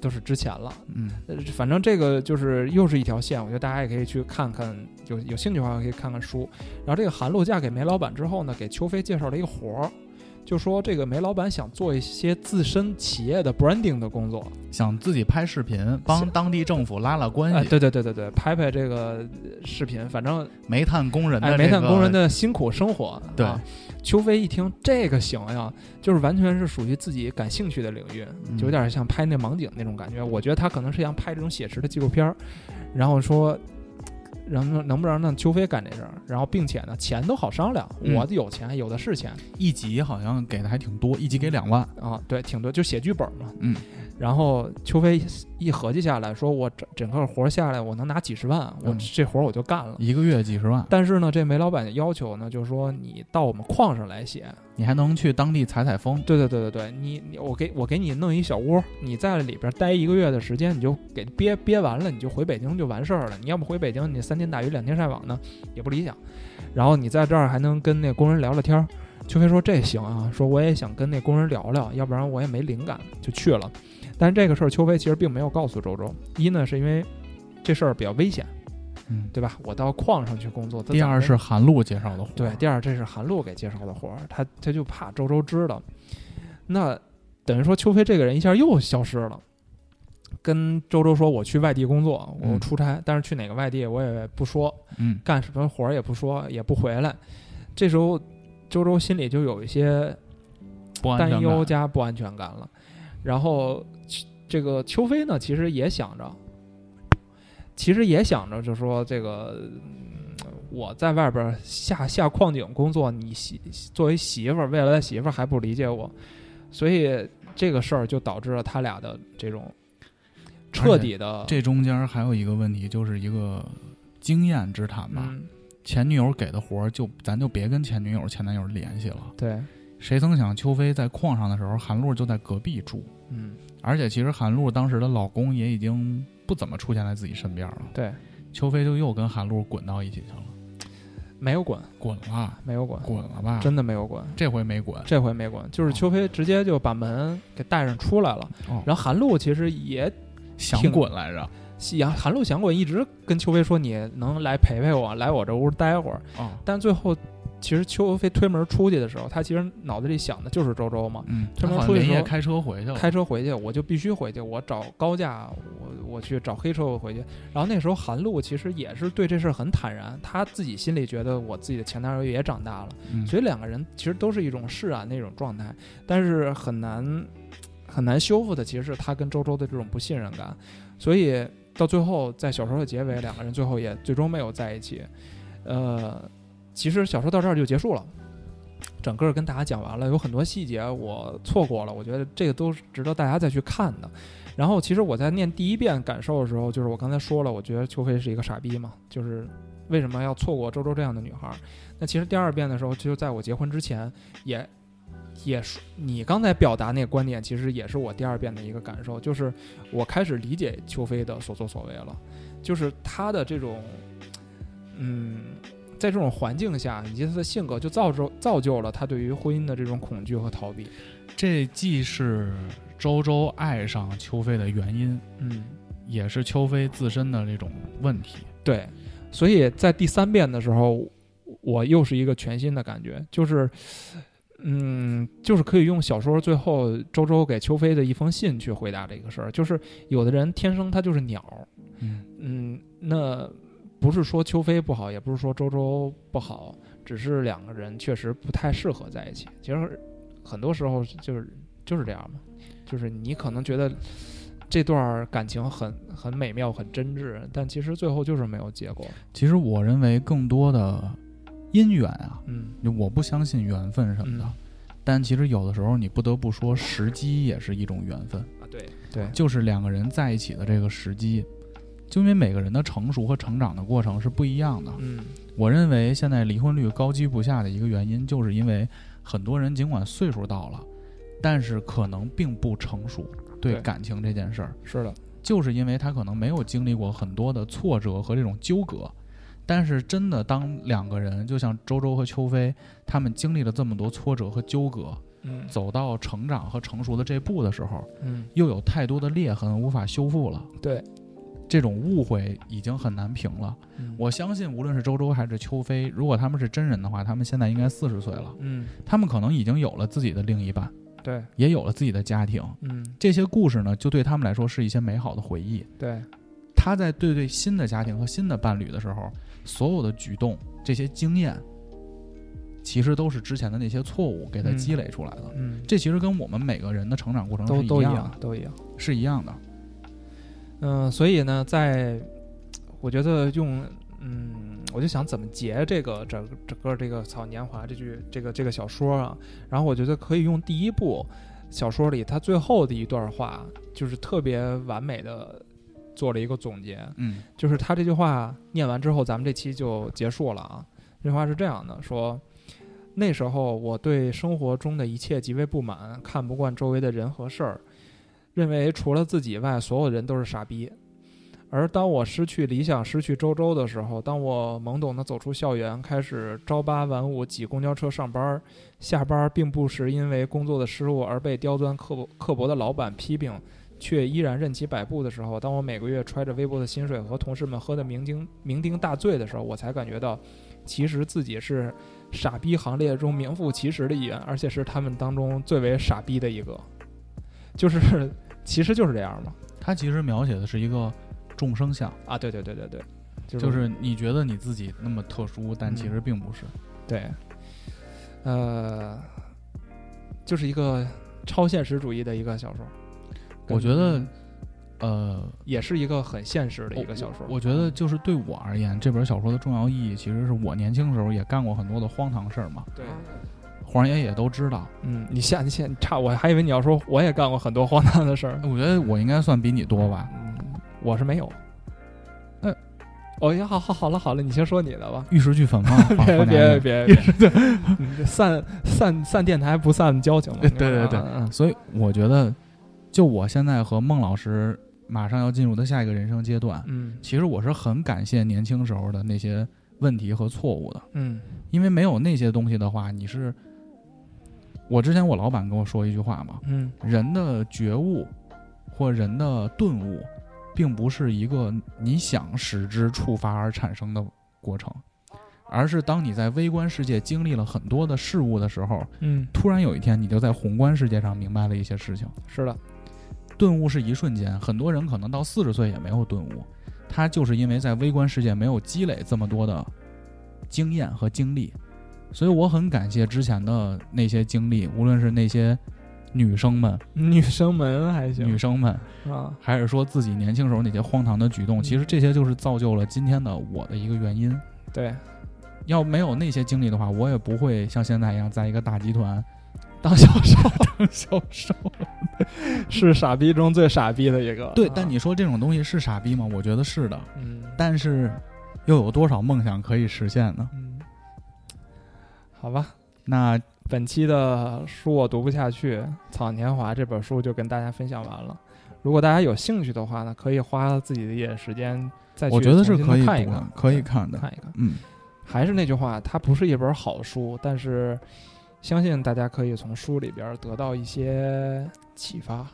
[SPEAKER 2] 都是之前了。
[SPEAKER 3] 嗯，
[SPEAKER 2] 呃反正这个就是又是一条线，我觉得大家也可以去看看，有有兴趣的话可以看看书。然后这个韩露嫁给煤老板之后呢，给邱飞介绍了一个活儿，就说这个煤老板想做一些自身企业的 branding 的工作，
[SPEAKER 3] 想自己拍视频，帮
[SPEAKER 2] 行
[SPEAKER 3] 当地政府拉拉关
[SPEAKER 2] 哎，
[SPEAKER 3] 系，
[SPEAKER 2] 对对对对对，拍拍这个呃视频，反正
[SPEAKER 3] 煤炭工人的
[SPEAKER 2] 哎，煤炭
[SPEAKER 3] 这个
[SPEAKER 2] 工人的辛苦生活。
[SPEAKER 3] 对
[SPEAKER 2] 啊，邱飞一听这个行呀，就是完全是属于自己感兴趣的领域，
[SPEAKER 3] 嗯
[SPEAKER 2] 就有点像拍那盲井那种感觉。我觉得他可能是想拍这种写实的纪录片儿，然后说。然后能不能让邱飞干这事儿？然后，并且呢，钱都好商量，
[SPEAKER 3] 嗯
[SPEAKER 2] 我有钱，有的是钱
[SPEAKER 3] 一集好像给的还挺多，一集给两万。
[SPEAKER 2] 啊，对，挺多，就写剧本嘛。
[SPEAKER 3] 嗯。
[SPEAKER 2] 然后邱飞一合计下来，说我整整个活儿下来，我能拿几十万，我
[SPEAKER 3] 嗯
[SPEAKER 2] 这活儿我就干了。
[SPEAKER 3] 一个月几十万，
[SPEAKER 2] 但是呢，这煤老板的要求呢，就是说你到我们矿上来写。
[SPEAKER 3] 你还能去当地采采风。
[SPEAKER 2] 对对对对对，你你我给我给你弄一小屋，你在里边待一个月的时间，你就给憋憋完了，你就回北京就完事儿了。你要不回北京，你三天打鱼两天晒网呢，也不理想。然后你在这儿还能跟那工人聊聊天儿。邱飞说这行啊，说我也想跟那工人聊聊，要不然我也没灵感，就去了。但是这个事儿邱飞其实并没有告诉周周，一呢是因为这事儿比较危险，
[SPEAKER 3] 嗯，
[SPEAKER 2] 对吧？我到矿上去工作。他
[SPEAKER 3] 第
[SPEAKER 2] 怎么
[SPEAKER 3] 二是韩露介绍的活。
[SPEAKER 2] 对，第二这是韩露给介绍的活儿，他他就怕周周知道。那等于说邱飞这个人一下又消失了。跟周周说我去外地工作，我
[SPEAKER 3] 嗯
[SPEAKER 2] 出差，但是去哪个外地我也不说，
[SPEAKER 3] 嗯，
[SPEAKER 2] 干什么活儿也不说，也不回来。这时候周周心里就有一些
[SPEAKER 3] 不安
[SPEAKER 2] 担
[SPEAKER 3] 全感
[SPEAKER 2] 忧加不安全感了。然后其这个邱飞呢，其实也想着，其实也想着，就说这个、嗯我在外边儿下下矿井工作，你媳作为媳妇儿，未来的媳妇儿还不理解我，所以这个事儿就导致了他俩的这种彻底的
[SPEAKER 3] 这中间还有一个问题，就是一个经验之谈吧。
[SPEAKER 2] 嗯，
[SPEAKER 3] 前女友给的活儿就咱就别跟前女友、前男友联系了。
[SPEAKER 2] 对，
[SPEAKER 3] 谁曾想邱飞在矿上的时候，韩露就在隔壁住，
[SPEAKER 2] 嗯，
[SPEAKER 3] 而且其实韩露当时的老公也已经不怎么出现在自己身边了。
[SPEAKER 2] 对，
[SPEAKER 3] 邱飞就又跟韩露滚到一起去了，
[SPEAKER 2] 没有滚，
[SPEAKER 3] 滚了，
[SPEAKER 2] 没有滚，
[SPEAKER 3] 滚哦了吧？
[SPEAKER 2] 真的没有滚。
[SPEAKER 3] 这回没滚。
[SPEAKER 2] 这回没滚，就是邱飞直接就把门给带上出来了。
[SPEAKER 3] 哦
[SPEAKER 2] 然后韩露其实也
[SPEAKER 3] 想
[SPEAKER 2] 挺哦
[SPEAKER 3] 滚来着。
[SPEAKER 2] 杨韩露想过一直跟邱飞说你能来陪陪我，来我这屋待会儿，
[SPEAKER 3] 哦，
[SPEAKER 2] 但最后其实邱飞推门出去的时候，他其实脑子里想的就是周周嘛。
[SPEAKER 3] 嗯，
[SPEAKER 2] 推门
[SPEAKER 3] 他好
[SPEAKER 2] 出去的
[SPEAKER 3] 像连
[SPEAKER 2] 时候
[SPEAKER 3] 夜开车回去了，
[SPEAKER 2] 开车回去，我就必须回去，我找高价，我我去找黑车，我回去。然后那时候韩露其实也是对这事儿很坦然，她自己心里觉得我自己的前男友也长大了，
[SPEAKER 3] 嗯
[SPEAKER 2] 所以两个人其实都是一种释然的一种状态，但是很难很难修复的，其实是他跟周周的这种不信任感，所以到最后在小说的结尾，两个人最后也最终没有在一起。呃，其实小说到这儿就结束了。整个跟大家讲完了，有很多细节我错过了，我觉得这个都是值得大家再去看的。然后，其实我在念第一遍感受的时候，就是我刚才说了，我觉得邱飞是一个傻逼嘛，就是为什么要错过周周这样的女孩儿？那其实第二遍的时候，就在我结婚之前也。也是你刚才表达那个观点，其实也是我第二遍的一个感受，就是我开始理解邱飞的所作所为了，就是他的这种，嗯，在这种环境下以及他的性格，就造就造就了他对于婚姻的这种恐惧和逃避。
[SPEAKER 3] 这既是周周爱上邱飞的原因，
[SPEAKER 2] 嗯，
[SPEAKER 3] 也是邱飞自身的这种问题。
[SPEAKER 2] 对，所以在第三遍的时候，我又是一个全新的感觉，就是，嗯，就是可以用小说最后周周给邱飞的一封信去回答这个事儿，就是有的人天生他就是鸟，
[SPEAKER 3] 嗯
[SPEAKER 2] 嗯，那不是说邱飞不好，也不是说周周不好，只是两个人确实不太适合在一起。其实很多时候就是就是这样嘛，就是你可能觉得这段感情很很美妙、很真挚，但其实最后就是没有结果。
[SPEAKER 3] 其实我认为更多的姻缘啊，
[SPEAKER 2] 嗯
[SPEAKER 3] 就我不相信缘分什么的，但其实有的时候你不得不说，时机也是一种缘分，
[SPEAKER 2] 啊，对对，
[SPEAKER 3] 就是两个人在一起的这个时机，就因为每个人的成熟和成长的过程是不一样的。
[SPEAKER 2] 嗯
[SPEAKER 3] 我认为现在离婚率高居不下的一个原因，就是因为很多人尽管岁数到了，但是可能并不成熟对
[SPEAKER 2] 对
[SPEAKER 3] 感情这件事儿，
[SPEAKER 2] 是的，
[SPEAKER 3] 就是因为他可能没有经历过很多的挫折和这种纠葛。但是真的，当两个人就像周周和邱飞，他们经历了这么多挫折和纠葛，
[SPEAKER 2] 嗯
[SPEAKER 3] 走到成长和成熟的这一步的时候，
[SPEAKER 2] 嗯
[SPEAKER 3] 又有太多的裂痕无法修复了，
[SPEAKER 2] 对，
[SPEAKER 3] 这种误会已经很难平了。
[SPEAKER 2] 嗯
[SPEAKER 3] 我相信，无论是周周还是邱飞，如果他们是真人的话，他们现在应该四十岁了，
[SPEAKER 2] 嗯
[SPEAKER 3] 他们可能已经有了自己的另一半，
[SPEAKER 2] 对
[SPEAKER 3] 也有了自己的家庭。
[SPEAKER 2] 嗯
[SPEAKER 3] 这些故事呢，就对他们来说是一些美好的回忆。
[SPEAKER 2] 对
[SPEAKER 3] 他在对对新的家庭和新的伴侣的时候，所有的举动、这些经验，其实都是之前的那些错误给他
[SPEAKER 2] 嗯
[SPEAKER 3] 积累出来的。
[SPEAKER 2] 嗯，
[SPEAKER 3] 这其实跟我们每个人的成长过程
[SPEAKER 2] 都
[SPEAKER 3] 是
[SPEAKER 2] 都一
[SPEAKER 3] 样的，
[SPEAKER 2] 样都一样。
[SPEAKER 3] 是一样的。
[SPEAKER 2] 嗯，所以呢，在我觉得用嗯，我就想怎么结这个整整个这个《草年华》这句这个这个小说啊，然后我觉得可以用第一部小说里它最后的一段话，就是特别完美的做了一个总结。
[SPEAKER 3] 嗯
[SPEAKER 2] 就是他这句话念完之后，咱们这期就结束了啊。这句话是这样的：说那时候我对生活中的一切极为不满，看不惯周围的人和事儿，认为除了自己以外，所有人都是傻逼。而当我失去理想、失去周周的时候，当我懵懂地走出校园，开始朝八晚五挤公交车上班儿，下班儿并不时因为工作的失误而被刁钻刻薄刻薄的老板批评，却依然任其摆布的时候，当我每个月揣着微薄的薪水和同事们喝得酩酊酩酊大醉的时候，我才感觉到，其实自己是傻逼行列中名副其实的一员，而且是他们当中最为傻逼的一个。就是，其实就是这样嘛。
[SPEAKER 3] 他其实描写的是一个众生相，
[SPEAKER 2] 啊，对对对对对，就是、
[SPEAKER 3] 就是你觉得你自己那么特殊，但
[SPEAKER 2] 嗯
[SPEAKER 3] 其实并不是。
[SPEAKER 2] 对，呃，就是一个超现实主义的一个小说。嗯
[SPEAKER 3] 我觉得呃，
[SPEAKER 2] 也是一个很现实的一个小说。嗯
[SPEAKER 3] 我觉得就是对我而言，这本小说的重要意义，其实是我年轻时候也干过很多的荒唐事儿嘛，
[SPEAKER 2] 对，
[SPEAKER 3] 黄爷也都知道。
[SPEAKER 2] 嗯，你下你下你差，我还以为你要说我也干过很多荒唐的事儿。
[SPEAKER 3] 我觉得我应该算比你 多吧。
[SPEAKER 2] 嗯，我是没有。
[SPEAKER 3] 呃，
[SPEAKER 2] 哦呀，好好好了好了，你先说你的吧。
[SPEAKER 3] 玉石俱焚 嘛，黄
[SPEAKER 2] 别
[SPEAKER 3] 黄家
[SPEAKER 2] 别
[SPEAKER 3] 人。
[SPEAKER 2] 别别， 嗯这散散散电台不散交情嘛。
[SPEAKER 3] 对对对
[SPEAKER 2] 嗯，
[SPEAKER 3] 所以我觉得，就我现在和孟老师马上要进入的下一个人生阶段，
[SPEAKER 2] 嗯
[SPEAKER 3] 其实我是很感谢年轻时候的那些问题和错误的，
[SPEAKER 2] 嗯
[SPEAKER 3] 因为没有那些东西的话，你是。我之前我老板跟我说一句话嘛，
[SPEAKER 2] 嗯
[SPEAKER 3] 人的觉悟或人的顿悟，并不是一个你想使之触发而产生的过程，而是当你在微观世界经历了很多的事物的时候，
[SPEAKER 2] 嗯，
[SPEAKER 3] 突然有一天你就在宏观世界上明白了一些事情。
[SPEAKER 2] 是的，
[SPEAKER 3] 顿悟是一瞬间，很多人可能到四十岁也没有顿悟，他就是因为在微观世界没有积累这么多的经验和经历，所以我很感谢之前的那些经历，无论是那些女生们、
[SPEAKER 2] 女生们还
[SPEAKER 3] 女
[SPEAKER 2] 行
[SPEAKER 3] 生们，
[SPEAKER 2] 啊，
[SPEAKER 3] 还是说自己年轻时候那些荒唐的举动，
[SPEAKER 2] 嗯
[SPEAKER 3] 其实这些就是造就了今天的我的一个原因。
[SPEAKER 2] 对，
[SPEAKER 3] 要没有那些经历的话，我也不会像现在一样在一个大集团
[SPEAKER 2] 当小售
[SPEAKER 3] 当销售。
[SPEAKER 2] 是傻逼中最傻逼的一个。
[SPEAKER 3] 对
[SPEAKER 2] 啊，
[SPEAKER 3] 但你说这种东西是傻逼吗？我觉得是的，
[SPEAKER 2] 嗯，
[SPEAKER 3] 但是又有多少梦想可以实现呢？
[SPEAKER 2] 嗯，好吧，
[SPEAKER 3] 那
[SPEAKER 2] 本期的书我读不下去，《草样年华》这本书就跟大家分享完了。如果大家有兴趣的话呢，可以花自己的一点时间再去
[SPEAKER 3] 我觉得是
[SPEAKER 2] 重新
[SPEAKER 3] 可以
[SPEAKER 2] 看一
[SPEAKER 3] 读的
[SPEAKER 2] 看，
[SPEAKER 3] 可以
[SPEAKER 2] 对
[SPEAKER 3] 看的
[SPEAKER 2] 看一看。
[SPEAKER 3] 嗯，
[SPEAKER 2] 还是那句话，它不是一本好书，但是相信大家可以从书里边得到一些启发。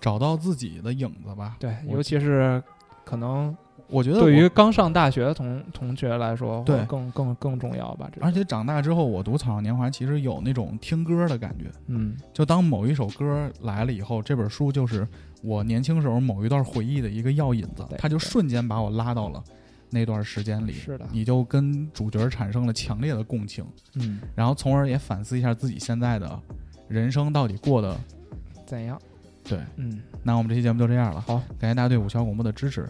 [SPEAKER 3] 找到自己的影子吧。
[SPEAKER 2] 对，
[SPEAKER 3] 我
[SPEAKER 2] 尤其是可能
[SPEAKER 3] 我觉得
[SPEAKER 2] 对于
[SPEAKER 3] 我
[SPEAKER 2] 刚上大学的同同学来说，会
[SPEAKER 3] 对
[SPEAKER 2] 更更更重要吧。这个
[SPEAKER 3] 而且长大之后，我读《草样年华》其实有那种听歌的感觉。
[SPEAKER 2] 嗯，
[SPEAKER 3] 就当某一首歌来了以后，这本书就是我年轻时候某一段回忆的一个药引子
[SPEAKER 2] 对，
[SPEAKER 3] 它就
[SPEAKER 2] 对
[SPEAKER 3] 瞬间把我拉到了那段时间里，
[SPEAKER 2] 是的，
[SPEAKER 3] 你就跟主角产生了强烈的共情，
[SPEAKER 2] 嗯，
[SPEAKER 3] 然后从而也反思一下自己现在的人生到底过得
[SPEAKER 2] 怎样？
[SPEAKER 3] 对。
[SPEAKER 2] 嗯，
[SPEAKER 3] 那我们这期节目就这样了，
[SPEAKER 2] 好，
[SPEAKER 3] 感谢大家对五七八广播的支持，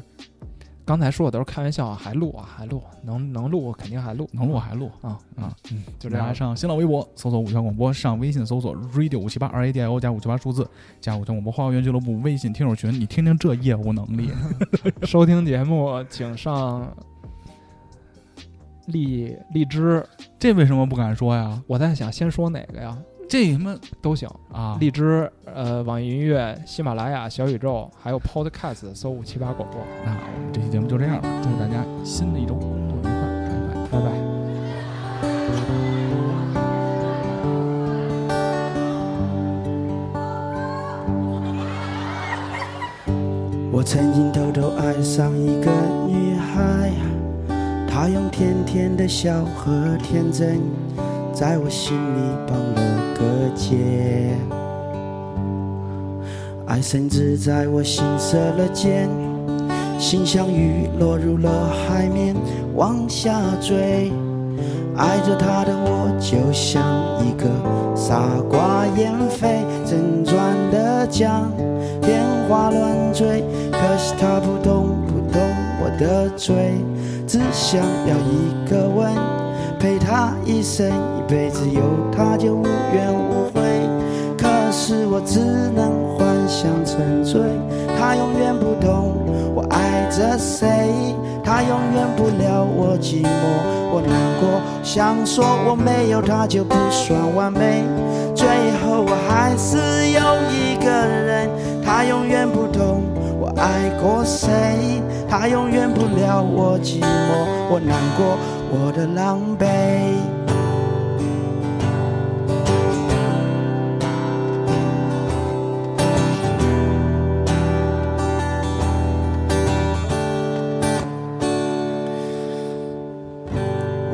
[SPEAKER 2] 刚才说的都是开玩笑啊，还录啊，还录，能能录肯定还录，
[SPEAKER 3] 能录还录。
[SPEAKER 2] 啊
[SPEAKER 3] 啊，
[SPEAKER 2] 嗯，就这
[SPEAKER 3] 就大
[SPEAKER 2] 样
[SPEAKER 3] 家
[SPEAKER 2] 吧，
[SPEAKER 3] 上新浪微博搜索五七八广播，上微信搜索 radio 五七八 r a d i o 加五七八数字加五七八广播花园俱乐部微信听友群，你听听这业务能 力。
[SPEAKER 2] 收听节目请上荔荔枝，
[SPEAKER 3] 这为什么不敢说呀？
[SPEAKER 2] 我在想先说哪个呀？
[SPEAKER 3] 这他妈
[SPEAKER 2] 都行，
[SPEAKER 3] 啊！
[SPEAKER 2] 荔枝、呃，网易云音乐、喜马拉雅、小宇宙，还有 Podcast，搜五七八广播。
[SPEAKER 3] 那我们这期节目就这样了，祝大家新的一周工作愉快，拜拜。
[SPEAKER 2] 拜拜。
[SPEAKER 4] 我曾经偷偷爱上一个女孩，她用甜甜的笑和天真，在我心里绑了个结。爱甚至在我心射了箭，心像雨落入了海面，往下坠。爱着她的我就像一个傻瓜，燕飞正转的桨，变化乱坠。可是她不懂不懂我的嘴，只想要一个吻，陪她一生一辈子，有她就无怨无悔。可是我只能幻想沉醉，她永远不懂我爱着谁，她永远不了我寂寞。我难过，想说我没有她就不算完美。最后我还是有一个人，她永远不懂我爱过谁，她永远不了我寂寞，我难过，我的狼狈。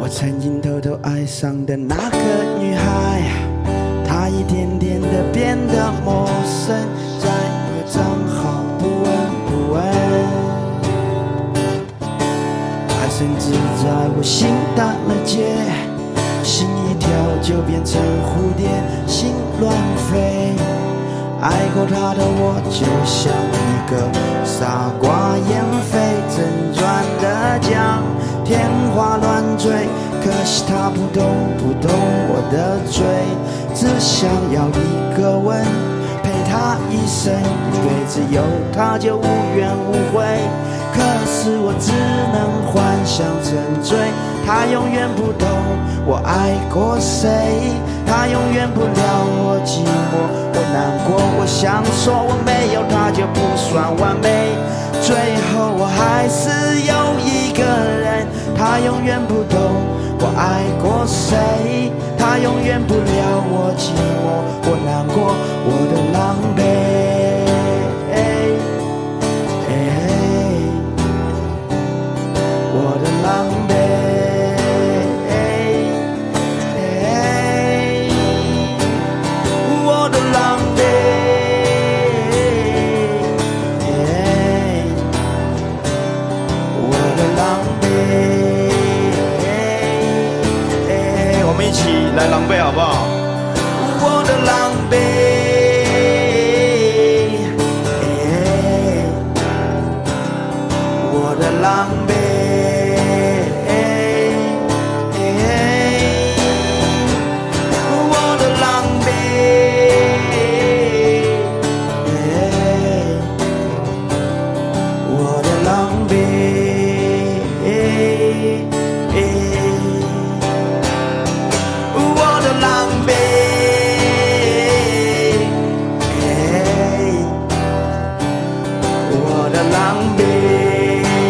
[SPEAKER 4] 我曾经偷偷爱上的那个女孩，她一点点的变得陌生，在我正好不闻不问，爱甚至在我心打了结，心一跳就变成蝴蝶，心乱飞。爱过她的我就像一个傻瓜，燕飞正转的桨，天花乱坠。可惜她不懂不懂我的嘴，只想要一个吻，陪她一生一辈子，有她就无怨无悔。可是我只能幻想沉醉，她永远不懂我爱过谁，她永远不了我寂寞，我难过，我想说我没有她就不算完美，最后我还是有一个人，她永远不懂我爱过谁，她永远不了我寂寞，我难过，我的狼狈。哎我的狼狈。
[SPEAKER 5] 你来狼狈好不好？
[SPEAKER 4] 我的狼狈。我的狼狈。我的狼狈。我的狼狈。我的狼狈，我的狼狈。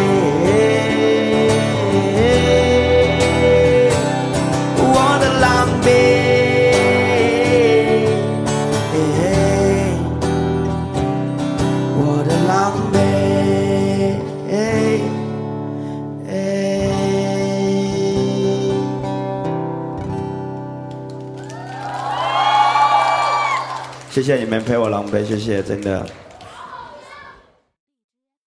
[SPEAKER 4] 我的狼狈，我的狼狈。
[SPEAKER 5] 谢谢你们陪我狼狈，谢谢，真的。